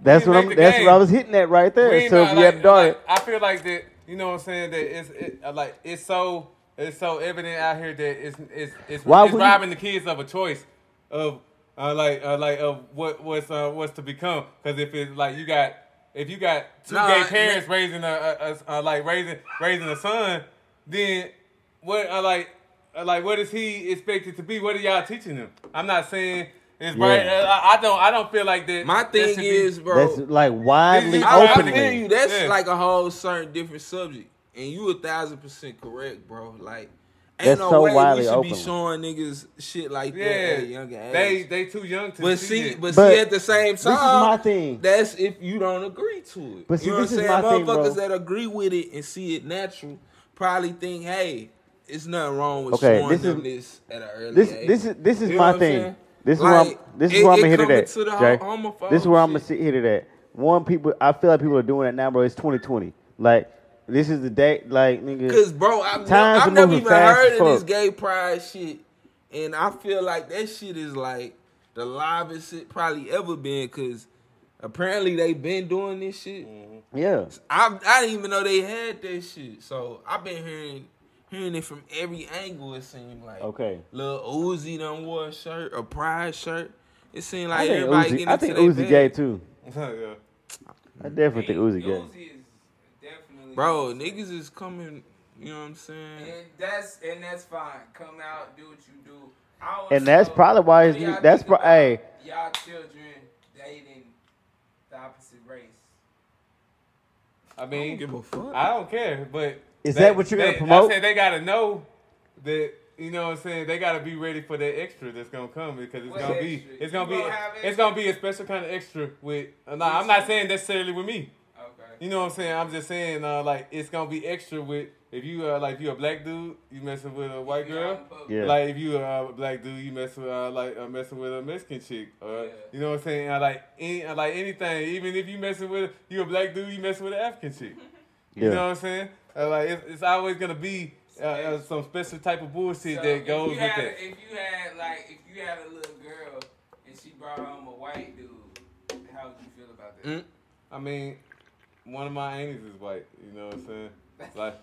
[SPEAKER 2] That's
[SPEAKER 3] We
[SPEAKER 2] what
[SPEAKER 3] make
[SPEAKER 2] I'm.
[SPEAKER 3] the
[SPEAKER 2] That's what I
[SPEAKER 3] game.
[SPEAKER 2] was hitting at right
[SPEAKER 3] We
[SPEAKER 2] there.
[SPEAKER 3] ain't
[SPEAKER 2] So
[SPEAKER 3] not
[SPEAKER 2] if you
[SPEAKER 3] like-
[SPEAKER 2] haven't done it,
[SPEAKER 3] like, I feel like that. You know what I'm saying? That it's it, uh, like it's so it's so evident out here that it's it's it's,
[SPEAKER 2] Why
[SPEAKER 3] it's
[SPEAKER 2] would you-
[SPEAKER 3] robbing the kids of a choice of uh, like uh, like of what what's uh, what's to become. Because if it's like you got if you got two
[SPEAKER 1] Nah,
[SPEAKER 3] gay
[SPEAKER 1] I-
[SPEAKER 3] parents raising a, a, a, uh like raising raising a son, then what uh, like uh, like what is he expected to be? What are y'all teaching him? I'm not saying. It's
[SPEAKER 2] Yeah.
[SPEAKER 3] right. uh, I I don't. I don't feel like that.
[SPEAKER 1] My
[SPEAKER 3] that
[SPEAKER 1] thing
[SPEAKER 3] should be-
[SPEAKER 1] is, bro.
[SPEAKER 2] that's like widely
[SPEAKER 3] I- I
[SPEAKER 1] I,
[SPEAKER 2] openly.
[SPEAKER 1] I feel you. That's
[SPEAKER 3] Yeah.
[SPEAKER 1] like a whole certain different subject, and you a thousand percent correct, bro. Like, ain't
[SPEAKER 2] That's
[SPEAKER 1] no
[SPEAKER 2] so
[SPEAKER 1] way
[SPEAKER 2] widely
[SPEAKER 1] we should
[SPEAKER 2] open.
[SPEAKER 1] be showing niggas shit like
[SPEAKER 3] Yeah,
[SPEAKER 1] that at a younger age.
[SPEAKER 3] they they too young to
[SPEAKER 1] but
[SPEAKER 3] see,
[SPEAKER 1] see,
[SPEAKER 3] it. <laughs>
[SPEAKER 1] but,
[SPEAKER 2] But
[SPEAKER 1] see, at the same time,
[SPEAKER 2] is my thing.
[SPEAKER 1] That's if you don't agree to it.
[SPEAKER 2] But see,
[SPEAKER 1] you know
[SPEAKER 2] this
[SPEAKER 1] what I'm
[SPEAKER 2] is
[SPEAKER 1] saying?
[SPEAKER 2] my thing,
[SPEAKER 1] Motherfuckers
[SPEAKER 2] bro.
[SPEAKER 1] that agree with it and see it natural probably think, hey, it's nothing wrong with
[SPEAKER 2] Okay,
[SPEAKER 1] showing
[SPEAKER 2] this
[SPEAKER 1] them this at an early
[SPEAKER 2] This
[SPEAKER 1] age.
[SPEAKER 2] this is this is
[SPEAKER 1] You know
[SPEAKER 2] my
[SPEAKER 1] what I'm
[SPEAKER 2] thing.
[SPEAKER 1] saying?
[SPEAKER 2] This is where
[SPEAKER 1] Like,
[SPEAKER 2] I'm this is
[SPEAKER 1] it-
[SPEAKER 2] where I'm
[SPEAKER 1] it
[SPEAKER 2] gonna hit it
[SPEAKER 1] coming
[SPEAKER 2] at.
[SPEAKER 1] to the
[SPEAKER 2] Jay.
[SPEAKER 1] hom- homophobe
[SPEAKER 2] This is where I'm gonna
[SPEAKER 1] shit.
[SPEAKER 2] sit- hit it at. One people I feel like people are doing it now, bro. It's 2020. Like this is the day. Like nigga,
[SPEAKER 1] Cause bro, I've, ne-
[SPEAKER 2] Times
[SPEAKER 1] I've
[SPEAKER 2] are
[SPEAKER 1] never
[SPEAKER 2] moving
[SPEAKER 1] even
[SPEAKER 2] fast
[SPEAKER 1] heard
[SPEAKER 2] as
[SPEAKER 1] of this
[SPEAKER 2] fuck.
[SPEAKER 1] gay pride shit, and I feel like that shit is like the livest it probably ever been. Cause apparently they been doing this shit.
[SPEAKER 2] yeah.
[SPEAKER 1] I I didn't even know they had that shit. So I've been hearing hearing it from every angle. It seemed like
[SPEAKER 2] Okay.
[SPEAKER 1] Lil Uzi done wore a shirt, a pride shirt. It seemed
[SPEAKER 2] I
[SPEAKER 1] like
[SPEAKER 2] think
[SPEAKER 1] everybody
[SPEAKER 2] Uzi.
[SPEAKER 1] getting
[SPEAKER 2] I
[SPEAKER 1] into
[SPEAKER 2] think
[SPEAKER 1] their
[SPEAKER 2] Uzi
[SPEAKER 1] bag.
[SPEAKER 2] gay too.
[SPEAKER 3] yeah.
[SPEAKER 2] I definitely think Uzi gay.
[SPEAKER 6] is definitely
[SPEAKER 1] Bro, niggas is coming. You know what I'm saying?
[SPEAKER 6] And that's and that's fine. Come out, do what you do. I
[SPEAKER 2] And that's
[SPEAKER 6] also-
[SPEAKER 2] probably why his
[SPEAKER 6] What
[SPEAKER 2] mu-
[SPEAKER 6] y'all
[SPEAKER 2] that's
[SPEAKER 6] think
[SPEAKER 2] pro- hey.
[SPEAKER 6] about Y'all children dating the opposite race.
[SPEAKER 3] I
[SPEAKER 1] I don't
[SPEAKER 3] mean,
[SPEAKER 1] give a fuck.
[SPEAKER 3] I don't care, but
[SPEAKER 2] Is that what you're gonna
[SPEAKER 3] they-
[SPEAKER 2] promote?
[SPEAKER 3] I said they gotta know that you know what I'm saying. They gotta be ready for that extra that's gonna come because it's
[SPEAKER 6] What
[SPEAKER 3] gonna be
[SPEAKER 6] extra?
[SPEAKER 3] it's gonna
[SPEAKER 6] You
[SPEAKER 3] be
[SPEAKER 6] gonna have
[SPEAKER 3] it's gonna be a special kind of extra with. uh, Nah, I'm not saying necessarily with me.
[SPEAKER 6] Okay.
[SPEAKER 3] You know what I'm saying? I'm just saying uh, like it's gonna be extra with if you uh, like if you a black dude you messing with a white girl.
[SPEAKER 2] Yeah.
[SPEAKER 3] Like if you uh, a black dude, you mess with uh, like uh, messing with a Mexican chick, or
[SPEAKER 6] Yeah.
[SPEAKER 3] you know what I'm saying? Uh, like any, uh, like anything, even if you messing with you a black dude, you messing with an African
[SPEAKER 6] <laughs>
[SPEAKER 3] chick. You
[SPEAKER 2] Yeah.
[SPEAKER 3] know what I'm saying? Uh, like it's, it's always gonna be uh, uh, some special type of bullshit
[SPEAKER 6] So
[SPEAKER 3] that goes
[SPEAKER 6] if
[SPEAKER 3] with
[SPEAKER 6] you had,
[SPEAKER 3] that.
[SPEAKER 6] If you had like if you had a little girl and she brought home a white dude, how would you feel about that?
[SPEAKER 1] Mm.
[SPEAKER 3] I mean, one of my aunties is white. You know what I'm saying? Like.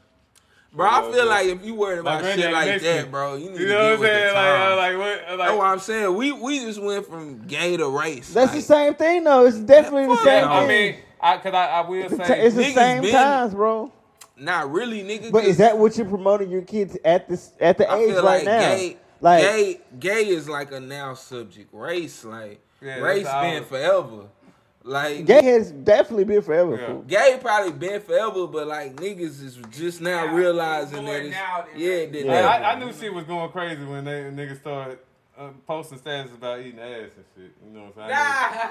[SPEAKER 1] Bro, I feel
[SPEAKER 3] Yeah.
[SPEAKER 1] like if you worried
[SPEAKER 3] My
[SPEAKER 1] about shit
[SPEAKER 3] granddaddy
[SPEAKER 1] like
[SPEAKER 3] Mexican.
[SPEAKER 1] that, bro, you need to
[SPEAKER 3] You know
[SPEAKER 1] get
[SPEAKER 3] what I'm
[SPEAKER 1] with the
[SPEAKER 3] saying? Like, uh,
[SPEAKER 1] times.
[SPEAKER 3] like what? uh, Like,
[SPEAKER 1] That's what I'm saying. We we just went from gay to race.
[SPEAKER 2] That's
[SPEAKER 1] like,
[SPEAKER 2] the same thing though. It's definitely the
[SPEAKER 1] Fuck
[SPEAKER 2] same
[SPEAKER 3] yeah,
[SPEAKER 2] thing.
[SPEAKER 3] I mean, I, cause I, I will
[SPEAKER 2] It's the
[SPEAKER 3] say,
[SPEAKER 2] ta- it's the
[SPEAKER 1] niggas
[SPEAKER 2] same
[SPEAKER 1] been-
[SPEAKER 2] times, bro.
[SPEAKER 1] Not really, nigga.
[SPEAKER 2] But
[SPEAKER 1] 'cause
[SPEAKER 2] is that what you're promoting your kids at this at the
[SPEAKER 1] I
[SPEAKER 2] age
[SPEAKER 1] feel
[SPEAKER 2] right
[SPEAKER 1] like
[SPEAKER 2] now?
[SPEAKER 1] gay,
[SPEAKER 2] like
[SPEAKER 1] gay, gay is like a now subject. Race, like
[SPEAKER 3] Yeah,
[SPEAKER 1] race,
[SPEAKER 3] that's how I
[SPEAKER 1] been
[SPEAKER 3] was-
[SPEAKER 1] forever. Like
[SPEAKER 2] gay has definitely been forever.
[SPEAKER 3] Yeah.
[SPEAKER 2] fool.
[SPEAKER 1] gay probably been forever, but like niggas is just now
[SPEAKER 6] Now,
[SPEAKER 1] realizing
[SPEAKER 6] more
[SPEAKER 1] that it's
[SPEAKER 6] now than
[SPEAKER 1] yeah,
[SPEAKER 6] race.
[SPEAKER 1] that
[SPEAKER 3] Like,
[SPEAKER 2] Yeah.
[SPEAKER 3] I, I knew shit was going crazy when they niggas started uh, posting status about eating ass and shit. You know what I'm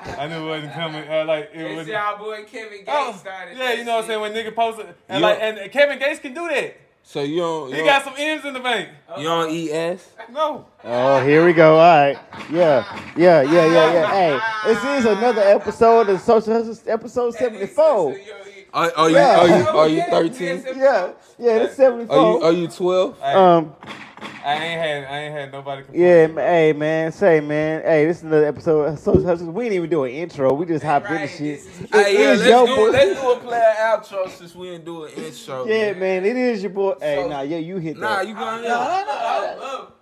[SPEAKER 3] saying? I
[SPEAKER 6] <laughs> Nah.
[SPEAKER 3] knew, I knew it wasn't coming. Uh, like it
[SPEAKER 6] They
[SPEAKER 3] was.
[SPEAKER 6] said our boy Kevin Gates
[SPEAKER 3] Oh,
[SPEAKER 6] started.
[SPEAKER 3] yeah,
[SPEAKER 6] that
[SPEAKER 3] you know what I'm
[SPEAKER 6] shit.
[SPEAKER 3] saying. When nigga posted, and
[SPEAKER 1] Yeah.
[SPEAKER 3] like, and Kevin Gates can do that.
[SPEAKER 1] So you don't you,
[SPEAKER 3] He
[SPEAKER 1] don't,
[SPEAKER 3] got some M's in the bank.
[SPEAKER 6] Uh,
[SPEAKER 1] you don't E eat ass.
[SPEAKER 3] No,
[SPEAKER 2] Oh, here we go. All right. Yeah. Yeah, yeah, yeah, yeah. Hey, this is another episode of Social Hustle, episode
[SPEAKER 6] And he
[SPEAKER 2] 74.
[SPEAKER 6] says, "Yo, he-
[SPEAKER 1] Are, are you
[SPEAKER 2] Yeah.
[SPEAKER 1] are you are you
[SPEAKER 6] Yeah,
[SPEAKER 1] thirteen?
[SPEAKER 6] yes,
[SPEAKER 2] Yeah. Yeah, this is
[SPEAKER 1] Are you are
[SPEAKER 2] 74.
[SPEAKER 1] you twelve?
[SPEAKER 3] Hey,
[SPEAKER 2] Um,
[SPEAKER 3] I ain't had, I ain't had nobody. complain.
[SPEAKER 2] yeah, ma- hey, man. Say, man. Hey, this is another episode of Social Hustle. We didn't even do an intro. We just hopped
[SPEAKER 6] Right,
[SPEAKER 2] into shit.
[SPEAKER 6] this is-
[SPEAKER 2] It
[SPEAKER 1] Hey, yeah,
[SPEAKER 2] is
[SPEAKER 1] let's,
[SPEAKER 2] your
[SPEAKER 1] do,
[SPEAKER 2] boy.
[SPEAKER 1] let's do a player outro since we didn't do an intro.
[SPEAKER 2] Yeah, man. It is your boy. Hey,
[SPEAKER 1] So-
[SPEAKER 2] nah, yeah, you hit that.
[SPEAKER 1] Nah, you going
[SPEAKER 2] <laughs> Nah,
[SPEAKER 1] to
[SPEAKER 6] I love.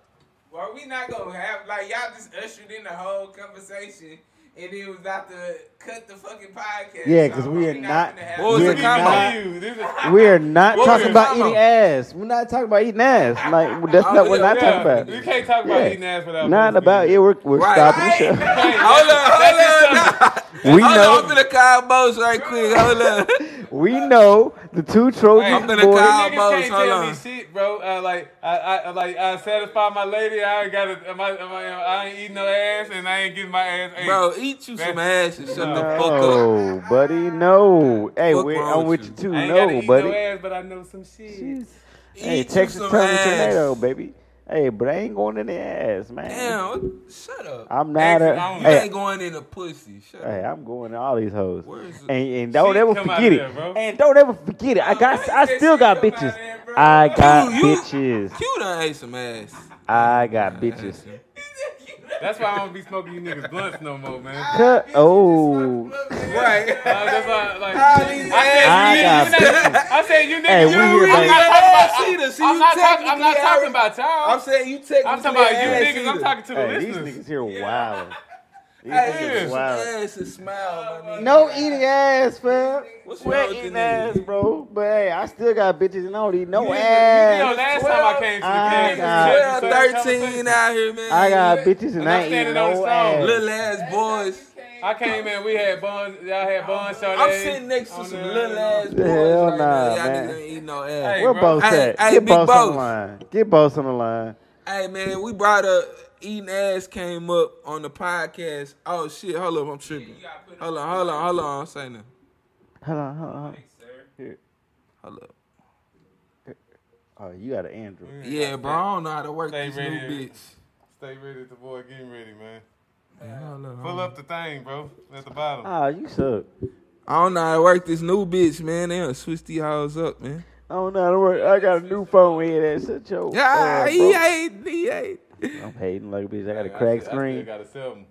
[SPEAKER 6] Are we not gonna have like y'all just ushered in the whole conversation and it was about to cut the fucking podcast?
[SPEAKER 2] Yeah, 'cause we
[SPEAKER 6] Are
[SPEAKER 2] are not-
[SPEAKER 6] finna have
[SPEAKER 1] What was
[SPEAKER 6] this
[SPEAKER 2] we're
[SPEAKER 1] the
[SPEAKER 3] This is
[SPEAKER 1] combo?
[SPEAKER 2] not-
[SPEAKER 3] you. This is-
[SPEAKER 2] We are not
[SPEAKER 1] What
[SPEAKER 2] talking
[SPEAKER 1] we
[SPEAKER 2] about
[SPEAKER 1] talking
[SPEAKER 2] eating
[SPEAKER 1] about?
[SPEAKER 2] ass. We're not talking about eating ass. Like that's
[SPEAKER 1] Oh, <laughs>
[SPEAKER 2] not what we're
[SPEAKER 1] yeah,
[SPEAKER 2] not talking
[SPEAKER 3] yeah,
[SPEAKER 2] about.
[SPEAKER 3] we can't talk about
[SPEAKER 2] Yeah.
[SPEAKER 3] eating ass without.
[SPEAKER 2] Not
[SPEAKER 3] posting
[SPEAKER 2] about yeah.
[SPEAKER 3] video.
[SPEAKER 2] We're we're
[SPEAKER 1] Right.
[SPEAKER 2] stopping the show.
[SPEAKER 6] Right.
[SPEAKER 3] Hey,
[SPEAKER 1] Hold on,
[SPEAKER 3] that's just
[SPEAKER 1] hold
[SPEAKER 3] something-
[SPEAKER 1] on.
[SPEAKER 2] We
[SPEAKER 1] Hold on,
[SPEAKER 2] know
[SPEAKER 1] I'm finna call Bose right quick. Hold
[SPEAKER 3] <laughs>
[SPEAKER 1] on.
[SPEAKER 2] we know the two Trojan
[SPEAKER 3] I'm
[SPEAKER 1] finna
[SPEAKER 2] boys.
[SPEAKER 1] call-
[SPEAKER 3] Niggas
[SPEAKER 1] Bones,
[SPEAKER 3] can't
[SPEAKER 1] hold
[SPEAKER 3] tell me
[SPEAKER 1] on.
[SPEAKER 3] shit, bro. Uh, like I, I, I- like I satisfy my lady. I ain't got it. Am I, am I, I ain't eating no ass, and I ain't getting my ass ate.
[SPEAKER 1] Bro, eat you some ass and shut the fuck up.
[SPEAKER 2] No, buddy, no. Hey,
[SPEAKER 1] Fuck
[SPEAKER 2] we're,
[SPEAKER 1] wrong
[SPEAKER 2] I'm
[SPEAKER 1] with
[SPEAKER 2] with
[SPEAKER 1] you.
[SPEAKER 2] you too.
[SPEAKER 3] I ain't gotta
[SPEAKER 2] No,
[SPEAKER 3] eat
[SPEAKER 2] buddy.
[SPEAKER 3] no ass, but I know some shit.
[SPEAKER 2] Jeez. hey,
[SPEAKER 1] Eat you
[SPEAKER 2] Texas
[SPEAKER 1] some
[SPEAKER 2] Turtle
[SPEAKER 1] ass.
[SPEAKER 2] tornado, baby. Hey, but I ain't going in the ass, man.
[SPEAKER 1] Damn, what- shut up.
[SPEAKER 2] I'm not
[SPEAKER 3] Exit,
[SPEAKER 2] a.
[SPEAKER 3] I don't-
[SPEAKER 1] you
[SPEAKER 2] Hey,
[SPEAKER 1] ain't going in the pussy. Shut up.
[SPEAKER 2] hey, I'm going to all these hoes.
[SPEAKER 1] Where is it?
[SPEAKER 2] And, and don't
[SPEAKER 3] Shit
[SPEAKER 2] ever
[SPEAKER 3] come out
[SPEAKER 2] forget
[SPEAKER 3] of
[SPEAKER 2] it.
[SPEAKER 3] there, bro.
[SPEAKER 2] and don't ever forget it. I got. I
[SPEAKER 6] shit
[SPEAKER 2] still got
[SPEAKER 6] come out of
[SPEAKER 2] bitches.
[SPEAKER 6] there, bro. bro.
[SPEAKER 2] I got
[SPEAKER 1] You- you- <laughs>
[SPEAKER 2] bitches.
[SPEAKER 1] Q done ate some ass.
[SPEAKER 2] I got bitches.
[SPEAKER 3] That's why I don't be smoking you niggas blunts no more, man.
[SPEAKER 2] Cut. Oh.
[SPEAKER 3] Right. that's why, like,
[SPEAKER 2] I
[SPEAKER 3] I
[SPEAKER 2] got
[SPEAKER 3] said, you, you not, I said, you niggas.
[SPEAKER 2] Hey, we
[SPEAKER 3] you-
[SPEAKER 2] here,
[SPEAKER 3] I'm
[SPEAKER 2] baby.
[SPEAKER 3] not talking about,
[SPEAKER 1] Eater, see,
[SPEAKER 3] I'm
[SPEAKER 1] you
[SPEAKER 3] not talking, I'm not
[SPEAKER 1] technically
[SPEAKER 3] talking
[SPEAKER 1] already-
[SPEAKER 3] about
[SPEAKER 1] <laughs>
[SPEAKER 3] y'all.
[SPEAKER 1] I'm saying you take.
[SPEAKER 3] I'm talking about you niggas. I'm talking to the
[SPEAKER 2] Hey, these
[SPEAKER 3] listeners.
[SPEAKER 2] niggas here wild.
[SPEAKER 1] <laughs>
[SPEAKER 2] These
[SPEAKER 1] Hey,
[SPEAKER 2] niggas wild.
[SPEAKER 1] ass and smile, my nigga.
[SPEAKER 2] No eating ass, fam.
[SPEAKER 1] What's wrong
[SPEAKER 2] We're
[SPEAKER 1] with
[SPEAKER 2] eating
[SPEAKER 1] the niggas?
[SPEAKER 2] ass, bro. But hey, I still got bitches and I don't eat no
[SPEAKER 3] You know,
[SPEAKER 2] ass.
[SPEAKER 3] last time I came to
[SPEAKER 2] I
[SPEAKER 3] the
[SPEAKER 2] got-
[SPEAKER 3] camp, you said you
[SPEAKER 1] Twelve, 13
[SPEAKER 3] conversation.
[SPEAKER 1] out here, man.
[SPEAKER 2] I got bitches and
[SPEAKER 3] And
[SPEAKER 2] I
[SPEAKER 3] I'm
[SPEAKER 2] ain't
[SPEAKER 3] standing
[SPEAKER 2] eating
[SPEAKER 3] on
[SPEAKER 2] no
[SPEAKER 3] the
[SPEAKER 2] ass.
[SPEAKER 3] stone.
[SPEAKER 1] little ass boys.
[SPEAKER 3] I came in, we had buns, y'all had buns, Charlotte.
[SPEAKER 1] I'm sitting next to some little ass boys.
[SPEAKER 2] Hell
[SPEAKER 1] right now.
[SPEAKER 2] nah,
[SPEAKER 1] Y'all
[SPEAKER 2] man.
[SPEAKER 1] niggas ain't eating no ass.
[SPEAKER 3] Hey,
[SPEAKER 2] Where
[SPEAKER 3] bro.
[SPEAKER 2] Bo's
[SPEAKER 1] Hey,
[SPEAKER 2] at?
[SPEAKER 1] hey,
[SPEAKER 2] Get
[SPEAKER 1] Big
[SPEAKER 2] Bo's on
[SPEAKER 1] Bo's.
[SPEAKER 2] the line. Get Bo's on the line.
[SPEAKER 1] Hey man, we brought up eating ass came up on the podcast. Oh shit, hold up, I'm tripping. Hold on, hold on, hold on. I'm saying that.
[SPEAKER 2] Hold on, hold on. hold on.
[SPEAKER 1] Hold up.
[SPEAKER 2] Oh, you got an Android.
[SPEAKER 1] Yeah, bro, I don't know how to work
[SPEAKER 3] Stay
[SPEAKER 1] this new
[SPEAKER 3] ready.
[SPEAKER 1] bitch.
[SPEAKER 3] Stay ready, the boy getting ready, man.
[SPEAKER 1] Hold up, hold
[SPEAKER 3] Pull
[SPEAKER 1] up.
[SPEAKER 3] up the thing, bro, at the bottom.
[SPEAKER 2] Ah, you suck.
[SPEAKER 1] I don't know how to work this new bitch, man. They done switch these hoes up, man.
[SPEAKER 2] I don't know how to work. I got a new phone here that shut your
[SPEAKER 1] Yeah,
[SPEAKER 2] ass
[SPEAKER 1] Ah, he
[SPEAKER 2] up.
[SPEAKER 1] ain't, he ain't.
[SPEAKER 2] I'm hating like a bitch. I got a
[SPEAKER 3] I
[SPEAKER 2] crack
[SPEAKER 3] still- I still
[SPEAKER 2] screen.
[SPEAKER 3] gotta sell them.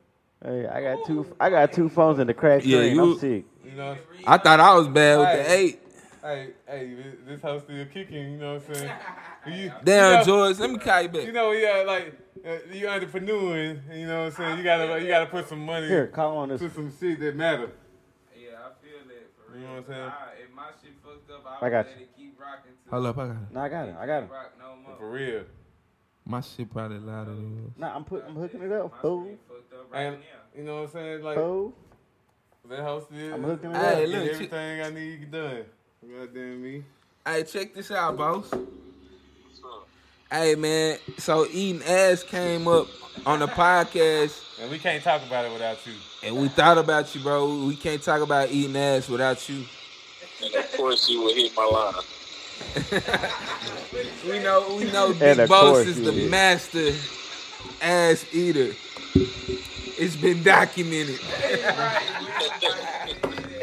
[SPEAKER 2] Hey, I got two. I got two phones and a crack
[SPEAKER 1] Yeah,
[SPEAKER 2] screen.
[SPEAKER 1] you-
[SPEAKER 2] I'm sick.
[SPEAKER 3] You know,
[SPEAKER 1] I thought I was bad with the
[SPEAKER 3] Hey.
[SPEAKER 1] eight.
[SPEAKER 3] hey, hey, this- this house still kicking. You know what
[SPEAKER 1] <laughs>
[SPEAKER 3] I'm saying? You,
[SPEAKER 1] Damn,
[SPEAKER 3] you know,
[SPEAKER 1] George, let me call you back.
[SPEAKER 3] You know, yeah, like uh, you entrepreneuring. You know what I'm saying? You gotta, you gotta put some money
[SPEAKER 2] Here, call on this.
[SPEAKER 3] to some shit that matter.
[SPEAKER 6] Yeah, I feel that for real.
[SPEAKER 3] You know what I'm saying?
[SPEAKER 6] I, if my shit fucked up, I,
[SPEAKER 2] I
[SPEAKER 6] would
[SPEAKER 2] got
[SPEAKER 6] let
[SPEAKER 2] you.
[SPEAKER 6] it keep rocking till
[SPEAKER 1] Hold up, I got it.
[SPEAKER 2] No, I got it. I got it.
[SPEAKER 6] rock no more.
[SPEAKER 3] For real.
[SPEAKER 1] My shit probably louder than yours.
[SPEAKER 2] Nah, I'm put, I'm hooking it up. Fool,
[SPEAKER 6] Fucked up right
[SPEAKER 3] And <laughs> you know what I'm saying? Like
[SPEAKER 2] fool.
[SPEAKER 3] that house still.
[SPEAKER 2] Oh. I'm hooking it
[SPEAKER 3] get
[SPEAKER 2] up.
[SPEAKER 1] Hey, look, chi-
[SPEAKER 3] everything I need done. Goddamn me.
[SPEAKER 1] Hey, check this out, boss. Hey, man. So eating ass came up on the podcast,
[SPEAKER 3] And we can't talk about it without you.
[SPEAKER 1] and we thought about you, bro. We can't talk about eating ass without you.
[SPEAKER 8] And of course, you will hit my line.
[SPEAKER 1] <laughs> We know, we know,
[SPEAKER 2] of
[SPEAKER 1] Big Boss
[SPEAKER 2] course
[SPEAKER 1] is
[SPEAKER 2] you
[SPEAKER 1] the
[SPEAKER 2] did.
[SPEAKER 1] master ass eater. It's been documented.
[SPEAKER 3] Hey,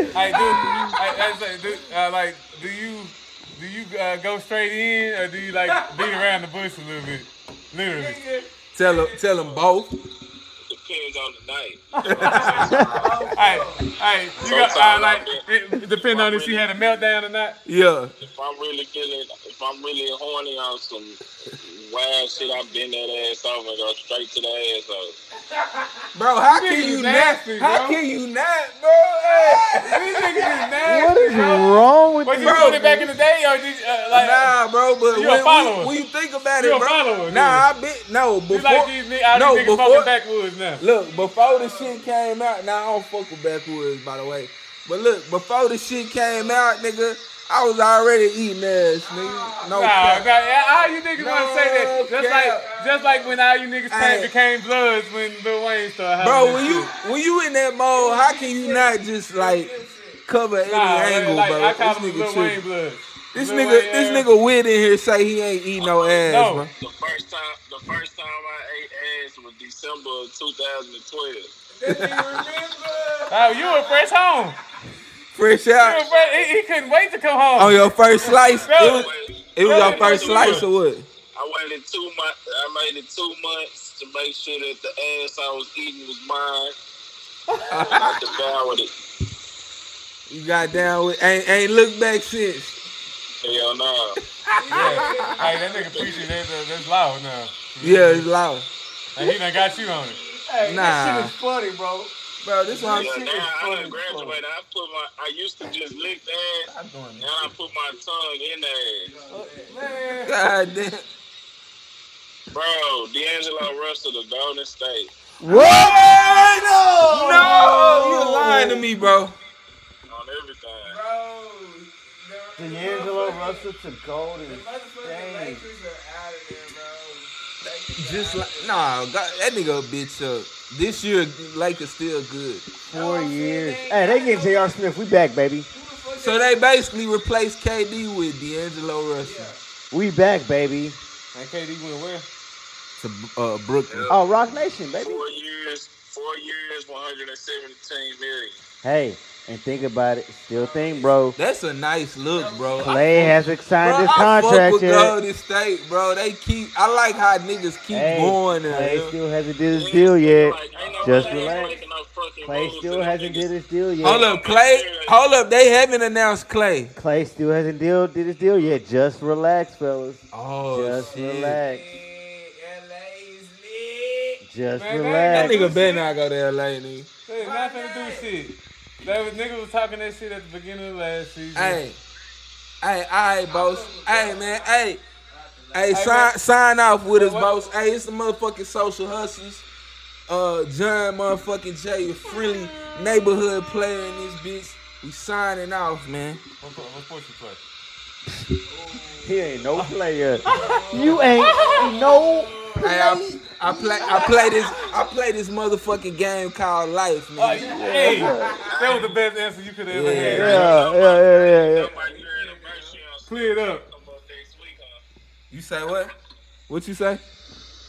[SPEAKER 3] dude. I, I say, dude, uh, like, do you do you uh, go straight in or do you like beat around the bush a little bit? Literally.
[SPEAKER 1] Tell them, tell them both.
[SPEAKER 8] Depends on the night.
[SPEAKER 3] Hey, hey, you got uh, like it depend on if she had a meltdown or not.
[SPEAKER 1] Yeah,
[SPEAKER 8] If I'm really feeling, if I'm really horny on some wild shit, I bend that ass over and go straight to the ass over.
[SPEAKER 1] bro. How can
[SPEAKER 3] Niggas
[SPEAKER 1] you
[SPEAKER 3] nasty,
[SPEAKER 1] not? How
[SPEAKER 3] bro.
[SPEAKER 1] can you not, bro? Hey.
[SPEAKER 3] These niggas is nasty.
[SPEAKER 2] What is wrong with
[SPEAKER 3] But
[SPEAKER 2] you?
[SPEAKER 3] you doing it back in the day or did you, uh, like?
[SPEAKER 1] Nah, bro, but
[SPEAKER 3] You a
[SPEAKER 1] when,
[SPEAKER 3] follower.
[SPEAKER 1] when, when you think about
[SPEAKER 3] You
[SPEAKER 1] it,
[SPEAKER 3] a
[SPEAKER 1] bro.
[SPEAKER 3] follower,
[SPEAKER 1] nah, I been no before.
[SPEAKER 3] You like these, ni- all
[SPEAKER 1] no,
[SPEAKER 3] these niggas
[SPEAKER 1] before,
[SPEAKER 3] fucking backwoods now.
[SPEAKER 1] Look, before the shit came out, now I don't fuck with backwoods, by the way. But look, before the shit came out, nigga, I was already eating ass, nigga. No,
[SPEAKER 3] Nah,
[SPEAKER 1] cap.
[SPEAKER 3] nah, yeah, all you niggas want to say that.
[SPEAKER 1] No
[SPEAKER 3] Just like,
[SPEAKER 1] cap.
[SPEAKER 3] just like when all you niggas
[SPEAKER 1] Hey.
[SPEAKER 3] came, became Bloods when Lil Wayne started. having
[SPEAKER 1] bro,
[SPEAKER 3] that
[SPEAKER 1] when you
[SPEAKER 3] shit.
[SPEAKER 1] when you in that mode, how can you not just like cover any
[SPEAKER 3] nah, man,
[SPEAKER 1] angle,
[SPEAKER 3] like,
[SPEAKER 1] bro?
[SPEAKER 3] I call
[SPEAKER 1] this
[SPEAKER 3] them
[SPEAKER 1] nigga
[SPEAKER 3] Lil
[SPEAKER 1] tripping.
[SPEAKER 3] Wayne Bloods.
[SPEAKER 1] This
[SPEAKER 3] Lil
[SPEAKER 1] nigga,
[SPEAKER 3] Wayne
[SPEAKER 1] this
[SPEAKER 3] ass.
[SPEAKER 1] nigga wit in here say he ain't eat no ass,
[SPEAKER 3] No.
[SPEAKER 1] bro.
[SPEAKER 8] The first time, the first time I ate ass was December of 2012.
[SPEAKER 3] Oh, you were fresh home.
[SPEAKER 1] Fresh
[SPEAKER 3] You were
[SPEAKER 1] out
[SPEAKER 3] fresh, he, he couldn't wait to come home.
[SPEAKER 1] on your first slice. It
[SPEAKER 8] I
[SPEAKER 1] was,
[SPEAKER 8] waited,
[SPEAKER 1] it was your
[SPEAKER 3] Bro,
[SPEAKER 1] first slice or what?
[SPEAKER 8] I waited two months. I made it two months to make sure that the ass I was eating was mine. I devoured it.
[SPEAKER 1] You got down with ain't ain't looked back since.
[SPEAKER 8] Hell no.
[SPEAKER 3] Yeah. hey, that nigga preaching. That's, that's loud now.
[SPEAKER 1] Yeah, it's loud.
[SPEAKER 3] Like, he done got you on it.
[SPEAKER 1] Nah,
[SPEAKER 9] Funny, bro.
[SPEAKER 1] bro, this one.
[SPEAKER 8] Yeah, now I done graduated. I put my, I used to just lick the ass. Now I put my tongue in the ass.
[SPEAKER 1] God damn.
[SPEAKER 8] Bro, D'Angelo Russell, the Golden State.
[SPEAKER 1] No, you lying to me, bro.
[SPEAKER 8] on everything.
[SPEAKER 6] Bro, the,
[SPEAKER 2] D'Angelo Russell to Golden
[SPEAKER 6] motherfucking
[SPEAKER 2] State.
[SPEAKER 6] Lakers are out of there, bro. Lakers
[SPEAKER 1] Just
[SPEAKER 6] are
[SPEAKER 1] like nah, God, that nigga a bitch up. This year Lakers still good.
[SPEAKER 2] Four years. Hey, they get J.R. Smith. We back, baby.
[SPEAKER 1] So they basically replaced KD with D'Angelo Russell
[SPEAKER 2] We back, baby.
[SPEAKER 3] And KD went where?
[SPEAKER 1] to uh, Brooklyn.
[SPEAKER 2] Oh, Rock Nation, baby.
[SPEAKER 8] Four years, four years, 117 million.
[SPEAKER 2] Hey, and think about it, still think, bro.
[SPEAKER 1] That's a nice look, bro.
[SPEAKER 2] Clay hasn't signed
[SPEAKER 1] Bro,
[SPEAKER 2] his
[SPEAKER 1] I fuck
[SPEAKER 2] contract
[SPEAKER 1] with
[SPEAKER 2] yet.
[SPEAKER 1] Golden State, bro. They keep. I like how niggas keep
[SPEAKER 2] Hey,
[SPEAKER 1] going.
[SPEAKER 2] Clay
[SPEAKER 1] there.
[SPEAKER 2] still hasn't did his deal yet.
[SPEAKER 8] Like, ain't nobody
[SPEAKER 2] Just
[SPEAKER 8] else
[SPEAKER 2] relax.
[SPEAKER 8] making no fucking
[SPEAKER 2] Clay
[SPEAKER 8] moves
[SPEAKER 2] still
[SPEAKER 8] in the
[SPEAKER 2] hasn't
[SPEAKER 8] biggest-
[SPEAKER 2] did his deal yet.
[SPEAKER 1] Hold up, Clay. Hold up, they haven't announced Clay.
[SPEAKER 2] Clay still hasn't deal did his deal yet. Just relax, fellas.
[SPEAKER 1] Oh
[SPEAKER 2] Just
[SPEAKER 1] shit.
[SPEAKER 2] relax. Just
[SPEAKER 3] Man,
[SPEAKER 1] That
[SPEAKER 2] relax.
[SPEAKER 1] nigga better not go to LA, nigga.
[SPEAKER 3] Hey, not finna do shit. That was, nigga was talking that shit at the beginning of last season.
[SPEAKER 1] Hey, hey, all right, boss. Hey, man, hey, hey, sign
[SPEAKER 3] man.
[SPEAKER 1] sign off with us,
[SPEAKER 3] What-
[SPEAKER 1] boss. Hey, it's the motherfucking social hustlers. Uh, John motherfucking J, friendly neighborhood player in this bitch. We signing off, man.
[SPEAKER 3] What, what, what sport you play?
[SPEAKER 2] He
[SPEAKER 1] <laughs>
[SPEAKER 2] ain't no player. you ain't no
[SPEAKER 1] Hey, I, I play, I play this, I play this motherfucking game called life,
[SPEAKER 3] Oh,
[SPEAKER 1] man.
[SPEAKER 3] hey, that was the best answer you could have ever
[SPEAKER 2] yeah,
[SPEAKER 3] had.
[SPEAKER 2] yeah, yeah, yeah, yeah.
[SPEAKER 8] Like, you're in a mercy on some
[SPEAKER 3] Clear it up.
[SPEAKER 8] come up next week, huh?
[SPEAKER 1] You say what? What you say?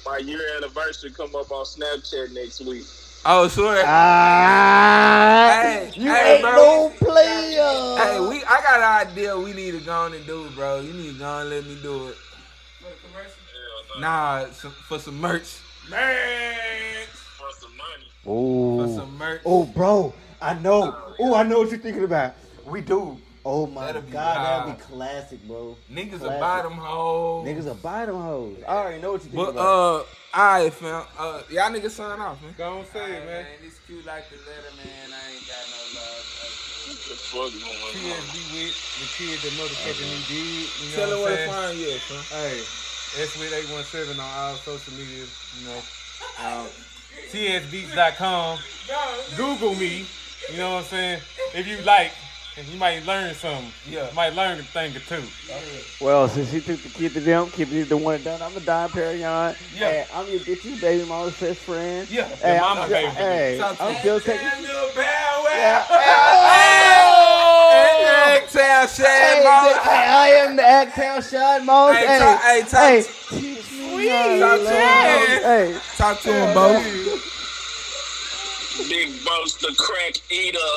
[SPEAKER 8] My year anniversary come up on Snapchat next week.
[SPEAKER 1] Oh, sorry.
[SPEAKER 2] Ah,
[SPEAKER 1] Hey,
[SPEAKER 2] you
[SPEAKER 1] hey,
[SPEAKER 2] ain't
[SPEAKER 1] bro.
[SPEAKER 2] no player.
[SPEAKER 1] Hey, we, I got an idea we need to go on and do, bro. You need to go on and let me do it. Nah, some, for some merch.
[SPEAKER 8] For some money.
[SPEAKER 1] For
[SPEAKER 2] Ooh.
[SPEAKER 1] some merch.
[SPEAKER 2] Oh, bro, I know. Oh, I know what you're thinking about. We do. Oh my
[SPEAKER 1] That'll be
[SPEAKER 2] god, that'd be
[SPEAKER 1] wild.
[SPEAKER 2] classic, bro.
[SPEAKER 1] Niggas
[SPEAKER 2] Classic.
[SPEAKER 1] a bottom hole.
[SPEAKER 2] Niggas are bottom hoes. I already know what you're thinking
[SPEAKER 1] But, uh, all
[SPEAKER 2] about.
[SPEAKER 1] right, fam. Uh, y'all niggas sign off, man.
[SPEAKER 3] Go on, say it, man.
[SPEAKER 6] It's cute like the letter, man. I ain't got no love.
[SPEAKER 8] What the fuck going on?
[SPEAKER 3] TSB with the kid that motherfucking he did. You
[SPEAKER 1] Tell
[SPEAKER 3] know
[SPEAKER 1] them
[SPEAKER 3] what
[SPEAKER 1] where to
[SPEAKER 3] I'm saying?
[SPEAKER 1] find you, at, fam.
[SPEAKER 3] Hey, that's with 817 on all social media, you know. Um, TSBeats.com. Google me, you know what I'm saying? If you like, you might learn something.
[SPEAKER 1] Yeah.
[SPEAKER 3] You might learn a thing or two.
[SPEAKER 2] well, since you took the kid to them, kid needs the one and done. I'm a Don Perignon.
[SPEAKER 3] Yeah.
[SPEAKER 2] Hey, I'm your bitch's baby mama's best friend.
[SPEAKER 3] Yeah,
[SPEAKER 2] Hey,
[SPEAKER 3] your
[SPEAKER 2] I'm
[SPEAKER 3] mama
[SPEAKER 2] still-
[SPEAKER 3] baby.
[SPEAKER 2] Hey,
[SPEAKER 1] Talk to
[SPEAKER 2] I'm
[SPEAKER 1] me.
[SPEAKER 2] still taking.
[SPEAKER 1] Hey, Town
[SPEAKER 2] Hey,
[SPEAKER 1] Shad,
[SPEAKER 2] nigga,
[SPEAKER 1] boss.
[SPEAKER 2] hey, I am the Actown Shad Moss.
[SPEAKER 1] Hey,
[SPEAKER 2] Hey,
[SPEAKER 1] talk- hey, talk-
[SPEAKER 2] hey, teach me how to
[SPEAKER 1] Talk to
[SPEAKER 2] love.
[SPEAKER 1] him,
[SPEAKER 2] Hey,
[SPEAKER 1] Talk to them, both.
[SPEAKER 8] Big Bo's the crack eater.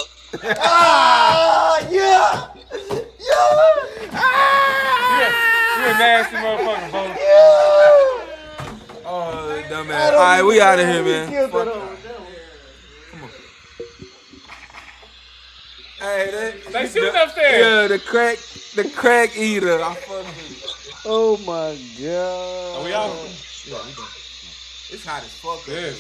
[SPEAKER 2] ah, yeah, yeah,
[SPEAKER 3] You a nasty motherfucker, bro.
[SPEAKER 2] ah, yeah.
[SPEAKER 1] Oh, dumbass. All right, we out of here, man. Fuck. Hey, that,
[SPEAKER 3] They shooting upstairs.
[SPEAKER 1] yeah, the crack, the crack eater. I fuck with it.
[SPEAKER 2] Oh my god.
[SPEAKER 3] Are we out?
[SPEAKER 1] It's hot as fuck. up
[SPEAKER 3] Yeah.
[SPEAKER 1] here.